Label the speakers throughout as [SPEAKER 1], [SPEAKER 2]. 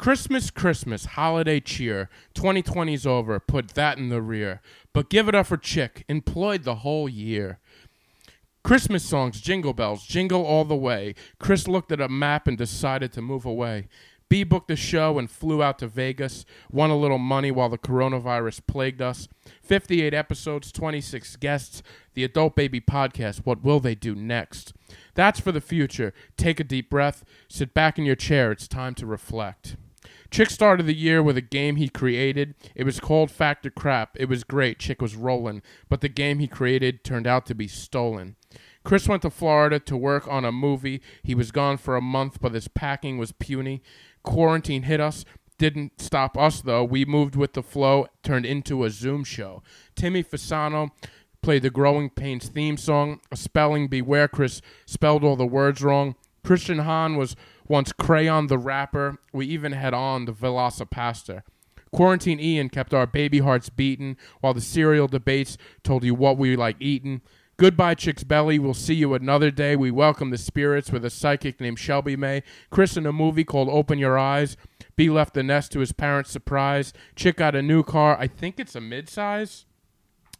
[SPEAKER 1] Christmas, Christmas, holiday cheer. 2020's over, put that in the rear. But give it up for Chick, employed the whole year. Christmas songs, jingle bells, jingle all the way. Chris looked at a map and decided to move away. B booked the show and flew out to Vegas, won a little money while the coronavirus plagued us. 58 episodes, 26 guests, the Adult Baby podcast. What will they do next? That's for the future. Take a deep breath, sit back in your chair. It's time to reflect. Chick started the year with a game he created. It was called Factor Crap. It was great. Chick was rolling, but the game he created turned out to be stolen. Chris went to Florida to work on a movie. He was gone for a month, but his packing was puny. Quarantine hit us. Didn't stop us, though. We moved with the flow, turned into a Zoom show. Timmy Fasano played the Growing Pains theme song. A spelling beware, Chris spelled all the words wrong. Christian Hahn was once Crayon the Rapper. We even had on the Velocipaster. Quarantine Ian kept our baby hearts beating while the cereal debates told you what we like eating. Goodbye, Chick's Belly. We'll see you another day. We welcome the spirits with a psychic named Shelby May. Chris in a movie called Open Your Eyes. B left the nest to his parents' surprise. Chick got a new car. I think it's a midsize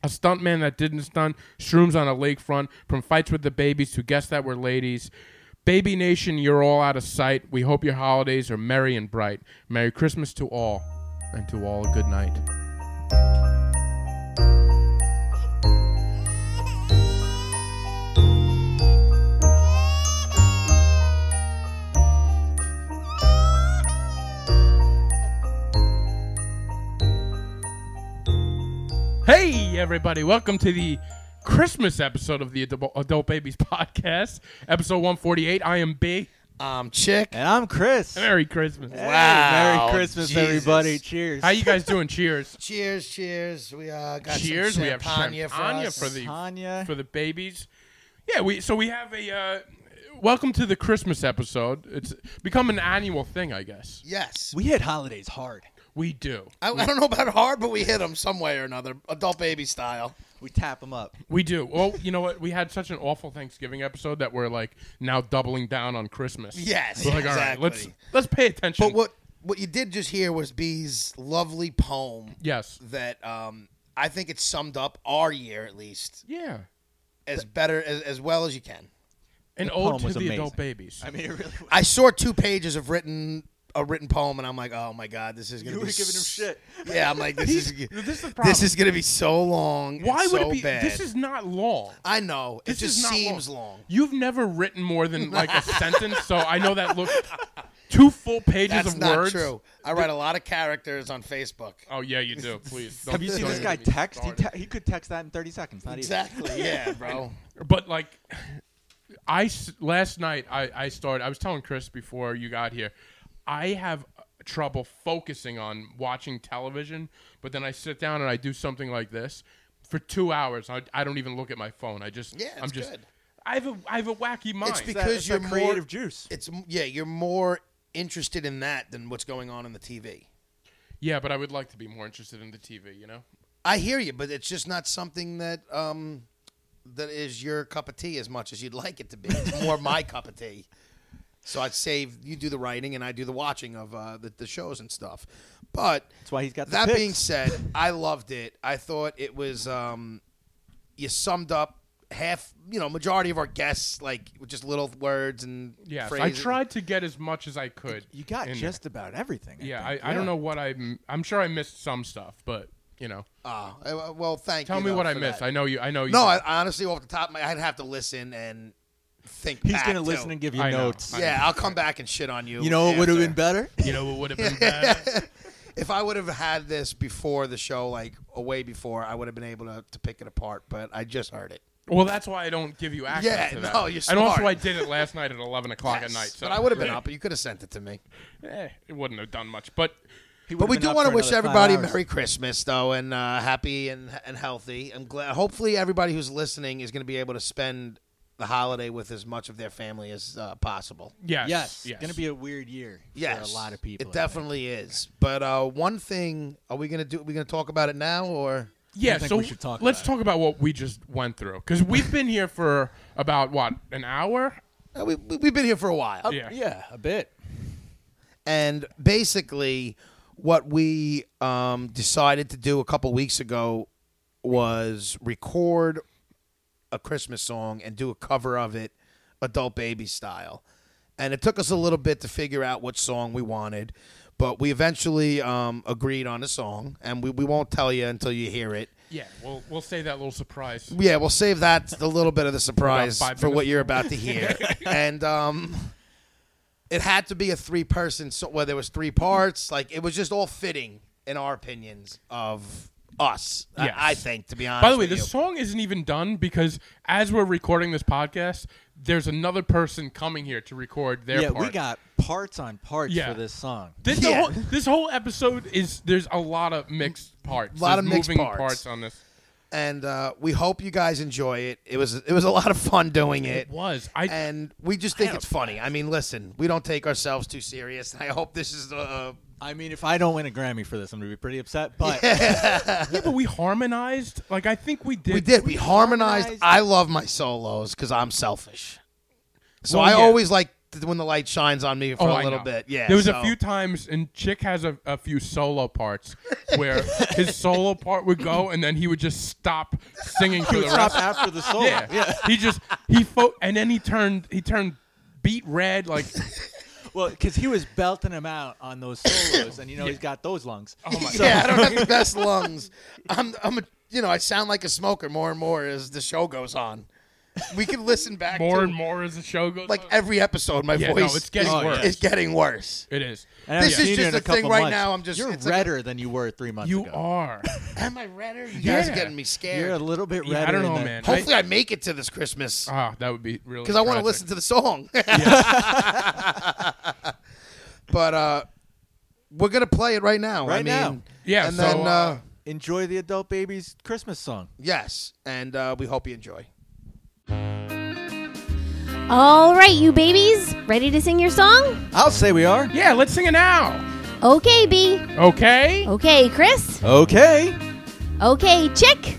[SPEAKER 1] a stuntman that didn't stunt, shrooms on a lakefront, from fights with the babies to guess that were ladies. Baby Nation, you're all out of sight. We hope your holidays are merry and bright. Merry Christmas to all, and to all a good night. Hey, everybody, welcome to the Christmas episode of the Adult, Adult Babies Podcast, episode 148. I am B.
[SPEAKER 2] Um, chick.
[SPEAKER 3] And I'm Chris.
[SPEAKER 1] Merry Christmas.
[SPEAKER 3] Hey,
[SPEAKER 2] Wow,
[SPEAKER 3] Merry Christmas,
[SPEAKER 2] Jesus.
[SPEAKER 3] everybody. Cheers.
[SPEAKER 1] How you guys doing? Cheers.
[SPEAKER 2] Cheers, cheers. We uh, got
[SPEAKER 1] Cheers.
[SPEAKER 2] Some
[SPEAKER 1] We have
[SPEAKER 2] champagne for
[SPEAKER 1] champagne
[SPEAKER 2] us.
[SPEAKER 1] for the
[SPEAKER 3] Tanya.
[SPEAKER 1] for the babies. Yeah, we so we have a uh, welcome to the Christmas episode. It's become an annual thing, I guess.
[SPEAKER 2] yes.
[SPEAKER 3] We hit holidays hard.
[SPEAKER 1] We do.
[SPEAKER 2] I, I don't know about hard, but we hit them some way or another, adult baby style.
[SPEAKER 3] We tap them up.
[SPEAKER 1] We do. Well, you know what? We had such an awful Thanksgiving episode that we're like now doubling down on Christmas.
[SPEAKER 2] Yes,
[SPEAKER 1] We're like,
[SPEAKER 2] exactly.
[SPEAKER 1] all right, let's let's pay attention.
[SPEAKER 2] But what what you did just hear was B's lovely poem
[SPEAKER 1] Yes.
[SPEAKER 2] that um I think it summed up our year at least
[SPEAKER 1] Yeah.
[SPEAKER 2] as better as, as well as you can.
[SPEAKER 1] An
[SPEAKER 3] poem
[SPEAKER 1] ode to
[SPEAKER 3] was
[SPEAKER 1] the adult
[SPEAKER 3] amazing.
[SPEAKER 1] babies.
[SPEAKER 3] I mean, it really was.
[SPEAKER 2] I saw two pages of written a written poem, and I'm like, oh my god, this is gonna
[SPEAKER 3] You
[SPEAKER 2] be
[SPEAKER 3] were giving him
[SPEAKER 2] s-
[SPEAKER 3] shit.
[SPEAKER 2] Yeah, I'm like, this
[SPEAKER 1] He's-
[SPEAKER 2] is
[SPEAKER 1] this is the problem.
[SPEAKER 2] this is gonna be so long. and
[SPEAKER 1] Why would
[SPEAKER 2] so
[SPEAKER 1] it be?
[SPEAKER 2] Bad.
[SPEAKER 1] This is not long.
[SPEAKER 2] I know. It
[SPEAKER 1] This
[SPEAKER 2] just
[SPEAKER 1] is not
[SPEAKER 2] seems long.
[SPEAKER 1] You've never written more than like a sentence, so I know that look two full pages
[SPEAKER 2] That's
[SPEAKER 1] of
[SPEAKER 2] not
[SPEAKER 1] words.
[SPEAKER 2] true. I write a lot of characters on Facebook.
[SPEAKER 1] Oh yeah, you do. Please.
[SPEAKER 3] Have you
[SPEAKER 1] don't-
[SPEAKER 3] seen
[SPEAKER 1] don't
[SPEAKER 3] this
[SPEAKER 1] even
[SPEAKER 3] guy
[SPEAKER 1] get me
[SPEAKER 3] text? He,
[SPEAKER 1] started.
[SPEAKER 3] te- he could text that in 30 seconds. Not
[SPEAKER 2] Exactly. Yeah, bro.
[SPEAKER 1] but like, I s- last night I I started. I was telling Chris before you got here. I have trouble focusing on watching television, but then I sit down and I do something like this for two hours. I, I don't even look at my phone. I just
[SPEAKER 2] Yeah,
[SPEAKER 1] I'm
[SPEAKER 2] it's
[SPEAKER 1] just
[SPEAKER 2] good.
[SPEAKER 1] I have a I have a wacky mind.
[SPEAKER 2] because
[SPEAKER 3] even. Because
[SPEAKER 2] you're
[SPEAKER 3] you're
[SPEAKER 2] more-
[SPEAKER 3] creative juice.
[SPEAKER 2] It's yeah. You're more interested in that than what's going on in the TV.
[SPEAKER 1] yeah, but I would like to be more interested in the TV. You know.
[SPEAKER 2] I hear you, but it's just not something that um that is your cup of tea as much as you'd like it to be. It's more my cup of tea. So I'd save you do the writing and I do the watching of uh, the, the shows and stuff. But
[SPEAKER 3] That's why he's got the
[SPEAKER 2] that
[SPEAKER 3] picks.
[SPEAKER 2] being said, I loved it. I thought it was um, you summed up half, you know, majority of our guests like with just little words and
[SPEAKER 1] Yes,
[SPEAKER 2] phrases.
[SPEAKER 1] I tried to get as much as I could.
[SPEAKER 3] You got
[SPEAKER 1] in
[SPEAKER 3] just about everything.
[SPEAKER 1] there. yeah. I,
[SPEAKER 3] think.
[SPEAKER 1] I don't know what I. I'm sure I missed some stuff, but you know,
[SPEAKER 2] Oh, uh, well, thank
[SPEAKER 1] tell
[SPEAKER 2] you.
[SPEAKER 1] me
[SPEAKER 2] though,
[SPEAKER 1] what I
[SPEAKER 2] for
[SPEAKER 1] missed.
[SPEAKER 2] that.
[SPEAKER 1] I know you. I know you.
[SPEAKER 2] no, I, I honestly, off the top, of my, I'd have to listen and think.
[SPEAKER 3] He's
[SPEAKER 2] back,
[SPEAKER 3] going to
[SPEAKER 2] too.
[SPEAKER 3] listen and give you
[SPEAKER 1] I know.
[SPEAKER 3] notes.
[SPEAKER 1] I-
[SPEAKER 2] Yeah, I'll come back and shit on you.
[SPEAKER 3] You know what would have
[SPEAKER 2] after.
[SPEAKER 3] been better?
[SPEAKER 1] you know what would have been better.
[SPEAKER 2] If I would have had this before the show, like away before, I would have been able to, to pick it apart. But I just heard it.
[SPEAKER 1] well, that's why I don't give you access.
[SPEAKER 2] Yeah,
[SPEAKER 1] to that.
[SPEAKER 2] no, you're
[SPEAKER 1] And also,
[SPEAKER 2] smart.
[SPEAKER 1] I did it last night at 11 o'clock at
[SPEAKER 2] Yes.
[SPEAKER 1] night. So
[SPEAKER 2] But I would have been up. but You could have sent it to me.
[SPEAKER 1] Eh, it wouldn't have done much, but
[SPEAKER 3] He
[SPEAKER 2] But
[SPEAKER 3] would've
[SPEAKER 2] we
[SPEAKER 3] been
[SPEAKER 2] do
[SPEAKER 3] up
[SPEAKER 2] want to
[SPEAKER 3] for
[SPEAKER 2] wish
[SPEAKER 3] another five
[SPEAKER 2] everybody
[SPEAKER 3] hours.
[SPEAKER 2] Merry Christmas, though, and uh, happy and and healthy. I'm glad. Hopefully, everybody who's listening is going to be able to spend the holiday with as much of their family as uh, possible.
[SPEAKER 1] yes,
[SPEAKER 3] Yes.
[SPEAKER 1] yes.
[SPEAKER 3] It's going to be a weird year
[SPEAKER 2] Yes,
[SPEAKER 3] for a lot of people.
[SPEAKER 2] It
[SPEAKER 3] I think.
[SPEAKER 2] definitely is. But uh, one thing, are we going to do? Are we going to talk about it now, or
[SPEAKER 1] yeah.
[SPEAKER 3] I think
[SPEAKER 1] so
[SPEAKER 3] we should talk
[SPEAKER 1] let's
[SPEAKER 3] about
[SPEAKER 1] talk about what we just went through because we've been here for about what an hour.
[SPEAKER 2] uh, we, we we've been here for a while?
[SPEAKER 1] Yeah.
[SPEAKER 3] Yeah, a bit.
[SPEAKER 2] And basically, what we um, decided to do a couple weeks ago was record a Christmas song and do a cover of it, adult baby style. And it took us a little bit to figure out what song we wanted, but we eventually um, agreed on a song, and we, we won't tell you until you hear it.
[SPEAKER 1] Yeah, we'll we'll say that little surprise.
[SPEAKER 2] Yeah, we'll save that a little bit of the surprise
[SPEAKER 1] About five
[SPEAKER 2] for what
[SPEAKER 1] minutes.
[SPEAKER 2] you're about to hear. and um, it had to be a three person so well, there was three parts. Like it was just all fitting in our opinions of us. I-
[SPEAKER 1] Yes.
[SPEAKER 2] I, think to be honest.
[SPEAKER 1] By the way,
[SPEAKER 2] with
[SPEAKER 1] the
[SPEAKER 2] you.
[SPEAKER 1] song isn't even done because as we're recording this podcast, there's another person coming here to record their
[SPEAKER 3] yeah,
[SPEAKER 1] part.
[SPEAKER 3] we got parts on parts
[SPEAKER 1] Yeah.
[SPEAKER 3] for this song.
[SPEAKER 1] This,
[SPEAKER 2] Yeah.
[SPEAKER 1] whole, this whole episode is there's a lot of mixed parts.
[SPEAKER 2] Lot of
[SPEAKER 1] There's
[SPEAKER 2] mixed
[SPEAKER 1] moving
[SPEAKER 2] parts.
[SPEAKER 1] on this.
[SPEAKER 2] and uh, we hope you guys enjoy it. It was it was a lot of fun doing it.
[SPEAKER 1] It was. I
[SPEAKER 2] and we just think it's funny. I mean, listen, we don't take ourselves too serious. I hope this is uh,
[SPEAKER 3] I mean, if I don't win a Grammy for this, I'm gonna be pretty upset. But
[SPEAKER 1] yeah, but we harmonized. Like I think we did.
[SPEAKER 2] we did. We harmonized.
[SPEAKER 3] harmonized.
[SPEAKER 2] I love my solos because I'm selfish. So
[SPEAKER 1] Well,
[SPEAKER 2] I
[SPEAKER 1] yeah.
[SPEAKER 2] always like th- when the light shines on me for
[SPEAKER 1] Oh,
[SPEAKER 2] a
[SPEAKER 1] I
[SPEAKER 2] little
[SPEAKER 1] know.
[SPEAKER 2] bit. Yeah.
[SPEAKER 1] There was
[SPEAKER 2] so-
[SPEAKER 1] a few times, and Chick has a, a few solo parts where his solo part would go, and then he would just stop singing for the
[SPEAKER 3] stop
[SPEAKER 1] rest.
[SPEAKER 3] after the song.
[SPEAKER 1] Yeah. He just he fo- and then he turned he turned beat red like
[SPEAKER 3] Well, because he was belting him out on those solos, and you know he's got those lungs. Oh my
[SPEAKER 2] Yeah, I don't have the best lungs. I'm, I'm a, you know, I sound like a smoker more and more as the show goes on. We can listen back
[SPEAKER 1] more
[SPEAKER 2] to
[SPEAKER 1] and more as the show goes.
[SPEAKER 2] like
[SPEAKER 1] on.
[SPEAKER 2] every episode. My
[SPEAKER 1] Yeah, no,
[SPEAKER 2] voice
[SPEAKER 1] it's getting
[SPEAKER 2] is,
[SPEAKER 1] worse.
[SPEAKER 2] is getting worse.
[SPEAKER 1] it is.
[SPEAKER 3] And I
[SPEAKER 2] This is
[SPEAKER 3] haven't seen you
[SPEAKER 2] just
[SPEAKER 3] in a
[SPEAKER 2] the thing
[SPEAKER 3] couple
[SPEAKER 2] right
[SPEAKER 3] months.
[SPEAKER 2] now, I'm just-
[SPEAKER 3] you're
[SPEAKER 2] it's like a-
[SPEAKER 3] redder than you were three months
[SPEAKER 1] You
[SPEAKER 3] ago.
[SPEAKER 1] are.
[SPEAKER 2] Am I redder? You guys
[SPEAKER 1] Yeah.
[SPEAKER 2] are getting me scared.
[SPEAKER 3] You're a little bit redder.
[SPEAKER 1] Yeah, I don't know,
[SPEAKER 3] than-
[SPEAKER 1] man.
[SPEAKER 2] Hopefully, I, make it to this Christmas
[SPEAKER 1] I, ah, that would be really
[SPEAKER 2] because I want to
[SPEAKER 1] tragic.
[SPEAKER 2] listen to the song. but uh, we're gonna play it right now. I
[SPEAKER 3] Right
[SPEAKER 2] mean,
[SPEAKER 3] now.
[SPEAKER 1] Yeah,
[SPEAKER 2] And
[SPEAKER 1] so,
[SPEAKER 2] then
[SPEAKER 1] uh,
[SPEAKER 2] uh,
[SPEAKER 3] Enjoy the adult baby's Christmas song.
[SPEAKER 2] yes, and uh, we hope you enjoy.
[SPEAKER 4] All right, you babies, ready to sing your song?
[SPEAKER 3] I'll say we are.
[SPEAKER 1] Yeah, let's sing it now.
[SPEAKER 4] Okay, B.
[SPEAKER 1] Okay.
[SPEAKER 4] Okay, Chris.
[SPEAKER 3] Okay.
[SPEAKER 4] Okay, Chick.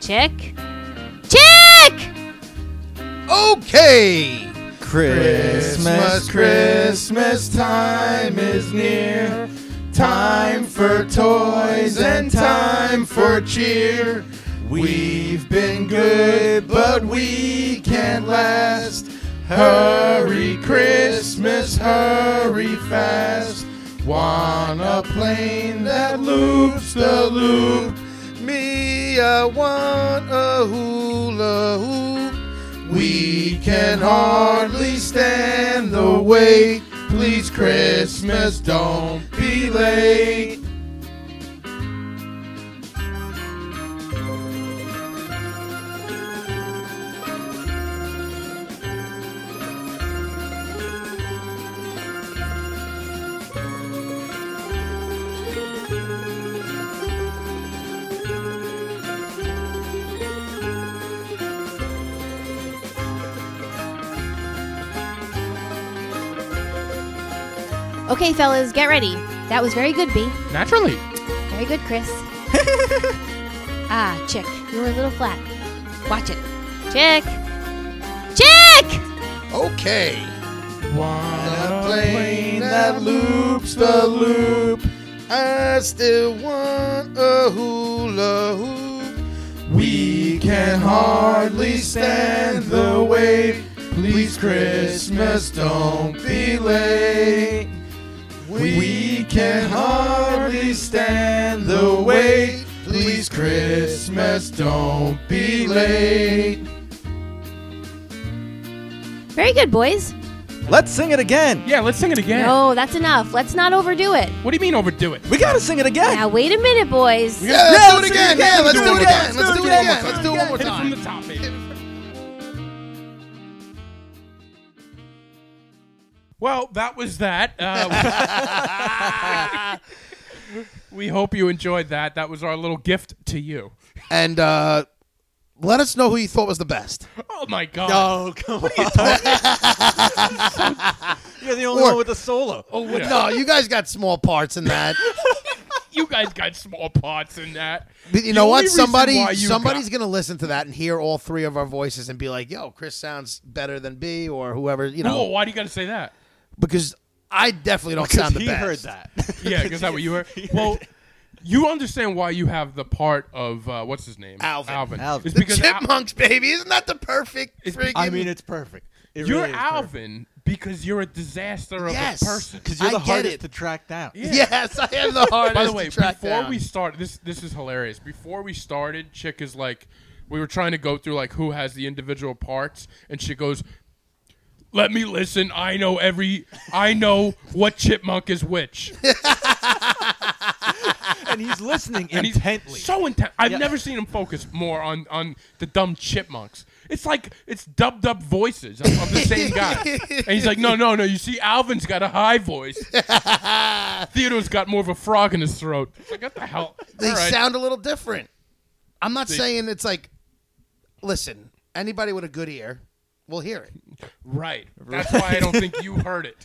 [SPEAKER 4] Chick. Chick!
[SPEAKER 2] Okay.
[SPEAKER 3] Christmas, Christmas time is near. Time for toys and time for cheer. We've been good, but we can't last. Hurry, Christmas, hurry fast. Want a plane that loops the loop?
[SPEAKER 2] Me, I want a hula hoop.
[SPEAKER 3] We can hardly stand the wait. Please, Christmas, don't be late.
[SPEAKER 4] Okay, fellas, get ready. That was very good, B.
[SPEAKER 1] Naturally.
[SPEAKER 4] Very good, Chris. ah, Chick, you were a little flat. Watch it. Chick! Chick!
[SPEAKER 2] Okay.
[SPEAKER 1] Wanna
[SPEAKER 2] plane that loops the loop. I still want a hula hoop. We can hardly stand the wait. Please, Christmas, don't be late. We can hardly stand the wait. Please, Christmas, don't be late.
[SPEAKER 4] Very good, boys.
[SPEAKER 3] Let's sing it again.
[SPEAKER 1] Yeah, let's sing it again.
[SPEAKER 4] No, that's enough. Let's not overdo it.
[SPEAKER 1] What do you mean overdo it?
[SPEAKER 3] We gotta sing it again.
[SPEAKER 4] Now, wait a minute, boys.
[SPEAKER 2] Yeah, let's do
[SPEAKER 3] let's
[SPEAKER 2] it
[SPEAKER 3] do it
[SPEAKER 2] again.
[SPEAKER 3] again.
[SPEAKER 2] Yeah, let's
[SPEAKER 3] Let's
[SPEAKER 2] do
[SPEAKER 3] do
[SPEAKER 2] it
[SPEAKER 3] it
[SPEAKER 2] again.
[SPEAKER 3] again.
[SPEAKER 2] Let's do it again. Let's do it one more
[SPEAKER 1] Hit it from the
[SPEAKER 2] time.
[SPEAKER 1] top, baby. Well, that was that. Uh, we hope you enjoyed that. That was our little gift to you.
[SPEAKER 2] And uh, let us know who you thought was the best.
[SPEAKER 1] Oh my God!
[SPEAKER 3] Oh, come on. You're the only
[SPEAKER 2] Or-
[SPEAKER 3] one with a solo.
[SPEAKER 1] Oh, yeah.
[SPEAKER 2] No, you guys got small parts in that.
[SPEAKER 1] You guys got small pots in that.
[SPEAKER 2] But you
[SPEAKER 1] The
[SPEAKER 2] know
[SPEAKER 1] only
[SPEAKER 2] what?
[SPEAKER 1] reason
[SPEAKER 2] Somebody
[SPEAKER 1] why you
[SPEAKER 2] somebody's
[SPEAKER 1] got-
[SPEAKER 2] gonna listen to that and hear all three of our voices and be like, "Yo, Chris sounds better than B or whoever." You know,
[SPEAKER 1] Whoa, why do you got to say that?
[SPEAKER 2] because I definitely don't
[SPEAKER 3] Because
[SPEAKER 2] sound the
[SPEAKER 3] he
[SPEAKER 2] best.
[SPEAKER 3] heard that.
[SPEAKER 1] Yeah, is that what you heard? Well, you understand why you have the part of uh, what's his name,
[SPEAKER 2] Alvin.
[SPEAKER 1] Alvin.
[SPEAKER 3] Alvin.
[SPEAKER 1] It's
[SPEAKER 2] The
[SPEAKER 1] because Al-
[SPEAKER 2] chipmunks, baby, isn't that the perfect?
[SPEAKER 1] It's-
[SPEAKER 2] Freaking...
[SPEAKER 3] I mean, it's perfect. It
[SPEAKER 1] you're
[SPEAKER 3] really is perfect.
[SPEAKER 1] Alvin because you're a disaster of
[SPEAKER 2] yes,
[SPEAKER 1] a person.
[SPEAKER 3] because you're
[SPEAKER 2] I
[SPEAKER 3] the
[SPEAKER 2] get
[SPEAKER 3] hardest
[SPEAKER 2] it.
[SPEAKER 3] to track down.
[SPEAKER 1] Yeah.
[SPEAKER 2] Yes, I am the hardest.
[SPEAKER 1] By the way,
[SPEAKER 2] to track
[SPEAKER 1] before
[SPEAKER 2] down.
[SPEAKER 1] we started, this this is hilarious. Before we started, chick is like, we were trying to go through like who has the individual parts, and she goes, "Let me listen. I know every. I know what chipmunk is which."
[SPEAKER 3] and he's listening
[SPEAKER 1] And he's
[SPEAKER 3] intently.
[SPEAKER 1] so intense. I've
[SPEAKER 3] Yeah.
[SPEAKER 1] never seen him focus more on on the dumb chipmunks. It's like it's dubbed up voices of, of the same guy, and he's like, "No, no, no. You see, Alvin's got a high voice. Theodore's got more of a frog in his throat. It's like what the hell?
[SPEAKER 2] they
[SPEAKER 1] All right.
[SPEAKER 2] sound a little different. I'm not saying it's like, listen, anybody with a good ear will hear it.
[SPEAKER 1] Right. That's why I don't think you heard it.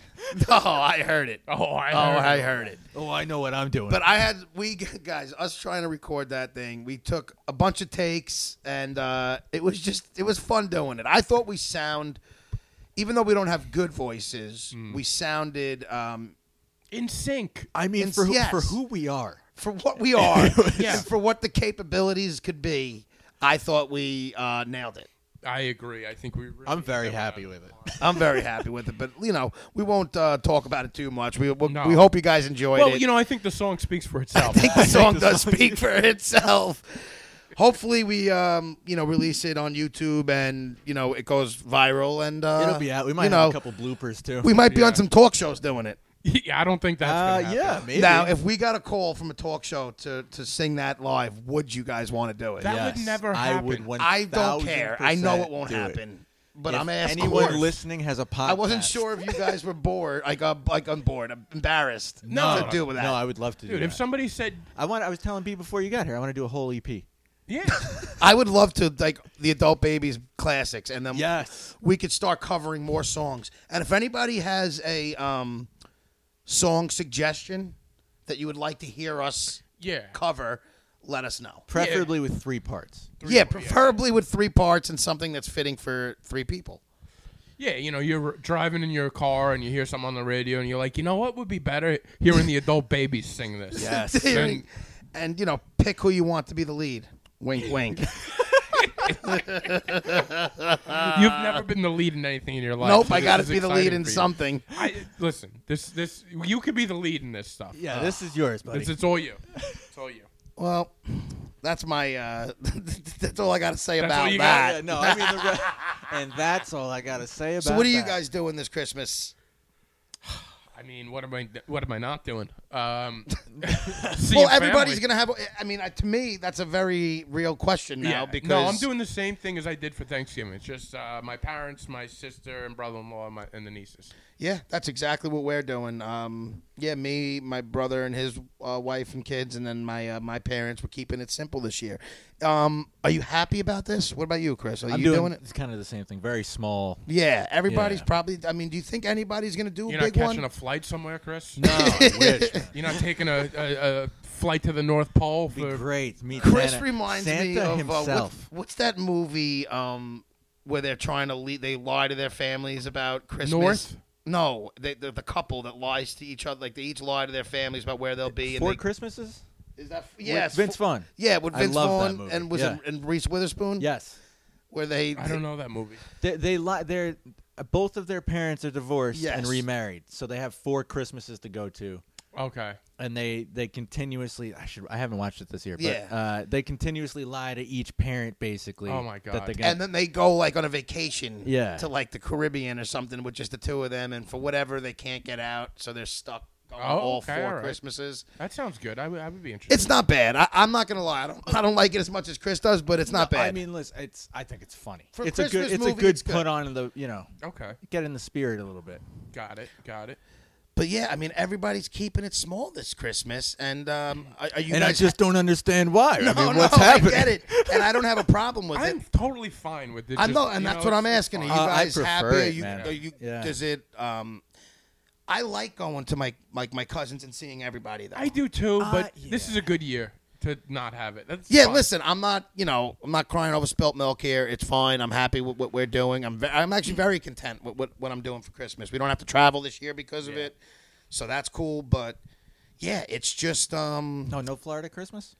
[SPEAKER 2] No, I heard it. Oh,
[SPEAKER 1] Oh, I heard
[SPEAKER 2] I
[SPEAKER 1] it.
[SPEAKER 2] heard it.
[SPEAKER 3] oh, I know what I'm doing.
[SPEAKER 2] But I had we guys us trying to record that thing. We took a bunch of takes, and uh, it was just it was fun doing it. I thought we sound, even though we don't have good voices,
[SPEAKER 1] Hmm.
[SPEAKER 2] we sounded um,
[SPEAKER 1] In sync.
[SPEAKER 3] I mean,
[SPEAKER 2] And
[SPEAKER 3] for who,
[SPEAKER 2] yes.
[SPEAKER 3] for who we are,
[SPEAKER 2] for what we are
[SPEAKER 1] Yeah.
[SPEAKER 2] and for what the capabilities could be. I thought we uh, nailed it.
[SPEAKER 1] I agree. I think we. Really
[SPEAKER 3] I'm very happy with it.
[SPEAKER 2] I'm very happy with it, but you know we won't uh, talk about it too much. We we,
[SPEAKER 1] No.
[SPEAKER 2] we hope you guys enjoyed
[SPEAKER 1] Well,
[SPEAKER 2] it.
[SPEAKER 1] you know, I think the song speaks for itself.
[SPEAKER 2] I think the song does speak for itself. Hopefully, we um, you know release it on YouTube and you know it goes viral and uh,
[SPEAKER 3] It'll be out. We might
[SPEAKER 2] you
[SPEAKER 3] have
[SPEAKER 2] know,
[SPEAKER 3] a couple bloopers too.
[SPEAKER 2] We might be
[SPEAKER 1] Yeah.
[SPEAKER 2] on some talk shows doing it.
[SPEAKER 1] yeah, I don't think that's.
[SPEAKER 3] Uh,
[SPEAKER 1] gonna happen.
[SPEAKER 3] yeah, maybe.
[SPEAKER 2] Now, if we got a call from a talk show to to sing that live, would you guys want to do it?
[SPEAKER 1] That would never
[SPEAKER 3] I would.
[SPEAKER 1] happen.
[SPEAKER 3] 1000%
[SPEAKER 2] I don't care. I know it won't
[SPEAKER 3] do
[SPEAKER 2] happen, but
[SPEAKER 3] If
[SPEAKER 2] I'm asking.
[SPEAKER 3] anyone listening has a podcast.
[SPEAKER 2] I wasn't sure if you guys were bored, like uh, like on board, I'm embarrassed
[SPEAKER 1] No.
[SPEAKER 2] to do with that.
[SPEAKER 3] No, I would love to do
[SPEAKER 1] dude. If
[SPEAKER 3] that.
[SPEAKER 1] somebody said,
[SPEAKER 3] I want. I was telling B before you got here. I want to do a whole E EP.
[SPEAKER 1] yeah,
[SPEAKER 2] I would love to like the adult babies classics, and then
[SPEAKER 3] Yes.
[SPEAKER 2] we could start covering more songs. And if anybody has a um, song suggestion that you would like to hear us
[SPEAKER 1] yeah,
[SPEAKER 2] cover, let us know.
[SPEAKER 3] Preferably with three parts.
[SPEAKER 2] yeah, preferably with three parts and something that's fitting for three people.
[SPEAKER 1] yeah, you know, you're driving in your car and you hear something on the radio and you're like, you know what would be better hearing the adult babies sing this.
[SPEAKER 3] Yes.
[SPEAKER 1] And-
[SPEAKER 2] and you know, pick who you want to be the lead. Wink, wink.
[SPEAKER 1] You've never been the lead in anything in your life.
[SPEAKER 2] nope,
[SPEAKER 1] so
[SPEAKER 2] I
[SPEAKER 1] this
[SPEAKER 2] got to
[SPEAKER 1] is
[SPEAKER 2] be the
[SPEAKER 1] exciting
[SPEAKER 2] lead in
[SPEAKER 1] for you.
[SPEAKER 2] something.
[SPEAKER 1] I, listen, this this you could be the lead in this stuff.
[SPEAKER 3] Yeah, this is yours, buddy.
[SPEAKER 1] it's, it's all you. It's all you.
[SPEAKER 2] Well, that's my. Uh, that's all I got to say
[SPEAKER 1] That's all
[SPEAKER 2] about
[SPEAKER 1] you got?
[SPEAKER 2] that.
[SPEAKER 3] yeah, no, I mean the re- and that's all I gotta say about.
[SPEAKER 2] So, what are you
[SPEAKER 3] that.
[SPEAKER 2] guys doing this Christmas?
[SPEAKER 1] I mean, what am I? What am I not doing? Um, seeing
[SPEAKER 2] Well, everybody's
[SPEAKER 1] family.
[SPEAKER 2] gonna have. I mean, I- to me, that's a very real question now
[SPEAKER 1] Yeah,
[SPEAKER 2] because
[SPEAKER 1] no, I'm doing the same thing as I did for Thanksgiving. It's just uh, my parents, my sister, and brother-in-law, and, my, and the nieces.
[SPEAKER 2] Yeah, that's exactly what we're doing. Um, yeah, me, my brother, and his uh, wife and kids, and then my uh, my parents were keeping it simple this year. Um, are you happy about this? What about you, Chris? Are
[SPEAKER 3] I'm
[SPEAKER 2] you
[SPEAKER 3] doing,
[SPEAKER 2] doing, it?
[SPEAKER 3] It's kind of the same thing. Very small.
[SPEAKER 2] Yeah, everybody's
[SPEAKER 3] Yeah.
[SPEAKER 2] probably. I mean, do you think anybody's gonna do a
[SPEAKER 1] You're not
[SPEAKER 2] big
[SPEAKER 1] catching
[SPEAKER 2] one?
[SPEAKER 1] a flight somewhere, Chris.
[SPEAKER 3] No, I wish. man.
[SPEAKER 1] You're not taking a, a, a flight to the North Pole
[SPEAKER 3] Be
[SPEAKER 1] for.
[SPEAKER 3] great. Meet
[SPEAKER 2] Chris
[SPEAKER 3] Santa.
[SPEAKER 2] reminds
[SPEAKER 3] Santa
[SPEAKER 2] me of uh,
[SPEAKER 3] himself.
[SPEAKER 2] what's, what's that movie um, where they're trying to lead, they lie to their families about Christmas.
[SPEAKER 1] North?
[SPEAKER 2] No, they, the, the couple that lies to each other, like they each lie to their families about where they'll be.
[SPEAKER 3] Four
[SPEAKER 2] and they,
[SPEAKER 3] Christmases.
[SPEAKER 2] is that
[SPEAKER 3] Yeah,
[SPEAKER 2] yes,
[SPEAKER 3] Vince Vaughn.
[SPEAKER 2] Yeah, with
[SPEAKER 3] I
[SPEAKER 2] Vince
[SPEAKER 3] love that
[SPEAKER 2] Vaughn
[SPEAKER 3] movie.
[SPEAKER 2] and was
[SPEAKER 3] Yeah.
[SPEAKER 2] it, and Reese Witherspoon.
[SPEAKER 3] Yes.
[SPEAKER 2] where they
[SPEAKER 1] I don't know that movie.
[SPEAKER 3] They they li- they're both of their parents are divorced and
[SPEAKER 2] Yes.
[SPEAKER 3] remarried, so they have four Christmases to go to,
[SPEAKER 1] Okay.
[SPEAKER 3] and they they continuously. I should I haven't watched it this year, but
[SPEAKER 2] Yeah.
[SPEAKER 3] uh, they continuously lie to each parent basically.
[SPEAKER 1] Oh, my
[SPEAKER 3] That
[SPEAKER 1] God.
[SPEAKER 3] they're gonna,
[SPEAKER 2] And then they go like on a vacation
[SPEAKER 3] Yeah.
[SPEAKER 2] to like the Caribbean or something with just the two of them, and for whatever they can't get out, so they're stuck on
[SPEAKER 1] Oh,
[SPEAKER 2] all
[SPEAKER 1] okay,
[SPEAKER 2] four
[SPEAKER 1] all right.
[SPEAKER 2] Christmases.
[SPEAKER 1] That sounds good. I would- I would be interested.
[SPEAKER 2] It's not bad. I, I'm not gonna lie. I don't, I don't like it as much as Chris does, but it's not bad.
[SPEAKER 3] I mean, listen, it's I think it's funny.
[SPEAKER 2] For a
[SPEAKER 3] it's a
[SPEAKER 2] Christmas
[SPEAKER 3] good it's
[SPEAKER 2] movie,
[SPEAKER 3] a good
[SPEAKER 2] it's good.
[SPEAKER 3] put on in the you know
[SPEAKER 1] okay.
[SPEAKER 3] get in the spirit a little bit.
[SPEAKER 1] Got it. Got it.
[SPEAKER 2] but yeah, I mean, everybody's keeping it small this Christmas, and um, are, are you
[SPEAKER 3] and I
[SPEAKER 2] guys?
[SPEAKER 3] just don't understand why.
[SPEAKER 2] no,
[SPEAKER 3] I mean,
[SPEAKER 2] no,
[SPEAKER 3] what's happening?
[SPEAKER 2] I get it, and I don't have a problem with
[SPEAKER 1] I'm
[SPEAKER 2] it.
[SPEAKER 1] totally fine with it.
[SPEAKER 2] I
[SPEAKER 1] just,
[SPEAKER 2] know, and
[SPEAKER 1] you
[SPEAKER 2] that's
[SPEAKER 1] know,
[SPEAKER 2] what I'm
[SPEAKER 1] it's-
[SPEAKER 2] asking. Are you
[SPEAKER 1] it's
[SPEAKER 3] Uh, I
[SPEAKER 2] guys
[SPEAKER 3] prefer
[SPEAKER 2] happy? Are
[SPEAKER 3] it,
[SPEAKER 2] you,
[SPEAKER 3] man.
[SPEAKER 2] are you,
[SPEAKER 3] Yeah.
[SPEAKER 2] Does it? Um, I like going to my like my cousins and seeing everybody. Though
[SPEAKER 1] I do too, but
[SPEAKER 3] Uh,
[SPEAKER 1] this is a good year to not have it. That's
[SPEAKER 2] Yeah,
[SPEAKER 1] fine.
[SPEAKER 2] listen, I'm not, you know, I'm not crying over spilt milk here. It's fine. I'm happy with what we're doing. I'm, ve- I'm actually very content with what, what I'm doing for Christmas. We don't have to travel this year because of it, so that's cool. But yeah, it's just, um,
[SPEAKER 3] No, no Florida Christmas.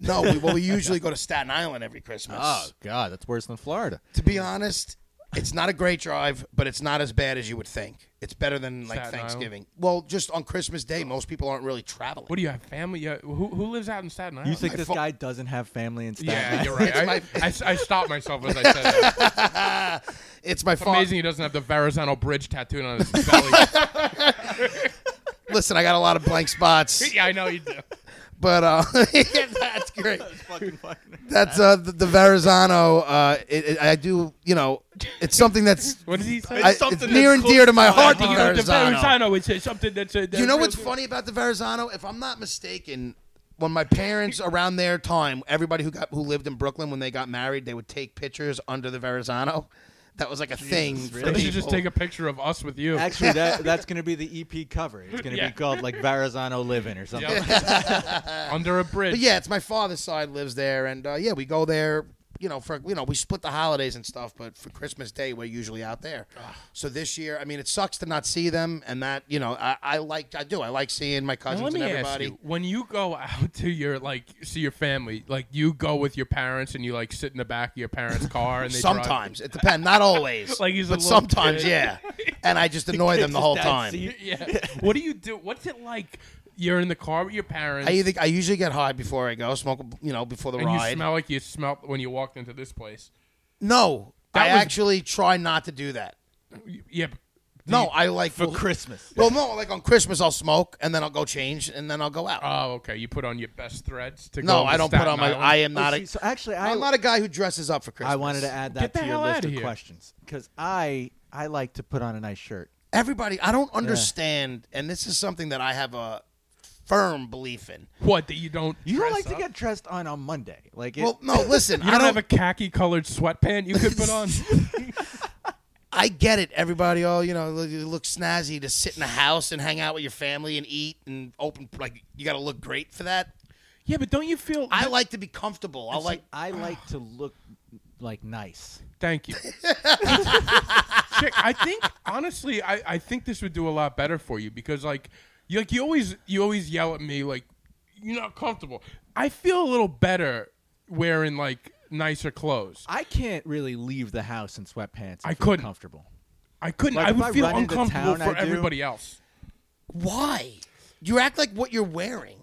[SPEAKER 2] no, we, well, we usually go to Staten Island every Christmas.
[SPEAKER 1] Ah.
[SPEAKER 3] Oh, God, that's worse than Florida.
[SPEAKER 2] To be honest, it's not a great drive, but it's not as bad as you would think. It's better than like
[SPEAKER 1] Staten Island? Oh.
[SPEAKER 2] Thanksgiving. Well, just on Christmas Day, most people aren't really traveling.
[SPEAKER 1] What do you have? Family? Yeah, who, who lives out in Staten Island?
[SPEAKER 3] You think this
[SPEAKER 2] fu-
[SPEAKER 3] guy doesn't have family in Staten
[SPEAKER 1] Yeah,
[SPEAKER 3] Island?
[SPEAKER 1] you're right. I, I s- I stopped myself as I said that. It's
[SPEAKER 2] it's my fault.
[SPEAKER 1] amazing he doesn't have the Verrazano Bridge tattooed on his belly.
[SPEAKER 2] Listen, I got a lot of blank spots.
[SPEAKER 1] yeah, I know you do.
[SPEAKER 2] But uh, that's great.
[SPEAKER 3] fucking fucking.
[SPEAKER 2] That's uh, the, the Verrazano. Uh, it, it- I do, you know, it's something that's
[SPEAKER 1] What does he say?
[SPEAKER 2] I- it's near and dear to my heart. The Verrazano.
[SPEAKER 1] It's uh, something that's. Uh,
[SPEAKER 2] You know what's funny about the Verrazano? If I'm not mistaken, when my parents around their time, everybody who got who lived in Brooklyn when they got married, they would take pictures under the Verrazano. That was like a thing. for
[SPEAKER 1] They should just
[SPEAKER 2] people.
[SPEAKER 1] take a picture of us with you.
[SPEAKER 3] Actually, that that's gonna be the EP cover. It's gonna
[SPEAKER 1] Yeah.
[SPEAKER 3] be called like Verrazano Living or something.
[SPEAKER 1] Yep. Under a bridge.
[SPEAKER 2] But yeah, it's my father's side lives there, and uh, yeah, we go there. You know, for you know, we split the holidays and stuff, but for Christmas Day, we're usually out there. So this year, I mean, it sucks to not see them, and that you know, I, I like, I do, I like seeing my
[SPEAKER 1] Now,
[SPEAKER 2] cousins
[SPEAKER 1] let me
[SPEAKER 2] and
[SPEAKER 1] ask
[SPEAKER 2] everybody.
[SPEAKER 1] you: When you go out to your like see your family, like you go with your parents and you like sit in the back of your parents' car and they drive-
[SPEAKER 2] Sometimes it depends, not always,
[SPEAKER 1] Like he's a
[SPEAKER 2] but
[SPEAKER 1] little
[SPEAKER 2] sometimes,
[SPEAKER 1] kid.
[SPEAKER 2] yeah. And I just annoy them the whole
[SPEAKER 3] Dad
[SPEAKER 2] time.
[SPEAKER 3] sees-
[SPEAKER 1] Yeah. what do you do? What's it like? You're in the car with your parents.
[SPEAKER 2] I either I usually get high before I go smoke, a- you know, before the
[SPEAKER 1] and
[SPEAKER 2] ride.
[SPEAKER 1] you smell like you smelled when you walked into this place.
[SPEAKER 2] no,
[SPEAKER 1] That
[SPEAKER 2] I
[SPEAKER 1] was-
[SPEAKER 2] actually try not to do that.
[SPEAKER 1] Yeah. but-
[SPEAKER 2] No, I like
[SPEAKER 3] for
[SPEAKER 2] will-
[SPEAKER 3] Christmas.
[SPEAKER 2] Well, no, like on Christmas, I'll smoke and then I'll go change and then I'll go out.
[SPEAKER 1] Oh, okay. You put on your best threads to go.
[SPEAKER 2] No,
[SPEAKER 1] to
[SPEAKER 2] I don't put
[SPEAKER 1] Staten
[SPEAKER 2] on my.
[SPEAKER 1] Island?
[SPEAKER 2] I am not
[SPEAKER 3] Oh,
[SPEAKER 2] a.
[SPEAKER 3] see, so actually, I
[SPEAKER 2] I'm not a guy who dresses up for Christmas.
[SPEAKER 3] I wanted to add
[SPEAKER 1] Get
[SPEAKER 3] that
[SPEAKER 1] the
[SPEAKER 3] to your
[SPEAKER 1] hell
[SPEAKER 3] list
[SPEAKER 1] outta
[SPEAKER 3] of
[SPEAKER 1] here.
[SPEAKER 3] questions because I I like to put on a nice shirt.
[SPEAKER 2] Everybody, I don't understand, and this is something that I have a firm belief in.
[SPEAKER 1] What that you don't.
[SPEAKER 3] You don't
[SPEAKER 1] dress
[SPEAKER 3] like to
[SPEAKER 1] up?
[SPEAKER 3] get dressed on on Monday, like it,
[SPEAKER 2] Well, no, listen,
[SPEAKER 1] You
[SPEAKER 2] I
[SPEAKER 1] don't
[SPEAKER 2] don't.
[SPEAKER 1] have a khaki colored sweatpant you could put on.
[SPEAKER 2] I get it. Everybody, all you know, look, you look snazzy to sit in the house and hang out with your family and eat and open. Like you got to look great for that.
[SPEAKER 1] yeah, but don't you feel?
[SPEAKER 2] I like to be comfortable. I
[SPEAKER 3] See,
[SPEAKER 2] like.
[SPEAKER 3] I like to look like nice.
[SPEAKER 1] Thank you. Chick, I think honestly, I, I think this would do a lot better for you because like you like you always you always yell at me like you're not comfortable. I feel a little better wearing like nicer clothes.
[SPEAKER 3] I can't really leave the house in sweatpants.
[SPEAKER 1] I
[SPEAKER 3] And feel
[SPEAKER 1] couldn't.
[SPEAKER 3] comfortable.
[SPEAKER 1] I couldn't.
[SPEAKER 3] Like,
[SPEAKER 1] I
[SPEAKER 3] if
[SPEAKER 1] would
[SPEAKER 3] I
[SPEAKER 1] feel
[SPEAKER 3] run into
[SPEAKER 1] uncomfortable
[SPEAKER 3] town,
[SPEAKER 1] for
[SPEAKER 3] I do.
[SPEAKER 1] everybody else.
[SPEAKER 2] Why? You act like what you're wearing.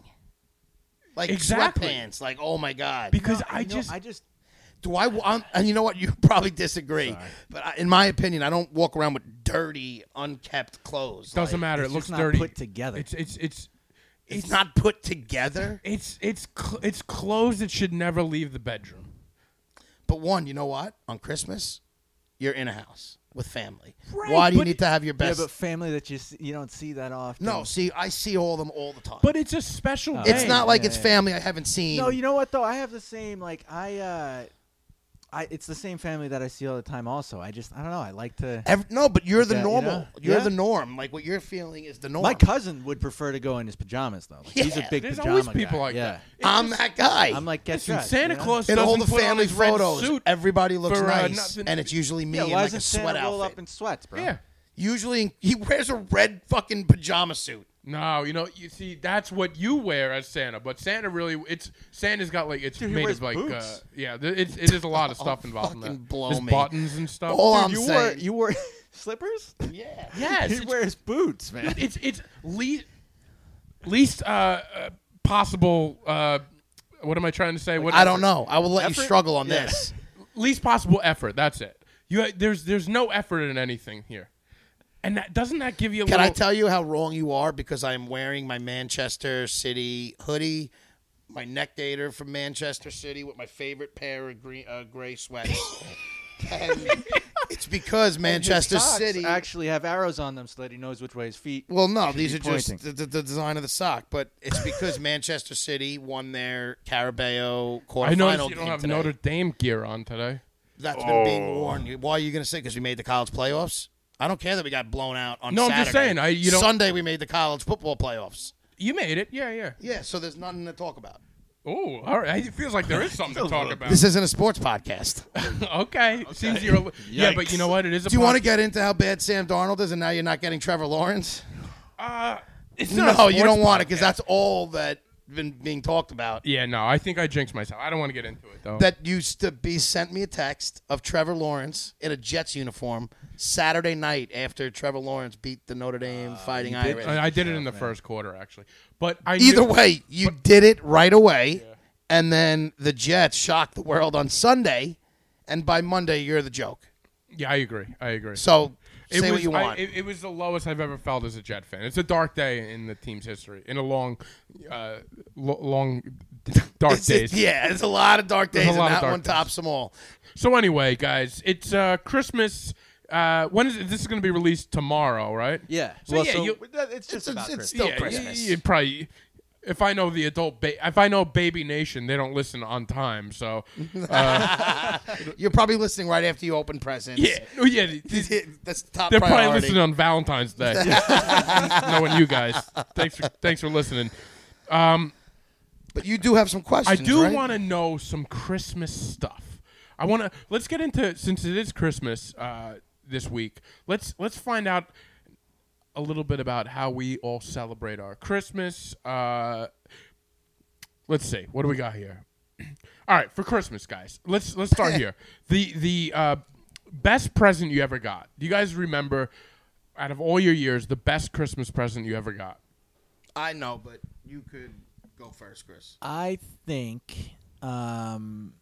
[SPEAKER 2] Like
[SPEAKER 1] Exactly.
[SPEAKER 2] sweatpants. Like oh my god.
[SPEAKER 1] Because
[SPEAKER 3] No,
[SPEAKER 1] I
[SPEAKER 3] no,
[SPEAKER 1] just
[SPEAKER 3] I just
[SPEAKER 2] Do I? I'm, and you know what? You probably disagree, but I, in my opinion, I don't walk around with dirty, unkept clothes.
[SPEAKER 1] doesn't
[SPEAKER 2] Like,
[SPEAKER 1] matter.
[SPEAKER 3] it's
[SPEAKER 1] it looks
[SPEAKER 3] just not
[SPEAKER 1] dirty.
[SPEAKER 3] put together.
[SPEAKER 1] It's it's it's
[SPEAKER 2] It's, not put together.
[SPEAKER 1] it's it's cl- it's clothes that should never leave the bedroom.
[SPEAKER 2] But one, you know what? On Christmas, you're in a house with family.
[SPEAKER 1] Right,
[SPEAKER 2] Why do you
[SPEAKER 1] but-
[SPEAKER 2] need to have your
[SPEAKER 3] yeah,
[SPEAKER 2] best?
[SPEAKER 3] but family that you s- you don't see that often.
[SPEAKER 2] no, see, I see all them all the time.
[SPEAKER 1] But it's a special
[SPEAKER 3] Oh.
[SPEAKER 1] day.
[SPEAKER 2] it's not like
[SPEAKER 3] yeah,
[SPEAKER 2] it's
[SPEAKER 3] yeah.
[SPEAKER 2] family I haven't seen.
[SPEAKER 3] no, you know what though? I have the same like I uh, I it's the same family that I see all the time. Also, I just I don't know. I like to.
[SPEAKER 2] Ev- no, but you're the
[SPEAKER 3] Yeah, you
[SPEAKER 2] normal.
[SPEAKER 3] know?
[SPEAKER 2] You are
[SPEAKER 3] Yeah.
[SPEAKER 2] the norm. Like what you're feeling is the norm.
[SPEAKER 3] My cousin would prefer to go in his pajamas though. Like, He's a
[SPEAKER 2] Yeah.
[SPEAKER 3] big
[SPEAKER 1] There's
[SPEAKER 3] pajama
[SPEAKER 1] always people
[SPEAKER 3] guy.
[SPEAKER 1] like
[SPEAKER 3] yeah.
[SPEAKER 1] that. It's
[SPEAKER 2] I'm
[SPEAKER 1] just-
[SPEAKER 2] that guy.
[SPEAKER 3] I'm like, get
[SPEAKER 1] Listen,
[SPEAKER 3] dressed,
[SPEAKER 1] Santa
[SPEAKER 3] you know?
[SPEAKER 1] Claus
[SPEAKER 2] in all
[SPEAKER 1] doesn't
[SPEAKER 2] the
[SPEAKER 1] put on
[SPEAKER 2] family
[SPEAKER 1] his red
[SPEAKER 2] photos.
[SPEAKER 1] suit.
[SPEAKER 2] Everybody looks
[SPEAKER 1] for, uh,
[SPEAKER 2] nice,
[SPEAKER 1] nothing.
[SPEAKER 2] and it's usually me
[SPEAKER 3] Yeah,
[SPEAKER 2] in
[SPEAKER 3] why
[SPEAKER 2] like
[SPEAKER 3] doesn't
[SPEAKER 2] a sweat
[SPEAKER 3] Santa roll
[SPEAKER 2] outfit.
[SPEAKER 3] up in sweats, bro?
[SPEAKER 1] yeah.
[SPEAKER 2] Usually, he wears a red fucking pajama suit.
[SPEAKER 1] No, you know, you see, that's what you wear as Santa, but Santa really, it's Santa's got like it's
[SPEAKER 3] he
[SPEAKER 1] made
[SPEAKER 3] wears
[SPEAKER 1] of like, uh,
[SPEAKER 3] boots.
[SPEAKER 1] yeah, th- it's, it is a lot of stuff involved in
[SPEAKER 2] fucking
[SPEAKER 1] that.
[SPEAKER 2] blow
[SPEAKER 1] There's
[SPEAKER 2] me.
[SPEAKER 1] buttons and stuff.
[SPEAKER 2] All I'm
[SPEAKER 3] you wore
[SPEAKER 2] saying,
[SPEAKER 3] you wore slippers.
[SPEAKER 2] yeah,
[SPEAKER 1] yes,
[SPEAKER 3] he
[SPEAKER 1] it's,
[SPEAKER 3] wears boots, man.
[SPEAKER 1] it's it's least least uh, uh, possible. Uh, what am I trying to say? What
[SPEAKER 2] I don't know. I will let you
[SPEAKER 3] Effort?
[SPEAKER 2] struggle on
[SPEAKER 3] Yeah.
[SPEAKER 2] this.
[SPEAKER 1] least possible effort. That's it. You there's there's no effort in anything here, and that doesn't that give you a
[SPEAKER 2] Can
[SPEAKER 1] little?
[SPEAKER 2] I tell you how wrong you are? Because I am wearing my Manchester City hoodie, my neck gaiter from Manchester City with my favorite pair of green, uh, gray sweats. and it's because Manchester
[SPEAKER 3] His socks
[SPEAKER 2] City.
[SPEAKER 3] actually have arrows on them so that he knows which way his feet.
[SPEAKER 2] Well, no, these
[SPEAKER 3] be
[SPEAKER 2] are just the,
[SPEAKER 3] pointing.
[SPEAKER 2] the, the design of the sock, but it's because Manchester City won their Carabao quarterfinal
[SPEAKER 1] I noticed you
[SPEAKER 2] game
[SPEAKER 1] don't have
[SPEAKER 2] today.
[SPEAKER 1] Notre Dame gear on today.
[SPEAKER 2] That's been being worn. Why are you going to say? Because we made the college playoffs. I don't care that we got blown out on.
[SPEAKER 1] No, I'm
[SPEAKER 2] Saturday.
[SPEAKER 1] just saying, I- you don't-
[SPEAKER 2] Sunday we made the college football playoffs.
[SPEAKER 1] You made it, yeah, yeah.
[SPEAKER 2] Yeah, so there's nothing to talk about.
[SPEAKER 1] Oh, all right. It feels like there is something to talk about.
[SPEAKER 2] This isn't a sports podcast.
[SPEAKER 1] okay. Seems you're. a- Yeah, but you know what? It is. A
[SPEAKER 2] Do you want to
[SPEAKER 1] podcast.
[SPEAKER 2] get into how bad Sam Darnold is, and now you're not getting Trevor Lawrence?
[SPEAKER 1] Uh, it's not a
[SPEAKER 2] No, you
[SPEAKER 1] sports
[SPEAKER 2] don't want it because
[SPEAKER 1] podcast.
[SPEAKER 2] that's all that been being talked about.
[SPEAKER 1] Yeah, no. I think I jinxed myself. I don't want to get into it though.
[SPEAKER 2] That used to be sent me a text of Trevor Lawrence in a Jets uniform Saturday night after Trevor Lawrence beat the Notre Dame Fighting Irish.
[SPEAKER 1] I I did it in the first quarter actually, but I
[SPEAKER 2] Either
[SPEAKER 1] knew-
[SPEAKER 2] way, you did it right away, and then the Jets shocked the world on Sunday, and by Monday you're the joke.
[SPEAKER 1] Yeah, I agree. I agree.
[SPEAKER 2] So
[SPEAKER 1] It was,
[SPEAKER 2] say what you
[SPEAKER 1] I-
[SPEAKER 2] want.
[SPEAKER 1] it, it was the lowest I've ever felt as a Jet fan. It's a dark day in the team's history, in a long, uh, lo- long, dark
[SPEAKER 2] It's-
[SPEAKER 1] days.
[SPEAKER 2] it's- yeah, it's a lot of dark days,
[SPEAKER 1] a
[SPEAKER 2] and
[SPEAKER 1] lot of
[SPEAKER 2] that
[SPEAKER 1] dark
[SPEAKER 2] one
[SPEAKER 1] days.
[SPEAKER 2] tops them all.
[SPEAKER 1] So anyway, guys, it's uh, Christmas. Uh, when is it? this is going to be released tomorrow, right?
[SPEAKER 3] Yeah.
[SPEAKER 1] So
[SPEAKER 3] well,
[SPEAKER 1] yeah,
[SPEAKER 3] so
[SPEAKER 1] you-
[SPEAKER 3] it's
[SPEAKER 2] it's-
[SPEAKER 3] just about
[SPEAKER 2] it's
[SPEAKER 3] Christmas.
[SPEAKER 2] still
[SPEAKER 1] yeah,
[SPEAKER 2] Christmas.
[SPEAKER 1] y- y- probably. If I know the adult, ba- if I know Baby Nation, they don't listen on time. So uh,
[SPEAKER 2] You're probably listening right after you open presents.
[SPEAKER 1] yeah, no, yeah, th- th-
[SPEAKER 2] that's the top
[SPEAKER 1] they're
[SPEAKER 2] priority.
[SPEAKER 1] probably listening on Valentine's Day. Knowing you guys, thanks for thanks for listening.
[SPEAKER 2] But you do have some
[SPEAKER 1] I
[SPEAKER 2] questions.
[SPEAKER 1] do
[SPEAKER 2] right?
[SPEAKER 1] want to know some Christmas stuff. I want to let's get into since it is Christmas uh, this week. Let's let's find out a little bit about how we all celebrate our Christmas. Uh, let's see what do we got here. All right, for Christmas, guys. Let's let's start here. The the uh, best present you ever got. Do you guys remember out of all your years the best Christmas present you ever got?
[SPEAKER 2] I know, but you could go first, Chris.
[SPEAKER 3] I think um,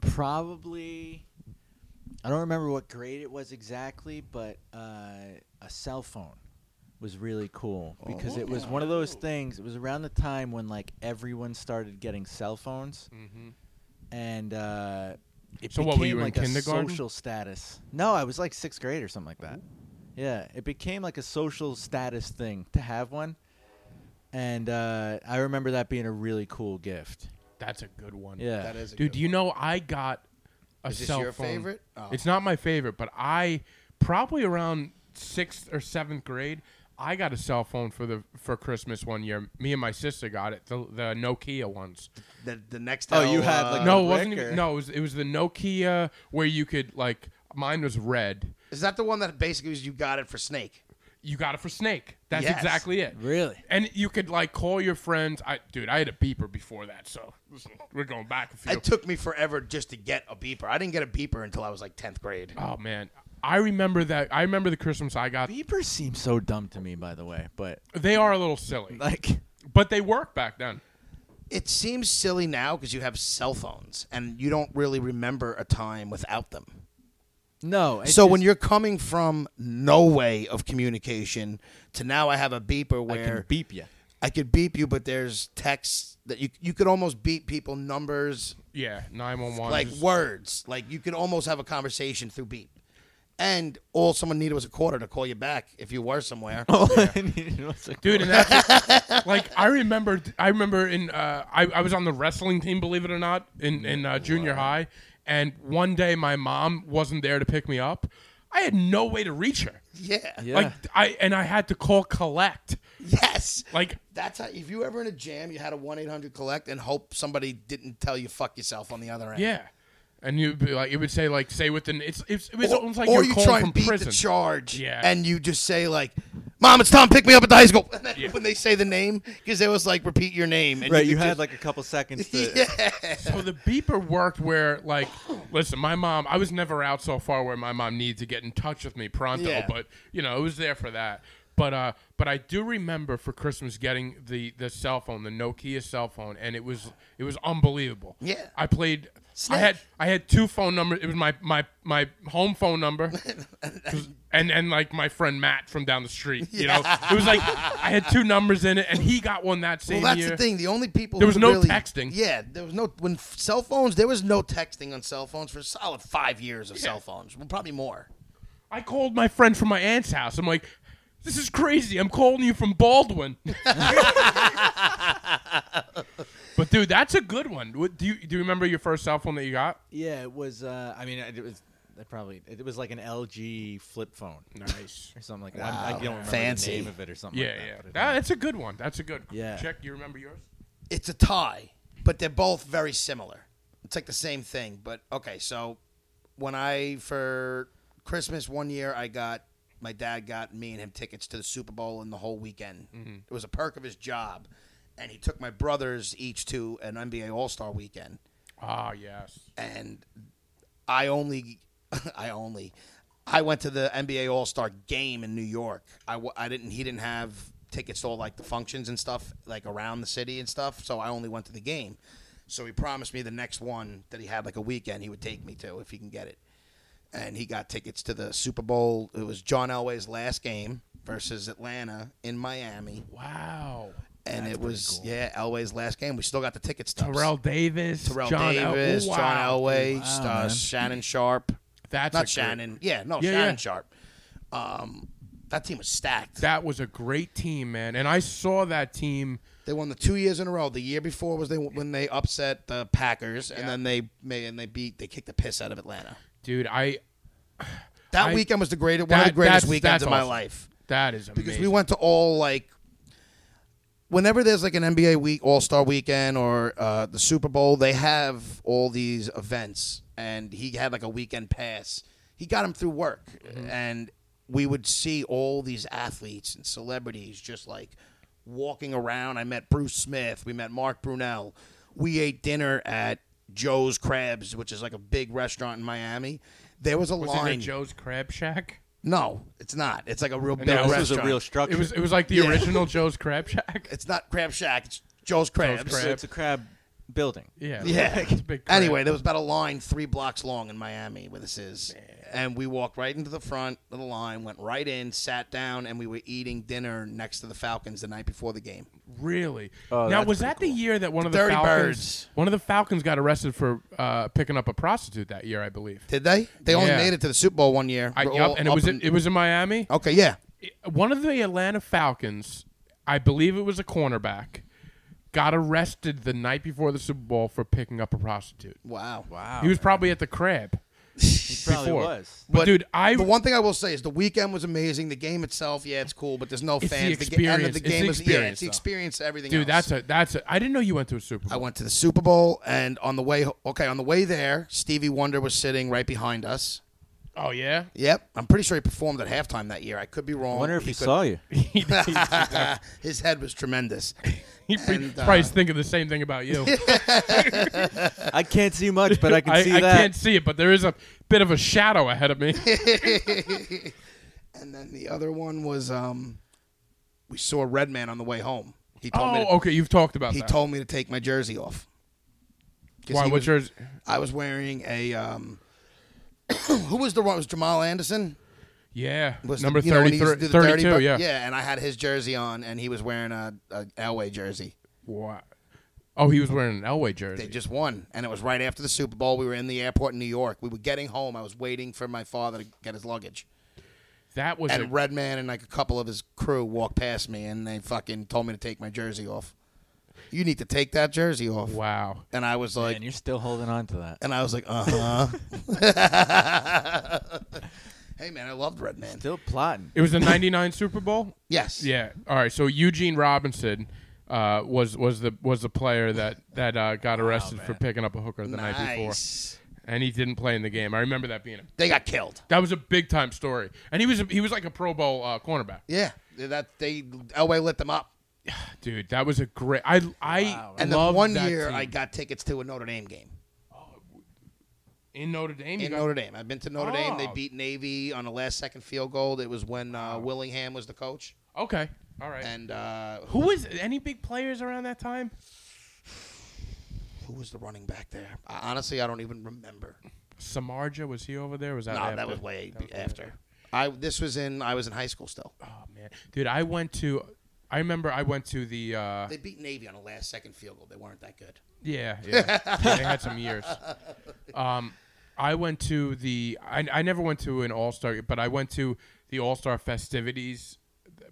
[SPEAKER 3] probably I don't remember what grade it was exactly, but uh, a cell phone was really cool because it was one of
[SPEAKER 1] Oh.
[SPEAKER 3] those things. It was around the time when like everyone started getting cell phones, and uh, it
[SPEAKER 1] Mm-hmm. So
[SPEAKER 3] became
[SPEAKER 1] what, were you in
[SPEAKER 3] like
[SPEAKER 1] kindergarten?
[SPEAKER 3] a social status. No, I was like sixth grade or something like that. Yeah, it became like a social status thing to have one. And uh, I remember that being a really cool gift.
[SPEAKER 1] That's a good one.
[SPEAKER 3] Yeah.
[SPEAKER 2] That is a
[SPEAKER 1] Dude,
[SPEAKER 2] good
[SPEAKER 1] you know I got a
[SPEAKER 2] Is this
[SPEAKER 1] cell
[SPEAKER 2] your
[SPEAKER 1] phone.
[SPEAKER 2] favorite? Oh.
[SPEAKER 1] It's not my favorite, but I probably around sixth or seventh grade, I got a cell phone for the for Christmas one year. Me and my sister got it, the, the Nokia ones.
[SPEAKER 2] The, the next. uh,
[SPEAKER 3] Oh, you had, like,
[SPEAKER 1] no,
[SPEAKER 3] the
[SPEAKER 1] it wasn't.
[SPEAKER 3] brick
[SPEAKER 1] Even,
[SPEAKER 3] or-
[SPEAKER 1] no, it was, it was the Nokia where you could like. Mine was red.
[SPEAKER 2] Is that the one that basically was you got it for Snake?
[SPEAKER 1] You got it for Snake. That's
[SPEAKER 2] Yes.
[SPEAKER 1] exactly it.
[SPEAKER 3] Really?
[SPEAKER 1] And you could like call your friends. I dude, I had a beeper before that, so listen, we're going back a few.
[SPEAKER 2] It took me forever just to get a beeper. I didn't get a beeper until I was like tenth grade.
[SPEAKER 1] oh man, I remember that. I remember the Christmas I got.
[SPEAKER 3] Beepers seem so dumb to me, by the way. But
[SPEAKER 1] They are a little silly.
[SPEAKER 3] like,
[SPEAKER 1] But they worked back then.
[SPEAKER 2] It seems silly now because you have cell phones and you don't really remember a time without them.
[SPEAKER 3] no. it's
[SPEAKER 2] so when
[SPEAKER 3] just-
[SPEAKER 2] you're coming from no way of communication to now, I have a beeper where
[SPEAKER 3] I can beep you.
[SPEAKER 2] I could beep you, but there's texts that you you could almost beep people numbers
[SPEAKER 1] Yeah, nine one one.
[SPEAKER 2] like words. Like you could almost have a conversation through beep. And all someone needed was a quarter to call you back if you were somewhere.
[SPEAKER 3] Oh.
[SPEAKER 1] dude, and that's like I remember. I remember in uh, I I was on the wrestling team, believe it or not, in in uh, junior high. And one day my mom wasn't there to pick me up. I had no way to reach her.
[SPEAKER 2] Yeah.
[SPEAKER 3] Yeah.
[SPEAKER 1] Like I and I had to call collect.
[SPEAKER 2] Yes.
[SPEAKER 1] Like
[SPEAKER 2] That's how. If you were ever in a jam, you had a one eight hundred collect and hope somebody didn't tell you fuck yourself on the other end.
[SPEAKER 1] yeah. And you'd be like, it would say like, say with an, it's, it's it was
[SPEAKER 2] Or,
[SPEAKER 1] almost like you're
[SPEAKER 2] or you
[SPEAKER 1] calling
[SPEAKER 2] try
[SPEAKER 1] from
[SPEAKER 2] and beat
[SPEAKER 1] prison.
[SPEAKER 2] the charge,
[SPEAKER 1] Yeah.
[SPEAKER 2] and you just say like, "Mom, it's Tom. Pick me up at the high school." And then when they say the name, because they was like, "Repeat your name." And
[SPEAKER 3] right,
[SPEAKER 2] could
[SPEAKER 3] you had
[SPEAKER 2] just-
[SPEAKER 3] like a couple seconds to.
[SPEAKER 2] yeah.
[SPEAKER 1] So the beeper worked where, like, listen, my mom, I was never out so far where my mom needed to get in touch with me pronto,
[SPEAKER 2] Yeah.
[SPEAKER 1] but, you know, it was there for that. But, uh, but I do remember for Christmas getting the, the cell phone, the Nokia cell phone, and it was it was unbelievable.
[SPEAKER 2] Yeah.
[SPEAKER 1] I played. I had I had two phone numbers. It was my my, my home phone number, 'cause- and and like my friend Matt from down the street. You know, it was like I had two numbers in it, and he got one that same
[SPEAKER 2] Well, that's
[SPEAKER 1] year.
[SPEAKER 2] the thing. The only people
[SPEAKER 1] There
[SPEAKER 2] who
[SPEAKER 1] was no
[SPEAKER 2] really-
[SPEAKER 1] texting.
[SPEAKER 2] Yeah, there was no when f- cell phones. There was no texting on cell phones for a solid five years of cell phones. Well, probably more.
[SPEAKER 1] I called my friend from my aunt's house. I'm like, this is crazy. I'm calling you from Baldwin. but dude, that's a good one. What, do you do you remember your first cell phone that you got?
[SPEAKER 3] Yeah, it was. Uh, I mean, it it was. I probably it was like an LG flip phone
[SPEAKER 1] Nice.
[SPEAKER 3] or something like that. I- I don't remember
[SPEAKER 2] Fancy.
[SPEAKER 3] the name of it or something.
[SPEAKER 1] Yeah,
[SPEAKER 3] like that,
[SPEAKER 1] yeah.
[SPEAKER 3] but it-
[SPEAKER 1] That- that's a good one. That's a good.
[SPEAKER 3] Yeah.
[SPEAKER 1] Check. You remember yours?
[SPEAKER 2] It's a tie. but they're both very similar. It's like the same thing. But okay, so when I for Christmas one year, I got my dad got me and him tickets to the Super Bowl and the whole weekend. It was a perk of his job, and he took my brothers each to an NBA All Star weekend
[SPEAKER 1] Ah, yes.
[SPEAKER 2] and I only, I only, I went to the NBA All Star game in New York. I, wa- I didn't. He didn't have tickets to all like the functions and stuff like around the city and stuff. So I only went to the game. So he promised me the next one that he had like a weekend he would take me to if he can get it. And he got tickets to the Super Bowl. It was John Elway's last game versus Atlanta in Miami,
[SPEAKER 1] Wow.
[SPEAKER 2] and it was yeah Elway's last game. We still got the tickets. Tubbs.
[SPEAKER 1] Terrell Davis,
[SPEAKER 2] Terrell
[SPEAKER 1] John El-
[SPEAKER 2] Davis,
[SPEAKER 1] wow.
[SPEAKER 2] John Elway,
[SPEAKER 3] Wow,
[SPEAKER 2] uh,
[SPEAKER 3] man.
[SPEAKER 2] Shannon Sharp.
[SPEAKER 1] That's a
[SPEAKER 2] Not
[SPEAKER 1] great-
[SPEAKER 2] Shannon. Yeah, no,
[SPEAKER 1] Yeah,
[SPEAKER 2] Shannon
[SPEAKER 1] yeah.
[SPEAKER 2] Sharp. Um, that team was stacked.
[SPEAKER 1] That was a great team, man. And I saw that team.
[SPEAKER 2] they won the two years in a row. The year before was they when they upset the Packers, and then they made and they beat they kicked the piss out of Atlanta.
[SPEAKER 1] Dude, I
[SPEAKER 2] That
[SPEAKER 1] I-
[SPEAKER 2] weekend was the greatest one of the
[SPEAKER 1] That-
[SPEAKER 2] greatest
[SPEAKER 1] that's-
[SPEAKER 2] weekends
[SPEAKER 1] that's
[SPEAKER 2] of my
[SPEAKER 1] awesome.
[SPEAKER 2] life
[SPEAKER 1] that is amazing.
[SPEAKER 2] because we went to all like. Whenever there's like an NBA week, All Star Weekend, or uh, the Super Bowl, they have all these events, and he had like a weekend pass. He got him through work,
[SPEAKER 3] Mm-hmm.
[SPEAKER 2] and we would see all these athletes and celebrities just like walking around. I met Bruce Smith. We met Mark Brunell. We ate dinner at Joe's Crabs, which is like a big restaurant in Miami. There was a
[SPEAKER 1] was it
[SPEAKER 2] line.
[SPEAKER 1] at Joe's Crab Shack?
[SPEAKER 2] No, it's not. It's like a real big
[SPEAKER 1] No,
[SPEAKER 3] This
[SPEAKER 2] restaurant.
[SPEAKER 3] was a real structure.
[SPEAKER 1] It was it was like the
[SPEAKER 2] Yeah.
[SPEAKER 1] original Joe's Crab Shack.
[SPEAKER 2] It's not Crab Shack. It's Joe's Crabs.
[SPEAKER 1] Crab.
[SPEAKER 3] So it's a crab building.
[SPEAKER 1] Yeah.
[SPEAKER 2] Yeah.
[SPEAKER 1] It's a big crab.
[SPEAKER 2] anyway, there was about a line three blocks long in Miami where this is, and we walked right into the front of the line, went right in, sat down, and we were eating dinner next to the Falcons the night before the game.
[SPEAKER 1] Really?
[SPEAKER 3] Oh,
[SPEAKER 1] now
[SPEAKER 3] that's
[SPEAKER 1] was that the year that one of the
[SPEAKER 2] Dirty
[SPEAKER 1] Falcons
[SPEAKER 2] Birds.
[SPEAKER 1] one of the Falcons got arrested for uh, picking up a prostitute that year, I believe.
[SPEAKER 2] Did they? They only
[SPEAKER 1] Yeah.
[SPEAKER 2] made it to the Super Bowl one year.
[SPEAKER 1] I,
[SPEAKER 2] We're
[SPEAKER 1] yup,
[SPEAKER 2] all
[SPEAKER 1] and it
[SPEAKER 2] up
[SPEAKER 1] was in,
[SPEAKER 2] in-
[SPEAKER 1] it was in Miami.
[SPEAKER 2] okay, yeah.
[SPEAKER 1] One of the Atlanta Falcons, I believe it was a cornerback, got arrested the night before the Super Bowl for picking up a prostitute.
[SPEAKER 2] Wow. Wow.
[SPEAKER 1] he was probably at the crab.
[SPEAKER 3] It probably
[SPEAKER 1] before.
[SPEAKER 3] was.
[SPEAKER 1] But, dude, I
[SPEAKER 2] The one thing I will say is the weekend was amazing. The game itself, yeah, it's cool, but there's no
[SPEAKER 1] It's the
[SPEAKER 2] fans. ga- and
[SPEAKER 1] experience.
[SPEAKER 2] the
[SPEAKER 1] It's
[SPEAKER 2] game
[SPEAKER 1] the
[SPEAKER 2] was yeah,
[SPEAKER 1] experience,
[SPEAKER 2] it's the
[SPEAKER 1] though.
[SPEAKER 2] experience. Everything.
[SPEAKER 1] dude,
[SPEAKER 2] else.
[SPEAKER 1] that's a that's a. I didn't know you went to a Super
[SPEAKER 2] I
[SPEAKER 1] Bowl.
[SPEAKER 2] went to the Super Bowl, and on the way, okay, on the way there, Stevie Wonder was sitting right behind us.
[SPEAKER 1] oh yeah,
[SPEAKER 2] Yep, I'm pretty sure he performed at halftime that year. I could be wrong.
[SPEAKER 3] I wonder if he,
[SPEAKER 2] could-
[SPEAKER 3] saw you.
[SPEAKER 2] His head was tremendous.
[SPEAKER 1] he
[SPEAKER 2] And, uh,
[SPEAKER 1] probably is thinking the same thing about you.
[SPEAKER 3] I can't see much, but I can
[SPEAKER 1] I,
[SPEAKER 3] see
[SPEAKER 1] I
[SPEAKER 3] that.
[SPEAKER 1] can't see it, but there is a bit of a shadow ahead of me.
[SPEAKER 2] and then the other one was, um, we saw Redman on the way home. He told me. To,
[SPEAKER 1] oh, okay, you've talked about
[SPEAKER 2] He
[SPEAKER 1] that.
[SPEAKER 2] told me to take my jersey off. 'Cause
[SPEAKER 1] Why?
[SPEAKER 2] he
[SPEAKER 1] What's
[SPEAKER 2] was-
[SPEAKER 1] yours?
[SPEAKER 2] I was wearing a. Um, who was the one? Was Jamal Anderson?
[SPEAKER 1] Yeah,
[SPEAKER 2] was the-
[SPEAKER 1] number
[SPEAKER 2] you know, when he
[SPEAKER 1] 30,
[SPEAKER 2] used to do the
[SPEAKER 1] 32,
[SPEAKER 2] but-
[SPEAKER 1] yeah.
[SPEAKER 2] yeah, and I had his jersey on, and he was wearing a, a Elway jersey.
[SPEAKER 1] What? Oh, he was wearing an Elway jersey.
[SPEAKER 2] They just won, and it was right after the Super Bowl. We were in the airport in New York. We were getting home. I was waiting for my father to get his luggage,
[SPEAKER 1] that was
[SPEAKER 2] and
[SPEAKER 1] a,
[SPEAKER 2] Redman and like a couple of his crew walked past me, and they fucking told me to take my jersey off. You need to take that jersey off.
[SPEAKER 1] wow.
[SPEAKER 2] And I was like,
[SPEAKER 3] and you're still holding on to that.
[SPEAKER 2] and I was like, uh huh. hey man, I loved Redman.
[SPEAKER 3] Still plotting.
[SPEAKER 1] It was the '99 Super Bowl.
[SPEAKER 2] Yes.
[SPEAKER 1] Yeah. All right. So Eugene Robinson uh, was was the was the player that that uh, got arrested for picking up a hooker the night before,
[SPEAKER 2] Nice.
[SPEAKER 1] and he didn't play in the game. I remember that being a
[SPEAKER 2] They got killed.
[SPEAKER 1] that was a big time story, and he was a, he was like a Pro Bowl uh, cornerback.
[SPEAKER 2] Yeah. That they Elway lit them up.
[SPEAKER 1] Dude, that was a great. I I
[SPEAKER 2] And
[SPEAKER 1] love
[SPEAKER 2] then one
[SPEAKER 1] that
[SPEAKER 2] year
[SPEAKER 1] team.
[SPEAKER 2] I got tickets to a Notre Dame game.
[SPEAKER 1] in Notre Dame. you
[SPEAKER 2] in
[SPEAKER 1] got-
[SPEAKER 2] Notre Dame. I've been to Notre Dame. They
[SPEAKER 1] Oh.
[SPEAKER 2] beat Navy on a last second field goal. It was when uh, Willingham was the coach.
[SPEAKER 1] okay. All right.
[SPEAKER 2] And uh,
[SPEAKER 1] Who was any big players around that time?
[SPEAKER 2] who was the running back there? I, honestly, I don't even remember.
[SPEAKER 1] Samarja was he over there? Was that
[SPEAKER 2] No,
[SPEAKER 1] after?
[SPEAKER 2] that was way after. I this was in I was in high school still.
[SPEAKER 1] Oh man, dude, I went to. I remember I went to the. Uh,
[SPEAKER 2] They beat Navy on a last second field goal. They weren't that good.
[SPEAKER 1] yeah, yeah, Yeah, they had some years. Um, I went to the. I, I never went to an All Star, but I went to the All Star festivities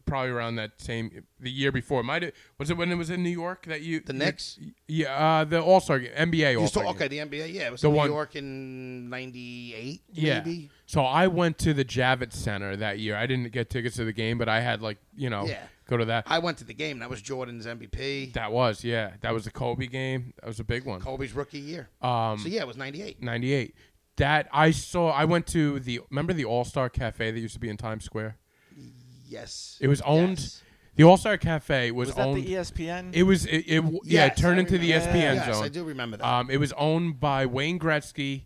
[SPEAKER 1] probably around that same the year before. Might it was it when it was in New York that you
[SPEAKER 2] The Knicks?
[SPEAKER 1] Yeah, uh, the All Star game, NBA All
[SPEAKER 2] You still,
[SPEAKER 1] Star.
[SPEAKER 2] okay, the NBA, yeah, it was
[SPEAKER 1] The
[SPEAKER 2] in New
[SPEAKER 1] one-
[SPEAKER 2] York in '98,
[SPEAKER 1] Yeah.
[SPEAKER 2] maybe.
[SPEAKER 1] So I went to the Javits Center that year. I didn't get tickets to the game, but I had like you know
[SPEAKER 2] Yeah.
[SPEAKER 1] go to that.
[SPEAKER 2] I went to the game. That was Jordan's MVP,
[SPEAKER 1] that was yeah. That was the Kobe game. That was a big one.
[SPEAKER 2] Kobe's rookie year.
[SPEAKER 1] Um,
[SPEAKER 2] so yeah, it was '98.
[SPEAKER 1] 98 that i saw i went to the remember the all-star cafe that used to be in times square
[SPEAKER 2] Yes,
[SPEAKER 1] it was owned
[SPEAKER 2] Yes.
[SPEAKER 1] the all-star cafe was,
[SPEAKER 3] Was that
[SPEAKER 1] owned
[SPEAKER 2] E
[SPEAKER 3] the E ESPN?
[SPEAKER 1] it was it, it w- yeah it
[SPEAKER 2] Yes,
[SPEAKER 1] turned
[SPEAKER 2] I
[SPEAKER 1] into the E
[SPEAKER 3] remember.
[SPEAKER 1] espn
[SPEAKER 2] yes,
[SPEAKER 1] zone
[SPEAKER 2] I do remember that.
[SPEAKER 1] um, it was owned by wayne gretzky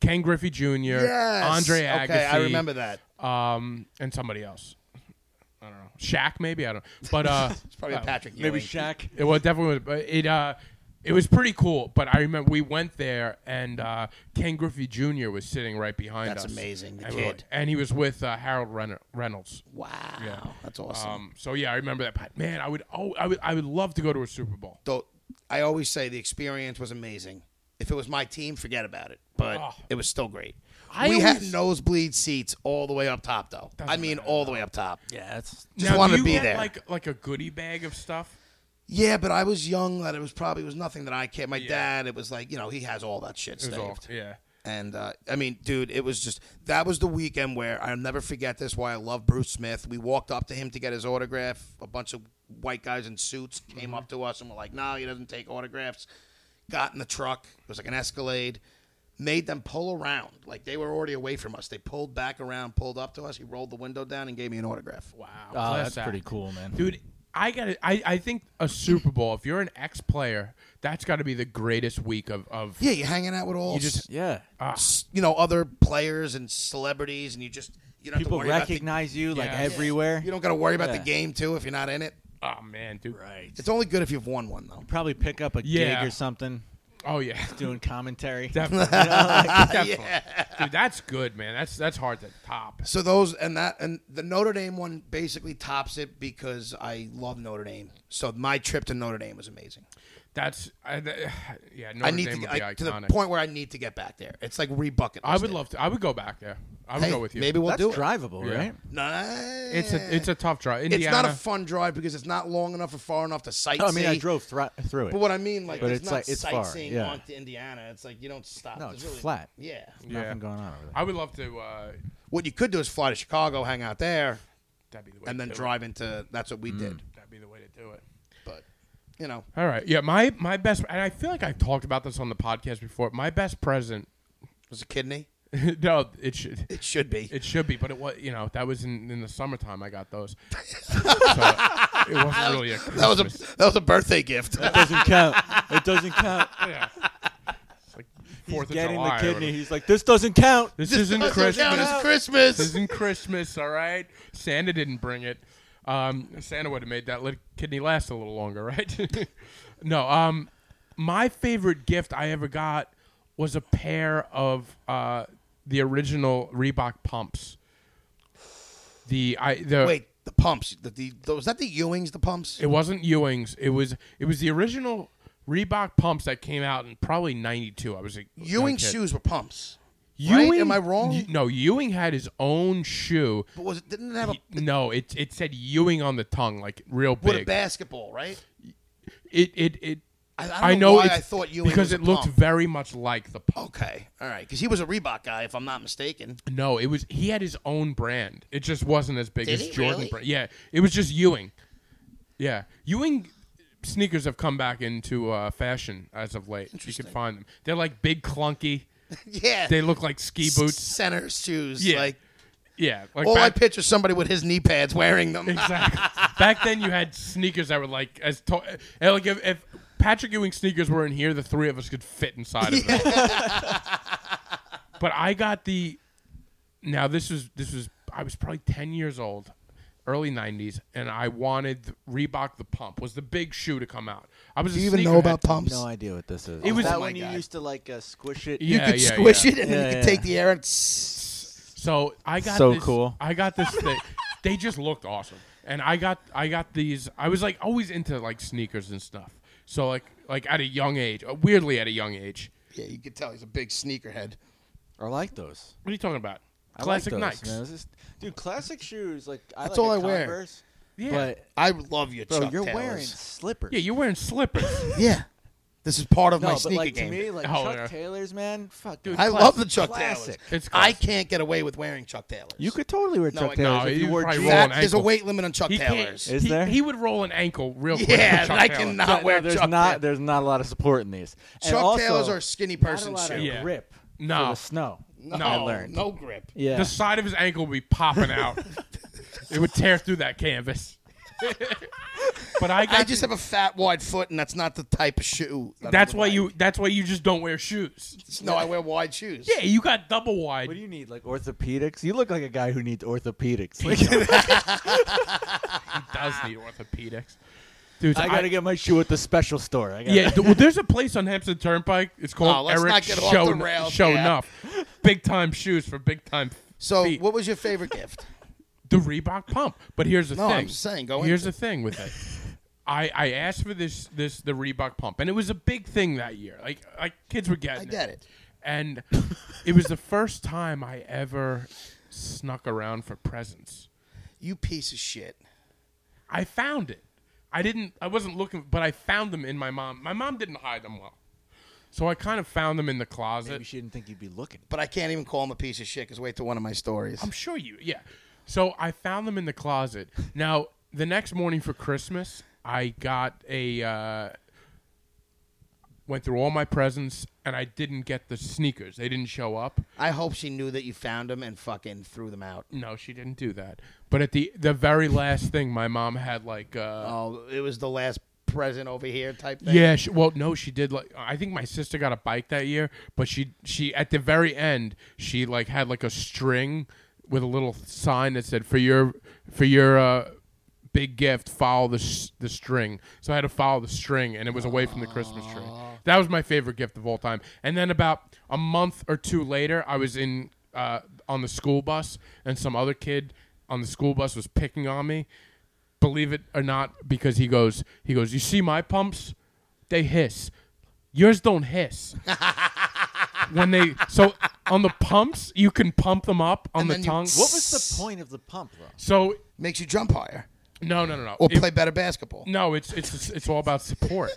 [SPEAKER 1] ken griffey jr
[SPEAKER 2] yes,
[SPEAKER 1] andre agassi
[SPEAKER 2] Okay, I remember that.
[SPEAKER 1] um, and somebody else i don't know Shaq, maybe i don't but uh
[SPEAKER 2] It's probably Patrick.
[SPEAKER 3] Maybe
[SPEAKER 2] Ewing.
[SPEAKER 3] Shaq.
[SPEAKER 1] It was definitely, was, but it uh, it was pretty cool. But I remember we went there, and uh, Ken Griffey Jr. was sitting right behind
[SPEAKER 2] That's
[SPEAKER 1] us.
[SPEAKER 2] amazing, the
[SPEAKER 1] and, we were
[SPEAKER 2] kid.
[SPEAKER 1] like- and he was with uh, Harold Renner- Reynolds.
[SPEAKER 2] Wow,
[SPEAKER 1] Yeah.
[SPEAKER 2] that's awesome.
[SPEAKER 1] Um, so yeah, I remember that. But man, I would oh, I would I would love to go to a Super Bowl.
[SPEAKER 2] Though I always say the experience was amazing. If it was my team, forget about it. But
[SPEAKER 1] Oh.
[SPEAKER 2] it was still great.
[SPEAKER 1] I
[SPEAKER 2] we
[SPEAKER 1] always-
[SPEAKER 2] had nosebleed seats all the way up top, though. I mean, all the way up top.
[SPEAKER 3] Yeah, that's
[SPEAKER 2] Just
[SPEAKER 1] now, do
[SPEAKER 2] wanted
[SPEAKER 1] you
[SPEAKER 2] to be
[SPEAKER 1] get,
[SPEAKER 2] there.
[SPEAKER 1] Like like a goodie bag of stuff.
[SPEAKER 2] Yeah, but I was young. That it was probably it was nothing that I cared. My
[SPEAKER 1] Yeah.
[SPEAKER 2] dad, it was like you know he has all that shit
[SPEAKER 1] It was
[SPEAKER 2] saved.
[SPEAKER 1] all, Oh, yeah.
[SPEAKER 2] And uh, I mean, dude, it was just that was the weekend where I'll never forget this. Why I love Bruce Smith. We walked up to him to get his autograph. A bunch of white guys in suits came up to us and were like, "No, he doesn't take autographs." Got in the truck. It was like an Escalade. Made them pull around. Like they were already away from us. They pulled back around, pulled up to us. He rolled the window down and gave me an autograph.
[SPEAKER 1] Wow,
[SPEAKER 3] oh,
[SPEAKER 1] class
[SPEAKER 3] that's
[SPEAKER 1] act.
[SPEAKER 3] pretty cool, man.
[SPEAKER 1] dude. I got to I, I think a Super Bowl. If you're an ex player, that's got to be the greatest week of of.
[SPEAKER 2] Yeah, you're hanging out with all
[SPEAKER 1] You just
[SPEAKER 3] Yeah,
[SPEAKER 2] s- you know other players and celebrities, and you just you don't
[SPEAKER 3] people
[SPEAKER 2] have to worry about
[SPEAKER 3] recognize you like
[SPEAKER 1] Yeah.
[SPEAKER 3] everywhere.
[SPEAKER 2] the, you don't got to worry about
[SPEAKER 3] Yeah.
[SPEAKER 2] the game too if you're not in it.
[SPEAKER 1] oh man, dude.
[SPEAKER 3] right.
[SPEAKER 2] It's only good if you've won one though.
[SPEAKER 3] Probably pick up a
[SPEAKER 1] Yeah.
[SPEAKER 3] gig or something,
[SPEAKER 1] Oh yeah,
[SPEAKER 3] doing commentary.
[SPEAKER 1] definitely. Definitely. Dude, that's good, man. That's that's hard to top.
[SPEAKER 2] So those and that and the Notre Dame one basically tops it because I love Notre Dame. So my trip to Notre Dame was amazing.
[SPEAKER 1] That's I, th- yeah. Notre
[SPEAKER 2] I need
[SPEAKER 1] Dame
[SPEAKER 2] to
[SPEAKER 1] would
[SPEAKER 2] get
[SPEAKER 1] be
[SPEAKER 2] I-
[SPEAKER 1] iconic.
[SPEAKER 2] to the point where I need to get back there. It's like rebucket.
[SPEAKER 1] I would love to. I would go back there. I would go with you.
[SPEAKER 2] Maybe we'll
[SPEAKER 3] that's
[SPEAKER 2] do it.
[SPEAKER 3] drivable,
[SPEAKER 1] Yeah.
[SPEAKER 3] right?
[SPEAKER 2] Nah,
[SPEAKER 1] it's a it's a tough drive.
[SPEAKER 2] it's
[SPEAKER 1] Indiana.
[SPEAKER 2] not a fun drive because it's not long enough or far enough to sightsee.
[SPEAKER 3] No, I mean I drove thro- through it.
[SPEAKER 2] But what I mean, like,
[SPEAKER 3] But
[SPEAKER 2] it's,
[SPEAKER 3] it's
[SPEAKER 2] not
[SPEAKER 3] like- it's far,
[SPEAKER 2] sightseeing
[SPEAKER 3] yeah.
[SPEAKER 2] onto Indiana. It's like you don't stop.
[SPEAKER 3] No,
[SPEAKER 2] There's
[SPEAKER 3] it's
[SPEAKER 2] really-
[SPEAKER 3] flat.
[SPEAKER 2] Yeah.
[SPEAKER 1] Yeah.
[SPEAKER 3] Nothing going on over there.
[SPEAKER 1] I would love to. Uh,
[SPEAKER 2] What you could do is fly to Chicago, hang out there,
[SPEAKER 1] that'd be the way. to
[SPEAKER 2] and then
[SPEAKER 1] do
[SPEAKER 2] drive into. That's what we did.
[SPEAKER 1] It. That'd be the way to do it.
[SPEAKER 2] But you know,
[SPEAKER 1] All right. Yeah. My my best. And I feel like I've talked about this on the podcast before. My best present.
[SPEAKER 2] was a kidney.
[SPEAKER 1] no, it should.
[SPEAKER 2] It should be.
[SPEAKER 1] It should be, but it was you know that was in, in the summertime. I got those, so it wasn't really a Christmas.
[SPEAKER 2] that was a that was a birthday gift.
[SPEAKER 3] It doesn't count. It doesn't count.
[SPEAKER 1] yeah. It's like
[SPEAKER 3] He's
[SPEAKER 1] Fourth of
[SPEAKER 3] getting
[SPEAKER 1] July or
[SPEAKER 3] the kidney.
[SPEAKER 1] whatever.
[SPEAKER 3] He's like, this doesn't count.
[SPEAKER 1] This, isn't
[SPEAKER 2] Doesn't
[SPEAKER 1] Christmas.
[SPEAKER 2] count, it's
[SPEAKER 1] This
[SPEAKER 2] Christmas.
[SPEAKER 1] isn't Christmas, all right? Santa didn't bring it. Um, Santa would have made that lit- kidney last a little longer, right? no. Um, my favorite gift I ever got was a pair of uh, the original Reebok pumps. The I the
[SPEAKER 2] Wait, the pumps. The, the was that the Ewings? The pumps.
[SPEAKER 1] it wasn't Ewing's. It was it was the original Reebok pumps that came out in probably '92. I was a young
[SPEAKER 2] Ewing
[SPEAKER 1] kid.
[SPEAKER 2] shoes were pumps.
[SPEAKER 1] Ewing,
[SPEAKER 2] right? Am I wrong?
[SPEAKER 1] Ye- no, Ewing had his own shoe.
[SPEAKER 2] but was it didn't it have a
[SPEAKER 1] No, it it said Ewing on the tongue, like real
[SPEAKER 2] with a
[SPEAKER 1] big.
[SPEAKER 2] basketball, right?
[SPEAKER 1] it it it.
[SPEAKER 2] I- I don't know
[SPEAKER 1] know
[SPEAKER 2] why
[SPEAKER 1] it's-
[SPEAKER 2] I thought Ewing
[SPEAKER 1] because
[SPEAKER 2] was
[SPEAKER 1] it
[SPEAKER 2] a
[SPEAKER 1] looked
[SPEAKER 2] pump.
[SPEAKER 1] very much like the pump.
[SPEAKER 2] Okay, all right, because he was a Reebok guy, if I'm not mistaken.
[SPEAKER 1] No, it was he had his own brand. It just wasn't as big
[SPEAKER 2] Did
[SPEAKER 1] as
[SPEAKER 2] he
[SPEAKER 1] Jordan.
[SPEAKER 2] really?
[SPEAKER 1] Brand. Yeah, it was just Ewing. Yeah, Ewing sneakers have come back into uh, fashion as of late. You can find them. They're like big, clunky.
[SPEAKER 2] Yeah,
[SPEAKER 1] They look like ski boots.
[SPEAKER 2] center shoes.
[SPEAKER 1] Yeah.
[SPEAKER 2] Like
[SPEAKER 1] Yeah, like
[SPEAKER 2] all I
[SPEAKER 1] back,
[SPEAKER 2] picture is somebody with his knee pads wearing them.
[SPEAKER 1] Exactly. Back then, you had sneakers that were like as tall. and, Like if, if Patrick Ewing sneakers were in here, the three of us could fit inside of them. but I got the. Now this was this was I was probably ten years old, early '90s, and I wanted Reebok the Pump was the big shoe to come out. I was a sneakerhead.
[SPEAKER 2] pumps?
[SPEAKER 3] No idea what this is.
[SPEAKER 1] It was-
[SPEAKER 3] that
[SPEAKER 1] Oh
[SPEAKER 2] my
[SPEAKER 3] when you
[SPEAKER 2] God.
[SPEAKER 3] used to like uh, squish it.
[SPEAKER 1] Yeah,
[SPEAKER 2] you could
[SPEAKER 1] yeah,
[SPEAKER 2] squish
[SPEAKER 1] yeah.
[SPEAKER 2] it and then you
[SPEAKER 3] Yeah, yeah.
[SPEAKER 2] could take the air and. s-
[SPEAKER 1] So I got
[SPEAKER 3] So
[SPEAKER 1] this,
[SPEAKER 3] cool.
[SPEAKER 1] I got this thing. they just looked awesome, and I got I got these. I was like always into like sneakers and stuff. So like like at a young age, uh, weirdly at a young age.
[SPEAKER 2] Yeah, you could tell he's a big sneakerhead.
[SPEAKER 3] Or like those.
[SPEAKER 1] What are you talking about?
[SPEAKER 3] I like
[SPEAKER 1] Classic
[SPEAKER 3] those,
[SPEAKER 1] Nikes.
[SPEAKER 3] man. This is- dude, classic shoes. Like I
[SPEAKER 2] That's
[SPEAKER 3] like
[SPEAKER 2] all
[SPEAKER 3] a
[SPEAKER 2] I wear.
[SPEAKER 3] Converse,
[SPEAKER 1] Yeah.
[SPEAKER 3] But
[SPEAKER 2] I love your
[SPEAKER 3] bro,
[SPEAKER 2] Chuck
[SPEAKER 3] you're
[SPEAKER 2] Taylors.
[SPEAKER 3] wearing slippers.
[SPEAKER 1] yeah, you're wearing slippers.
[SPEAKER 2] Yeah, this is part of
[SPEAKER 3] no,
[SPEAKER 2] my
[SPEAKER 3] but
[SPEAKER 2] sneaker
[SPEAKER 3] like
[SPEAKER 2] game.
[SPEAKER 3] to me, like
[SPEAKER 1] Oh,
[SPEAKER 3] Chuck
[SPEAKER 1] yeah.
[SPEAKER 3] Taylors, man, fuck,
[SPEAKER 1] Dude,
[SPEAKER 3] dude,
[SPEAKER 2] I love the Chuck
[SPEAKER 3] Classic.
[SPEAKER 2] Taylors.
[SPEAKER 1] It's
[SPEAKER 2] I
[SPEAKER 1] classic.
[SPEAKER 2] can't get away with wearing Chuck Taylors.
[SPEAKER 3] you could totally wear
[SPEAKER 2] No,
[SPEAKER 3] Chuck
[SPEAKER 2] I-
[SPEAKER 3] Taylors
[SPEAKER 1] no,
[SPEAKER 3] if you
[SPEAKER 1] you
[SPEAKER 3] wore
[SPEAKER 1] probably
[SPEAKER 3] jeans.
[SPEAKER 1] roll
[SPEAKER 2] That-
[SPEAKER 1] an
[SPEAKER 2] there's a
[SPEAKER 1] ankle.
[SPEAKER 2] weight limit on Chuck
[SPEAKER 1] He
[SPEAKER 2] Taylors.
[SPEAKER 1] can't.
[SPEAKER 3] Is
[SPEAKER 1] he,
[SPEAKER 3] there?
[SPEAKER 1] he would roll an ankle real quick.
[SPEAKER 2] Yeah,
[SPEAKER 1] with Chuck
[SPEAKER 2] I
[SPEAKER 1] Taylor.
[SPEAKER 2] cannot
[SPEAKER 3] No,
[SPEAKER 2] wear
[SPEAKER 3] there's
[SPEAKER 2] Chuck
[SPEAKER 3] not
[SPEAKER 2] Taylors.
[SPEAKER 3] there's not a lot of support in these. And
[SPEAKER 2] Chuck
[SPEAKER 3] also,
[SPEAKER 2] Taylors are skinny
[SPEAKER 3] not a
[SPEAKER 2] person
[SPEAKER 3] lot of
[SPEAKER 2] shoes.
[SPEAKER 1] Yeah.
[SPEAKER 3] grip for
[SPEAKER 1] No,
[SPEAKER 3] the snow.
[SPEAKER 1] I
[SPEAKER 2] No,
[SPEAKER 3] learned.
[SPEAKER 2] no grip.
[SPEAKER 3] Yeah,
[SPEAKER 1] the side of his ankle would be popping out. it would tear through that canvas. but I, got
[SPEAKER 2] I just have a fat, wide foot, and that's not the type of shoe. that I
[SPEAKER 1] That's
[SPEAKER 2] would
[SPEAKER 1] why
[SPEAKER 2] like.
[SPEAKER 1] you. That's why you just don't wear shoes.
[SPEAKER 2] No, I wear wide shoes.
[SPEAKER 1] Yeah, you got double wide.
[SPEAKER 3] What do you need? Like orthopedics? You look like a guy who needs orthopedics. Like,
[SPEAKER 1] he does need orthopedics, dude.
[SPEAKER 3] I gotta get my shoe at the special store. I gotta,
[SPEAKER 1] Yeah, th- well, there's a place on Hampton Turnpike. It's called
[SPEAKER 2] Oh, let's
[SPEAKER 1] Eric
[SPEAKER 2] not get off
[SPEAKER 1] Show,
[SPEAKER 2] the rails,
[SPEAKER 1] Show
[SPEAKER 2] yeah.
[SPEAKER 1] Enough. Big time shoes for big time.
[SPEAKER 2] So,
[SPEAKER 1] feet.
[SPEAKER 2] what was your favorite gift?
[SPEAKER 1] the Reebok pump. But here's the
[SPEAKER 2] No,
[SPEAKER 1] thing.
[SPEAKER 2] I'm just saying, go
[SPEAKER 1] Here's
[SPEAKER 2] into
[SPEAKER 1] the thing with it. I, I asked for this this the Reebok pump, and it was a big thing that year. Like like kids were getting.
[SPEAKER 2] I get it.
[SPEAKER 1] and it was the first time I ever snuck around for presents.
[SPEAKER 2] You piece of shit.
[SPEAKER 1] I found it. I didn't. I wasn't looking, but I found them in my mom. My mom didn't hide them well, so I kind of found them in the closet.
[SPEAKER 3] Maybe she didn't think you'd be looking.
[SPEAKER 2] But I can't even call him a piece of shit because wait till one of my stories.
[SPEAKER 1] I'm sure you. Yeah. So I found them in the closet. Now the next morning for Christmas, I got a. Uh, went through all my presents, and I didn't get the sneakers. They didn't show up.
[SPEAKER 2] I hope she knew that you found him and fucking threw them out.
[SPEAKER 1] No, she didn't do that. But at the the very last thing, my mom had like. Uh,
[SPEAKER 2] Oh, it was the last present over here type thing.
[SPEAKER 1] Yeah, she, well, no, she did. Like, I think my sister got a bike that year, but she she at the very end she like had like a string with a little sign that said for your for your uh, big gift follow the s the string. So I had to follow the string, and it was away from the Christmas tree. That was my favorite gift of all time. And then about a month or two later, I was in uh, on the school bus, and some other kid on the school bus was picking on me believe it or not, because he goes, he goes, you see my pumps, they hiss. Yours don't hiss. when they so on the pumps, you can pump them up on
[SPEAKER 2] And
[SPEAKER 1] the
[SPEAKER 2] then you-
[SPEAKER 1] tongue.
[SPEAKER 3] What was the point of the pump, though?
[SPEAKER 1] So
[SPEAKER 2] Makes you jump higher
[SPEAKER 1] no, no, no, no.
[SPEAKER 2] or
[SPEAKER 1] It-
[SPEAKER 2] play better basketball.
[SPEAKER 1] no, it's it's it's all about support.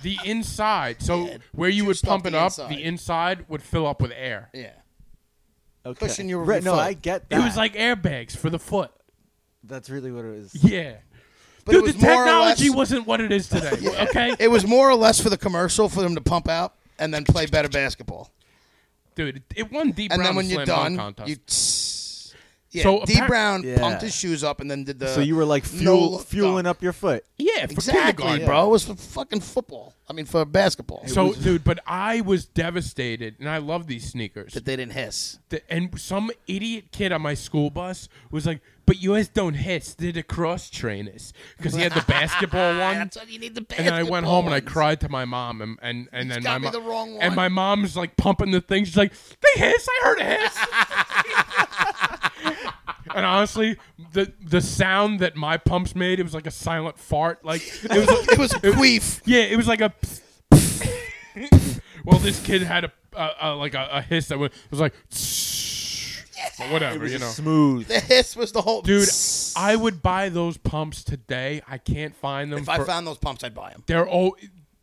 [SPEAKER 1] the inside, so where you would
[SPEAKER 2] juiced up
[SPEAKER 1] pump it
[SPEAKER 2] the
[SPEAKER 1] up,
[SPEAKER 2] inside.
[SPEAKER 1] the inside would fill up with air.
[SPEAKER 2] Yeah.
[SPEAKER 3] Okay.
[SPEAKER 2] Cushion your
[SPEAKER 3] right, no,
[SPEAKER 2] foot.
[SPEAKER 3] I get
[SPEAKER 1] It
[SPEAKER 3] that.
[SPEAKER 1] was like airbags for the foot.
[SPEAKER 3] that's really what it was.
[SPEAKER 1] Yeah.
[SPEAKER 2] But
[SPEAKER 1] Dude,
[SPEAKER 2] it was
[SPEAKER 1] the
[SPEAKER 2] more or
[SPEAKER 1] technology
[SPEAKER 2] less-
[SPEAKER 1] wasn't what it is today. Okay,
[SPEAKER 2] It was more or less for the commercial for them to pump out and then play better basketball.
[SPEAKER 1] dude, it, it won deep.
[SPEAKER 2] And
[SPEAKER 1] Brown
[SPEAKER 2] then when you're
[SPEAKER 1] Slam Dunk
[SPEAKER 2] done,
[SPEAKER 1] contest.
[SPEAKER 2] you. Tss. Yeah,
[SPEAKER 1] So
[SPEAKER 2] D
[SPEAKER 1] appar-
[SPEAKER 2] Brown
[SPEAKER 3] Yeah.
[SPEAKER 2] pumped his shoes up and then did the.
[SPEAKER 3] So you were like fuel,
[SPEAKER 2] no-look
[SPEAKER 3] fueling
[SPEAKER 2] dunk.
[SPEAKER 3] up your foot.
[SPEAKER 1] yeah, for
[SPEAKER 2] Exactly,
[SPEAKER 1] kindergarten.
[SPEAKER 2] bro. It was for fucking football. I mean, for basketball.
[SPEAKER 1] So, dude, but I was devastated, and I love these sneakers.
[SPEAKER 2] that they didn't hiss.
[SPEAKER 1] Th- and some idiot kid on my school bus was like, "But you guys don't hiss. They're the cross trainers because he had the basketball one."
[SPEAKER 2] That's what you need the
[SPEAKER 1] And then I went home and I
[SPEAKER 2] basketball
[SPEAKER 1] cried to my mom, and and, and then
[SPEAKER 2] got
[SPEAKER 1] my
[SPEAKER 2] me
[SPEAKER 1] mom
[SPEAKER 2] the wrong one.
[SPEAKER 1] and my mom's like pumping the thing. She's like, "They hiss. I heard a hiss." and honestly, the the sound that my pumps made, it was like a silent fart. Like it was.
[SPEAKER 2] ones. it was queef.
[SPEAKER 1] Yeah, it was like a. well, this kid had a, a, a like a, a hiss that went, was like, but whatever, you know.
[SPEAKER 3] Smooth.
[SPEAKER 2] The hiss was the whole.
[SPEAKER 1] Dude, I would buy those pumps today. I can't find them.
[SPEAKER 2] if I
[SPEAKER 1] for-
[SPEAKER 2] found those pumps, I'd buy them.
[SPEAKER 1] they're all